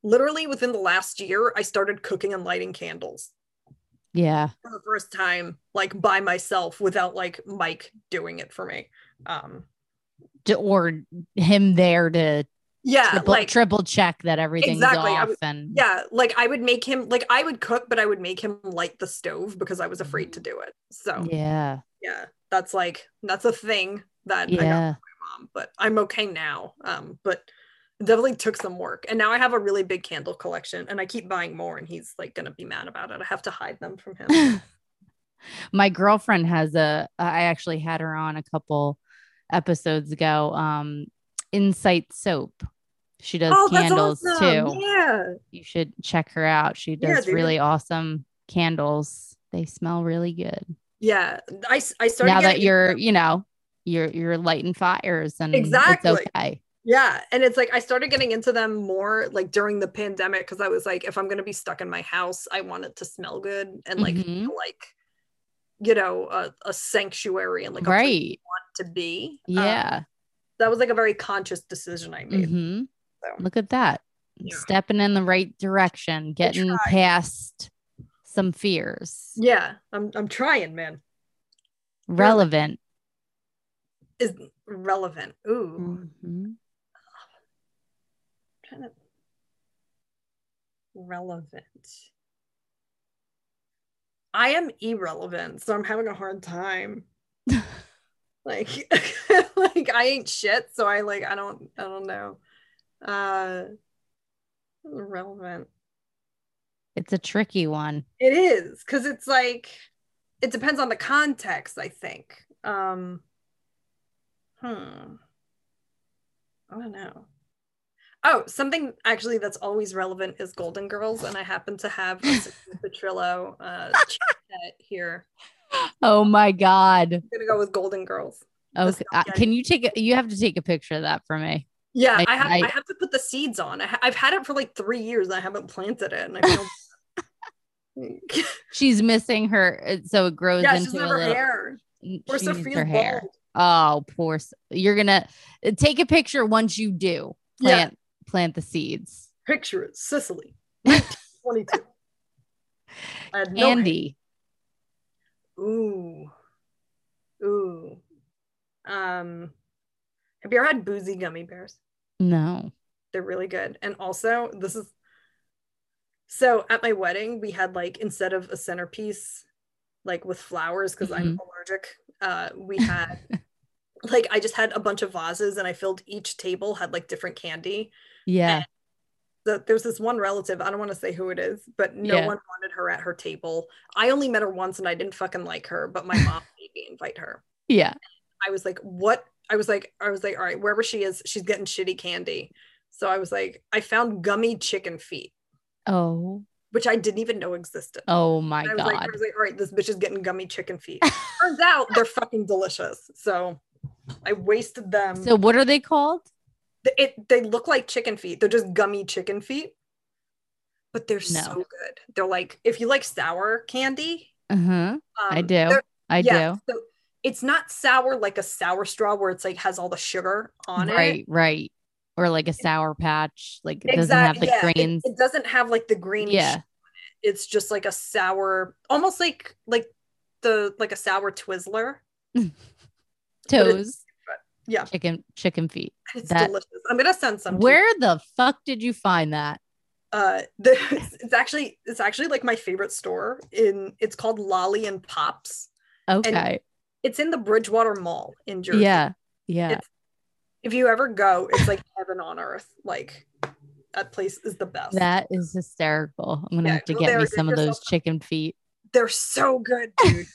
S2: literally within the last year, I started cooking and lighting candles
S1: Yeah.
S2: for the first time, like by myself without like Mike doing it for me. Um,
S1: D- or him there to
S2: yeah,
S1: triple,
S2: like
S1: triple check that everything's
S2: Exactly, I
S1: off
S2: was-
S1: and
S2: yeah, like I would make him like I would cook, but I would make him light the stove because I was afraid to do it. So
S1: yeah.
S2: yeah, that's like that's a thing that I got
S1: Yeah.
S2: mom, but I'm okay now. Um, but it definitely took some work. And now I have a really big candle collection and I keep buying more and he's like gonna be mad about it. I have to hide them from him.
S1: My girlfriend has a I actually had her on a couple episodes ago. Um Insight Soap. She does candles too.
S2: Oh, Yeah.
S1: You should check her out. She
S2: Yeah,
S1: does
S2: dude.
S1: really awesome candles. They smell really good.
S2: Yeah. I, s- I started
S1: now that
S2: getting-
S1: you're, you know, you're you're lighting fires and
S2: Exactly.
S1: it's okay.
S2: Yeah. And it's like I started getting into them more like during the pandemic because I was like, if I'm gonna be stuck in my house, I want it to smell good and like
S1: Mhm.
S2: feel like you know, a, a sanctuary and like a place
S1: right.
S2: to be. Um,
S1: Yeah.
S2: that was like a very conscious decision I made.
S1: hmm
S2: So.
S1: Look at that.
S2: Yeah.
S1: Stepping in the right direction, getting
S2: tried.
S1: past some fears.
S2: Yeah, I'm I'm trying, man.
S1: Relevant.
S2: Is relevant. Ooh. Mm-hmm.
S1: Mhm.
S2: trying to- Relevant. I am irrelevant, so I'm having a hard time. like like I ain't shit, so I like I don't I don't know. Uh relevant.
S1: It's a tricky one.
S2: It is because it's like it depends on the context, I think. Um hmm. I don't know. Oh, something actually that's always relevant is Golden Girls, and I happen to have a Sabrina Petrillo uh set here.
S1: Oh my God.
S2: I'm gonna go with Golden Girls.
S1: Okay.
S2: not
S1: uh, Can you take a, you have to take a picture of that for me?
S2: Yeah,
S1: I-
S2: I, have
S1: I-
S2: I have to put the seeds on. I ha- I've had it for like three years. And I haven't planted it, and I feel
S1: She's missing her uh, so it grows
S2: yeah, she's
S1: into a
S2: never
S1: little
S2: hair.
S1: n-
S2: Or
S1: she
S2: so
S1: needs
S2: feels
S1: her hair.
S2: bald.
S1: Oh, poor. s- You're gonna uh, take a picture once you do
S2: Yeah.
S1: plant plant the seeds.
S2: picture it sicily 22 I had no
S1: Andy,
S2: hate- ooh ooh um have you ever had boozy gummy bears
S1: no.
S2: they're really good and also this is so at my wedding we had like instead of a centerpiece like with flowers because i'm allergic uh we had like i just had a bunch of vases and i filled each table had like different candy
S1: Yeah.
S2: the, there's this one relative i don't want to say who it is but no
S1: Yeah.
S2: one wanted her at her table i only met her once and i didn't fucking like her but my mom made me invite her
S1: Yeah.
S2: i was like what i was like i was like all right wherever she is she's getting shitty candy so i was like i found gummy chicken feet
S1: Oh.
S2: which i didn't even know existed
S1: Oh my
S2: And I was, like, I
S1: god.
S2: was like, all right, this bitch is getting gummy chicken feet. Turns out they're fucking delicious. So I wasted them.
S1: so what are they called?
S2: Th- it they look like chicken feet. They're just gummy chicken feet. But they're so
S1: No.
S2: good. They're like if you like sour candy,
S1: Uh-huh.
S2: um,
S1: I do.
S2: they're-
S1: I
S2: yeah,
S1: do.
S2: So it's not sour like a sour straw where it's like has all the sugar on
S1: right,
S2: it.
S1: right. Or like a sour patch. Like it doesn't have
S2: Exactly.
S1: the
S2: yeah. it-
S1: grains.
S2: It, doesn't have like the green. sh-
S1: yeah.
S2: It's just like a sour, almost like like the like a sour Twizzler. but it-
S1: Toes.
S2: yeah.
S1: Chicken chicken feet.
S2: It's
S1: That-
S2: delicious. I'm gonna send some. to you.
S1: Where the fuck did you find that?
S2: uh the, it's actually it's actually like my favorite store in it's called lolly and pops
S1: Okay.
S2: it's in the bridgewater mall in jersey
S1: Yeah. Yeah.
S2: It's- if you ever go it's like heaven on earth like that place is the best
S1: That is hysterical. I'm gonna
S2: Yeah,
S1: have to
S2: go
S1: get
S2: there,
S1: me
S2: get
S1: some of
S2: yourself
S1: those chicken feet.
S2: they're so good dude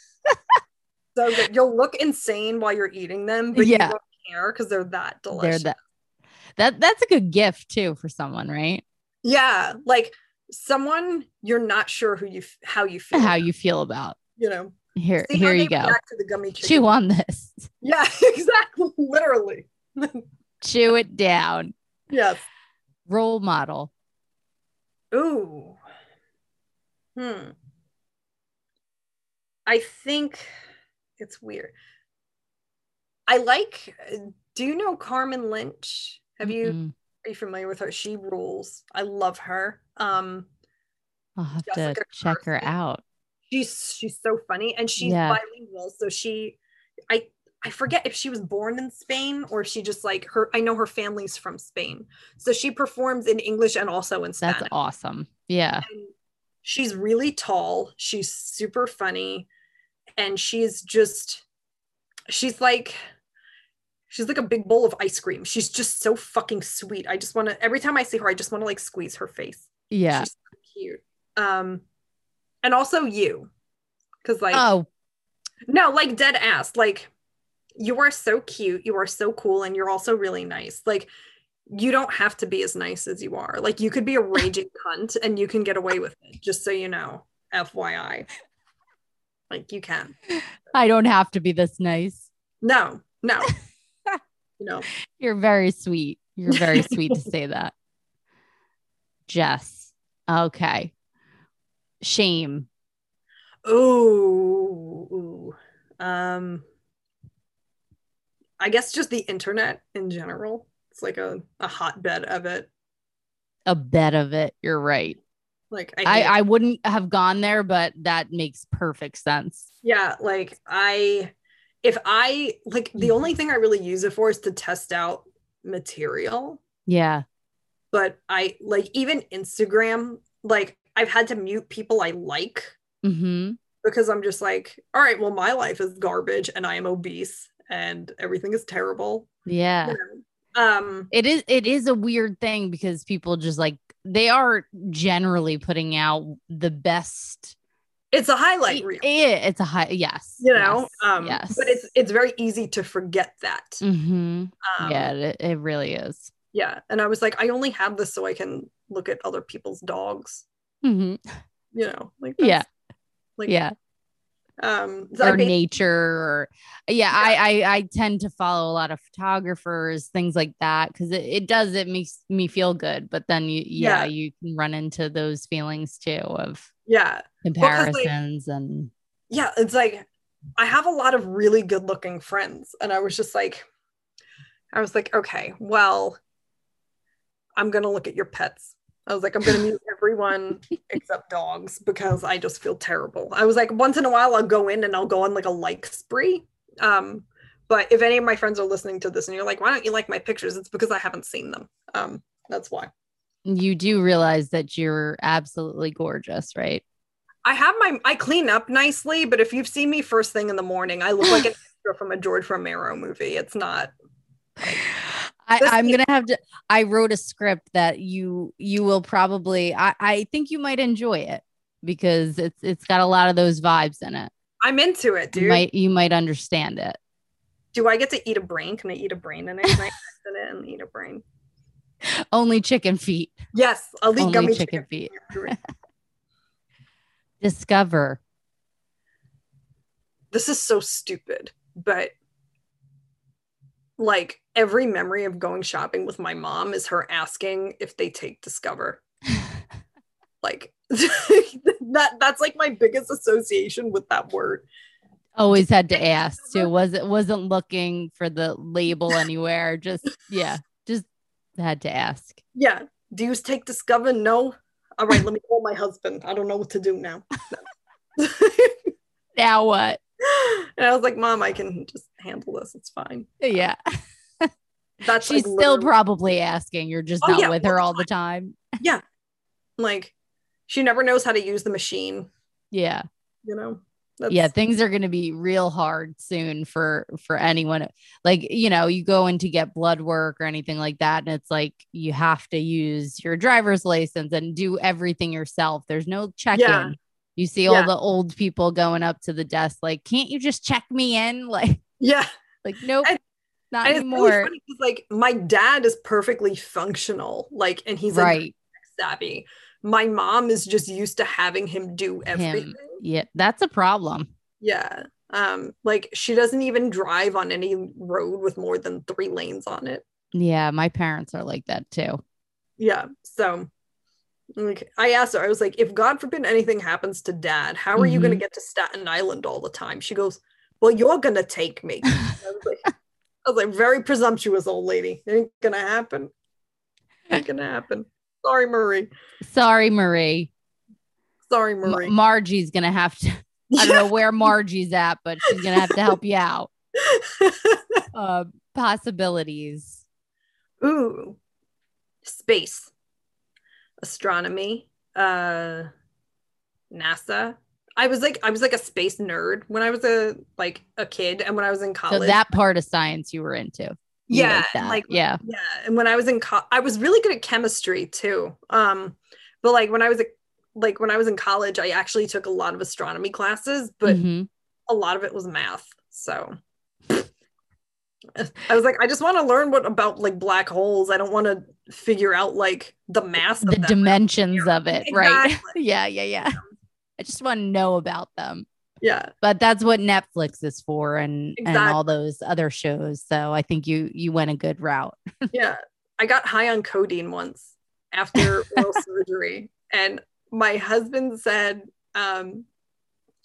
S2: so good you'll look insane while you're eating them but
S1: Yeah.
S2: you don't care because they're that
S1: They're
S2: delicious
S1: that that that's a good gift too for someone, right?
S2: yeah like someone you're not sure who you f- how you feel
S1: How you feel about.
S2: you know
S1: Here,
S2: See how
S1: here
S2: they
S1: you go.
S2: react to the gummy chicken.
S1: Chew on this.
S2: yeah exactly literally
S1: Chew it down.
S2: yes
S1: Role model.
S2: Ooh. Hmm. I think it's weird. I like. Do you know Carmen Lynch? Have you
S1: Mm-mm.
S2: Are you familiar with her? She rules. I love her. Um,
S1: I'll have to
S2: Jessica
S1: check her
S2: Chastain.
S1: out.
S2: she's she's so funny, and she's
S1: Yeah.
S2: bilingual. So she, I I forget if she was born in Spain or if she just like her. I know her family's from Spain, so she performs in English and also in Spanish.
S1: That's awesome. Yeah.
S2: And she's really tall. She's super funny, and she's just she's like she's like a big bowl of ice cream. She's just so fucking sweet. I just want to every time I see her, I just want to like squeeze her face.
S1: Yeah.
S2: She's so cute. Um, and also you, because like
S1: oh,
S2: no, like dead ass. Like you are so cute. You are so cool, and you're also really nice. Like. You don't have to be as nice as you are. Like you could be a raging cunt and you can get away with it. Just so you know, FYI, like you can.
S1: I don't have to be this nice.
S2: No, no, no.
S1: You're very sweet. You're very sweet to say that. Jess. Okay. Shame.
S2: Ooh. Um I guess just the internet in general. It's like a, a hotbed of it.
S1: A bed of it. You're right.
S2: Like
S1: I,
S2: hate-
S1: I wouldn't have gone there, but that makes perfect sense.
S2: yeah, like I if I like the only
S1: Mm-hmm.
S2: thing I really use it for is to test out material,
S1: Yeah.
S2: but I like even Instagram, like I've had to mute people I like
S1: hmm
S2: because I'm just like, all right, well, my life is garbage and I am obese and everything is terrible.
S1: Yeah.
S2: Um
S1: It is it is a weird thing because people just like they are generally putting out the best
S2: it's a highlight
S1: Y-
S2: reel.
S1: Yeah, it's a high yes.
S2: you know
S1: yes,
S2: um but it's it's very easy to forget that
S1: Mhm.
S2: um,
S1: yeah, it, it really is.
S2: yeah and i was like i only have this so i can look at other people's dogs
S1: Mhm.
S2: you know like
S1: Yeah.
S2: like
S1: yeah.
S2: um so I
S1: Or
S2: ba-
S1: nature or yeah, I, I I tend to follow a lot of photographers, things like that, because it, it does, it makes me feel good. But then you yeah,
S2: Yeah.
S1: you can run into those feelings too of
S2: yeah like-
S1: comparisons and
S2: yeah it's like i have a lot of really good looking friends and i was just like i was like okay well i'm gonna look at your pets i was like i'm gonna mute everyone except dogs because i just feel terrible i was like once in a while i'll go in and i'll go on like a like spree um but if any of my friends are listening to this and you're like why don't you like my pictures it's because i haven't seen them um that's why
S1: you do realize that you're absolutely gorgeous, right?
S2: I have my I clean up nicely, but if you've seen me first thing in the morning, I look like an extra from a George Romero movie. It's not.
S1: I,
S2: This
S1: I'm
S2: is-
S1: gonna have to. I wrote a script that you you will probably. I I think you might enjoy it because it's it's got a lot of those vibes in it.
S2: I'm into it, dude.
S1: You might you might understand it.
S2: Do I get to eat a brain? Can I eat a brain in it? Can I act in it and eat a brain?
S1: Only chicken feet.
S2: Yes, I'll eat
S1: Only
S2: gummy
S1: chicken feet.
S2: chicken.
S1: Discover.
S2: this is so stupid, but like every memory of going shopping with my mom is her asking if they take Discover. Like that that's like my biggest association with that word.
S1: Always had to ask too. Was it wasn't looking for the label anywhere. Just yeah. Just had to ask.
S2: Yeah. Do you take Discover? No. All right, let me call my husband. I don't know what to do now. No.
S1: Now what?
S2: and I was like, Mom, I can just handle this. It's fine.
S1: Yeah.
S2: That's
S1: She's
S2: like,
S1: still
S2: literally-
S1: probably asking. You're just
S2: Oh,
S1: not
S2: yeah,
S1: with
S2: all
S1: her
S2: the
S1: all the time.
S2: like she never knows how to use the machine,
S1: Yeah.
S2: you know? That's,
S1: yeah things are going to be real hard soon for for anyone like you know you go in to get blood work or anything like that and it's like you have to use your driver's license and do everything yourself there's no check-in
S2: Yeah.
S1: you see all
S2: Yeah.
S1: the old people going up to the desk like can't you just check me in like
S2: Yeah.
S1: like nope
S2: And-
S1: not
S2: And it's really
S1: anymore
S2: funny 'cause, like my dad is perfectly functional, like, and he's right.
S1: right
S2: savvy. My mom is just used to having him do everything.
S1: yeah that's a problem
S2: Yeah. Um, like she doesn't even drive on any road with more than three lanes on it.
S1: yeah my parents are like that too
S2: Yeah. So like I asked her, I was like, if God forbid anything happens to dad, how are you
S1: Mm-hmm.
S2: gonna get to Staten Island all the time? She goes, Well, you're gonna take me. I was like, I was like, very presumptuous old lady. It ain't gonna happen. It's gonna happen. Sorry, Marie.
S1: Sorry, Marie.
S2: Sorry,
S1: M-
S2: Marie.
S1: Margie's gonna have to. I don't know where Margie's at, but she's gonna have to help you out. Uh, possibilities.
S2: Ooh, space, astronomy, uh, NASA. I was like, I was like a space nerd when I was a like a kid, and when I was in college.
S1: So that part of science you were into. You
S2: yeah,
S1: liked
S2: and,
S1: that.
S2: like
S1: yeah.
S2: yeah. And when I was in, co- I was really good at chemistry too. Um, but like when I was a like when I was in college, I actually took a lot of astronomy classes, but
S1: Mhm.
S2: a lot of it was math. So I was like, I just want to learn what about like black holes. I don't want to figure out like the mass of
S1: the
S2: them.
S1: dimensions of it, right?
S2: Exactly.
S1: yeah, yeah, yeah. I just want to know about them.
S2: yeah.
S1: but that's what Netflix is for and and
S2: Exactly.
S1: all those other shows. So I think you you went a good route.
S2: Yeah. I got high on codeine once after oral surgery. And my husband said, um,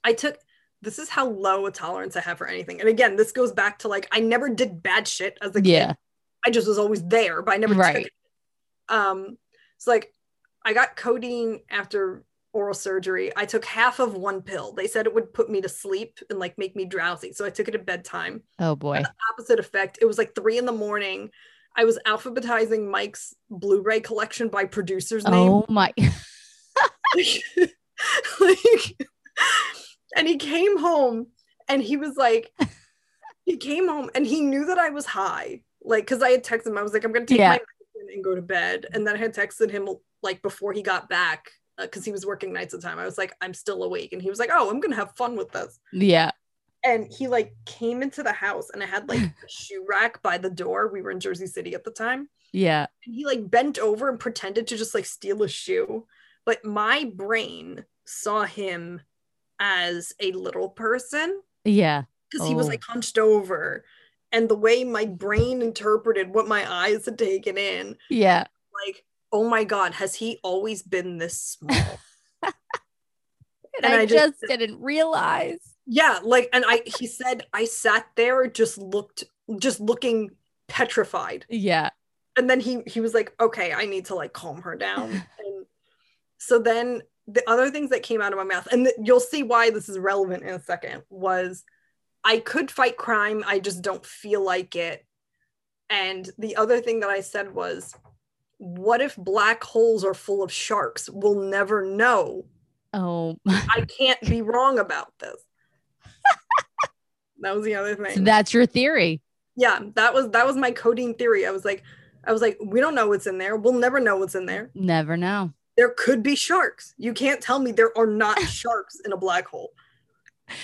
S2: I took this is how low a tolerance I have for anything. And again, this goes back to like I never did bad shit as a kid.
S1: Yeah.
S2: I just was always there, but I never
S1: Right.
S2: took it. Um, it's like I got codeine after oral surgery. I took half of one pill. They said it would put me to sleep and like make me drowsy. So I took it at bedtime.
S1: Oh boy.
S2: Opposite effect. It was like three in the morning. I was alphabetizing Mike's Blu-ray collection by producer's
S1: Oh my.
S2: name. like, and he came home and he was like, he came home and he knew that I was high. Like, cause I had texted him, I was like, I'm gonna take
S1: Yeah.
S2: my medicine and go to bed. And then I had texted him like before he got back, because he was working nights at the time. I was like, I'm still awake. And he was like, Oh, I'm gonna have fun with this.
S1: Yeah.
S2: And he like came into the house and I had like a shoe rack by the door. We were in Jersey City at the time.
S1: Yeah.
S2: And he like bent over and pretended to just like steal a shoe. But my brain saw him as a little person
S1: Yeah.
S2: because he was
S1: Oh.
S2: like hunched over and the way my brain interpreted what my eyes had taken in
S1: Yeah.
S2: like oh my god has he always been this small
S1: And,
S2: And
S1: I,
S2: I
S1: just
S2: just-
S1: didn't realize.
S2: yeah like and i he said i sat there just looked just looking petrified
S1: Yeah.
S2: and then he he was like okay i need to like calm her down and so then the other things that came out of my mouth and th- you'll see why this is relevant in a second was i could fight crime i just don't feel like it and the other thing that i said was what if black holes are full of sharks we'll never know
S1: Oh.
S2: i can't be wrong about this that was the other thing
S1: So that's your theory.
S2: yeah that was that was my coding theory i was like i was like we don't know what's in there we'll never know what's in there
S1: Never know.
S2: there could be sharks you can't tell me there are not sharks in a black hole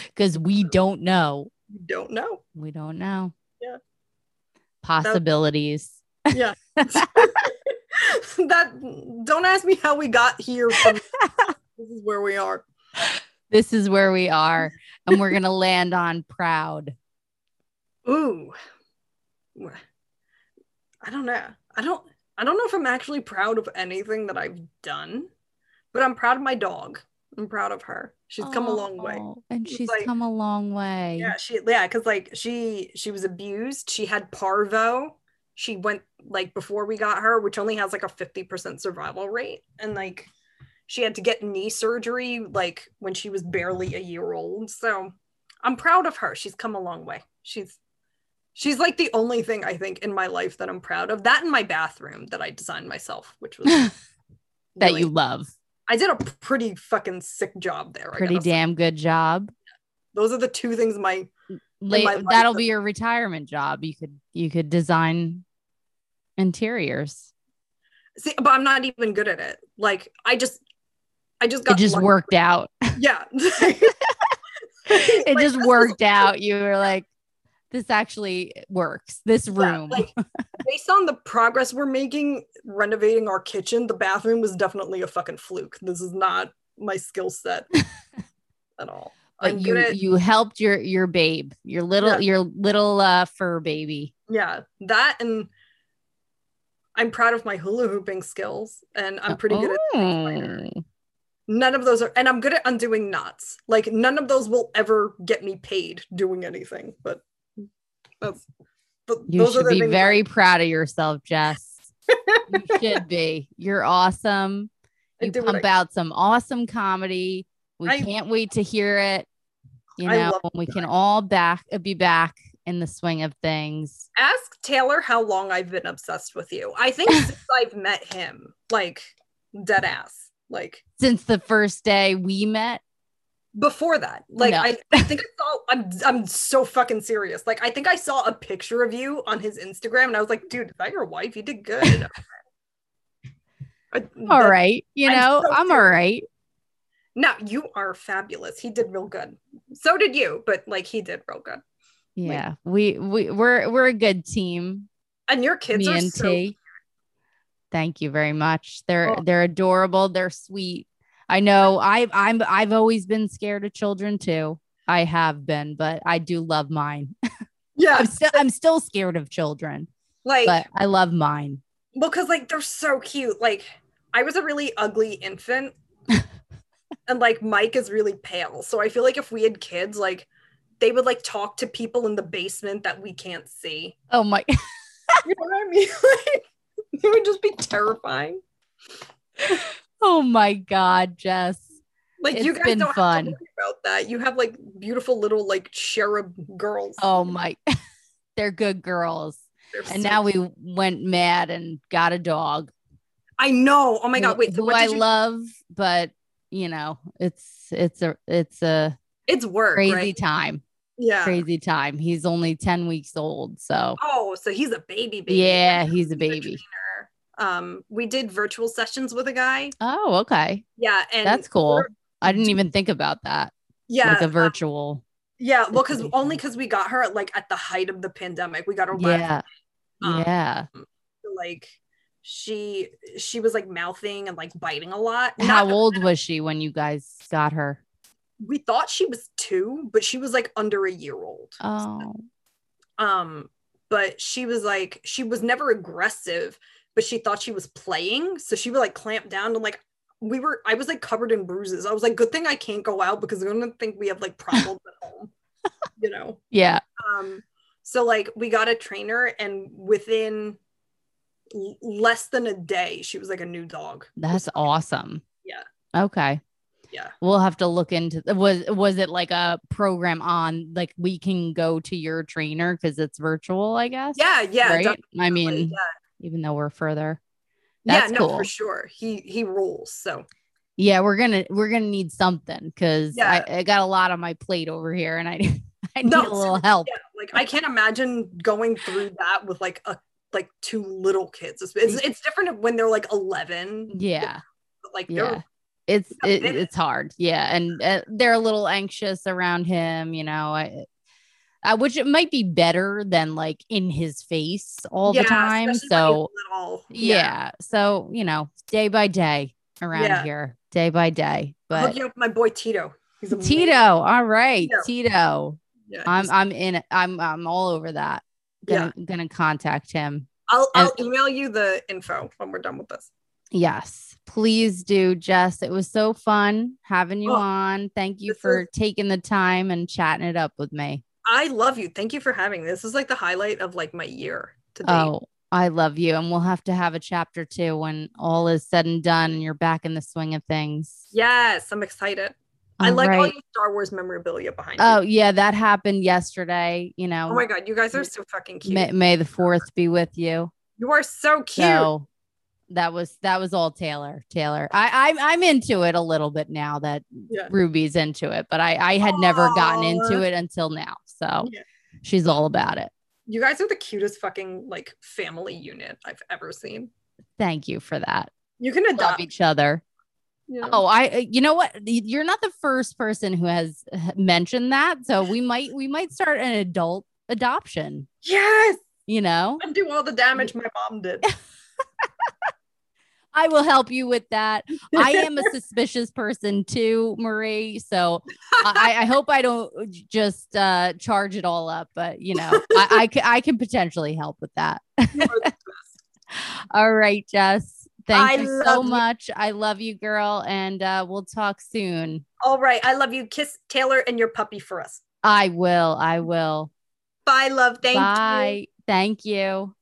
S1: Because we don't know.
S2: you don't know
S1: We don't know.
S2: Yeah.
S1: Possibilities.
S2: yeah that don't ask me how we got here from this is where we are
S1: This is where we are. And we're gonna land on proud.
S2: ooh i don't know i don't i don't know if i'm actually proud of anything that i've done but i'm proud of my dog i'm proud of her she's come a long way
S1: Oh, And
S2: She's
S1: she's
S2: like-
S1: come a long way.
S2: Yeah, she yeah, because like she she was abused. She had parvo. She went like before we got her, which only has like a fifty percent survival rate, and like she had to get knee surgery like when she was barely a year old. So I'm proud of her. She's come a long way. She's she's like the only thing I think in my life that I'm proud of. That in my bathroom that I designed myself, which was
S1: that
S2: really-
S1: you love.
S2: I did a pretty fucking sick job there. I
S1: Pretty
S2: gotta say.
S1: damn good job.
S2: Those are the two things my my
S1: La-
S2: life
S1: that'll
S2: is-
S1: be your retirement job. You could you could design interiors.
S2: See, but I'm not even good at it. Like I just, I just got
S1: It just
S2: lucky.
S1: worked out.
S2: Yeah,
S1: It
S2: Like,
S1: just
S2: this is-
S1: worked out. You were like, this actually works. This
S2: yeah,
S1: room.
S2: like, based on the progress we're making renovating our kitchen, the bathroom was definitely a fucking fluke. This is not my skill set at all. I'm
S1: but you
S2: good at-
S1: you helped your your babe, your little
S2: Yeah.
S1: your little uh fur baby.
S2: yeah, that and I'm proud of my hula hooping skills, and I'm pretty good at.
S1: Oh.
S2: None of those are, and I'm good at undoing knots. Like none of those will ever get me paid doing anything. But that's, but
S1: You
S2: those are
S1: should
S2: the
S1: be
S2: things I-
S1: very proud of yourself, Jess. you should be. You're awesome.
S2: I
S1: You
S2: did what
S1: pump
S2: I-
S1: out some awesome comedy. We
S2: I-
S1: can't wait to hear it. You
S2: I
S1: know,
S2: love
S1: when we can all back be back in the swing of things.
S2: Ask Taylor how long I've been obsessed with you. I think since I've met him, like dead ass. Like
S1: Since the first day we met,
S2: before that, like
S1: No.
S2: I, I think I saw. I'm I'm so fucking serious. Like I think I saw a picture of you on his Instagram, and I was like, dude, is that your wife? You did good. I,
S1: all
S2: that-
S1: right, you
S2: I'm
S1: know,
S2: so
S1: I'm all right.
S2: No, you are fabulous. He did real good. So did you, but like he did real good.
S1: Yeah, we we we're we're a good team.
S2: And your kids
S1: Me
S2: are
S1: and
S2: so
S1: T. Thank you very much. They're
S2: Oh.
S1: they're adorable. They're sweet. I know. I I'm I've always been scared of children too. I have been, but I do love mine.
S2: yeah,
S1: I'm still I'm still scared of children,
S2: like
S1: but I love mine.
S2: well, because like they're so cute. Like I was a really ugly infant, and like Mike is really pale. So I feel like if we had kids, like they would like talk to people in the basement that we can't see.
S1: Oh my!
S2: You know what I mean? Like, it would just be terrifying.
S1: Oh my God, Jess.
S2: Like you
S1: It's
S2: guys
S1: been
S2: don't
S1: fun.
S2: have to worry about that. You have like beautiful little like cherub girls.
S1: Oh my! They're good girls.
S2: They're
S1: And
S2: so
S1: now we went mad and got a dog.
S2: I know. Oh my god!
S1: who-
S2: Wait, so
S1: who
S2: what
S1: I
S2: did you?
S1: love, but you know, it's it's a it's a
S2: it's work,
S1: crazy
S2: right?
S1: time.
S2: Yeah.
S1: Crazy time. He's only ten weeks old, so
S2: Oh, so he's a baby baby.
S1: yeah, he's a
S2: He's
S1: baby.
S2: trainer. Um, we did virtual sessions with a guy.
S1: Oh, okay,
S2: Yeah, and
S1: that's cool.
S2: we're-
S1: I didn't even think about that.
S2: Yeah,
S1: like a
S2: uh,
S1: virtual.
S2: yeah. Well, because
S1: situation.
S2: only because we got her at, like at the height of the pandemic, we got her last
S1: Yeah,
S2: um,
S1: yeah.
S2: like she she was like mouthing and like biting a lot. Not
S1: How
S2: that
S1: old was she when you guys got her?
S2: we thought she was two, but she was like under a year old.
S1: Oh,
S2: um but she was like she was never aggressive but she thought she was playing so she would like clamp down and like we were i was like covered in bruises i was like good thing i can't go out because they're gonna think we have like problems at home you know
S1: yeah.
S2: um so like we got a trainer and within l- less than a day she was like a new dog
S1: That's awesome.
S2: Yeah.
S1: Okay.
S2: Yeah.
S1: We'll have to look into was was it like a program on like we can go to your trainer because it's virtual, I guess.
S2: yeah yeah
S1: right?
S2: definitely,
S1: I mean,
S2: yeah.
S1: even though we're further.
S2: yeah,
S1: That's
S2: no
S1: cool.
S2: for sure he he rules so
S1: Yeah, we're gonna we're gonna need something because
S2: Yeah.
S1: I, I got a lot on my plate over here and I I need
S2: No,
S1: a little help.
S2: yeah, like I can't imagine going through that with like a like two little kids. It's it's, it's different when they're like eleven.
S1: Yeah.
S2: but, like
S1: Yeah.
S2: they're
S1: It's
S2: a
S1: it,
S2: minute.
S1: it's hard. Yeah, and uh, they're a little anxious around him, you know. I, I, which it might be better than like in his face all
S2: yeah,
S1: the time.
S2: especially when
S1: So
S2: he's little.
S1: yeah. so you know day by day around
S2: Yeah.
S1: here day by day
S2: I'll hook
S1: but
S2: you up with my boy Tito. He's amazing.
S1: tito all right
S2: Tito.
S1: tito
S2: Yeah,
S1: i'm
S2: he's-
S1: i'm in it. i'm i'm all over that gonna, gonna contact him
S2: I'll I'll
S1: and-
S2: email you the info when we're done with this.
S1: yes please do jess it was so fun having you
S2: Oh,
S1: on thank you
S2: this
S1: for taking the time and chatting it up with me
S2: I love you. Thank you for having me. This is like the highlight of like my year today.
S1: oh i love you and we'll have to have a chapter two when all is said and done and you're back in the swing of things
S2: Yes, I'm excited. I
S1: All
S2: like all
S1: right.
S2: your Star Wars memorabilia behind
S1: oh
S2: you.
S1: yeah that happened yesterday you know
S2: Oh my god, you guys are so fucking cute.
S1: May, May the fourth be with you.
S2: you are so cute.
S1: So that was that was all Taylor. Taylor, I, I I'm into it a little bit now that
S2: Yeah.
S1: Ruby's into it, but I I had never gotten into
S2: Aw.
S1: it until now. So
S2: Yeah.
S1: she's all about it.
S2: You guys are the cutest fucking like family unit I've ever seen.
S1: Thank you for that.
S2: You can
S1: Love
S2: adopt.
S1: each other.
S2: you know.
S1: Oh, I you know what? You're not the first person who has mentioned that, so we might we might start an adult adoption.
S2: yes!
S1: You know,
S2: Undo all the damage my mom did.
S1: I will help you with that. I am a suspicious person too, Marie. So I, I hope I don't j- just uh, charge it all up, but you know, I, I, ca- I can potentially help with that.
S2: You are the best.
S1: All right, Jess. Thank
S2: I
S1: you so
S2: love you.
S1: much. I love you, girl. And uh, we'll talk soon.
S2: all right. I love you. Kiss Taylor and your puppy for us.
S1: I will. I will.
S2: Bye, love. Thank you.
S1: Bye. Thank you.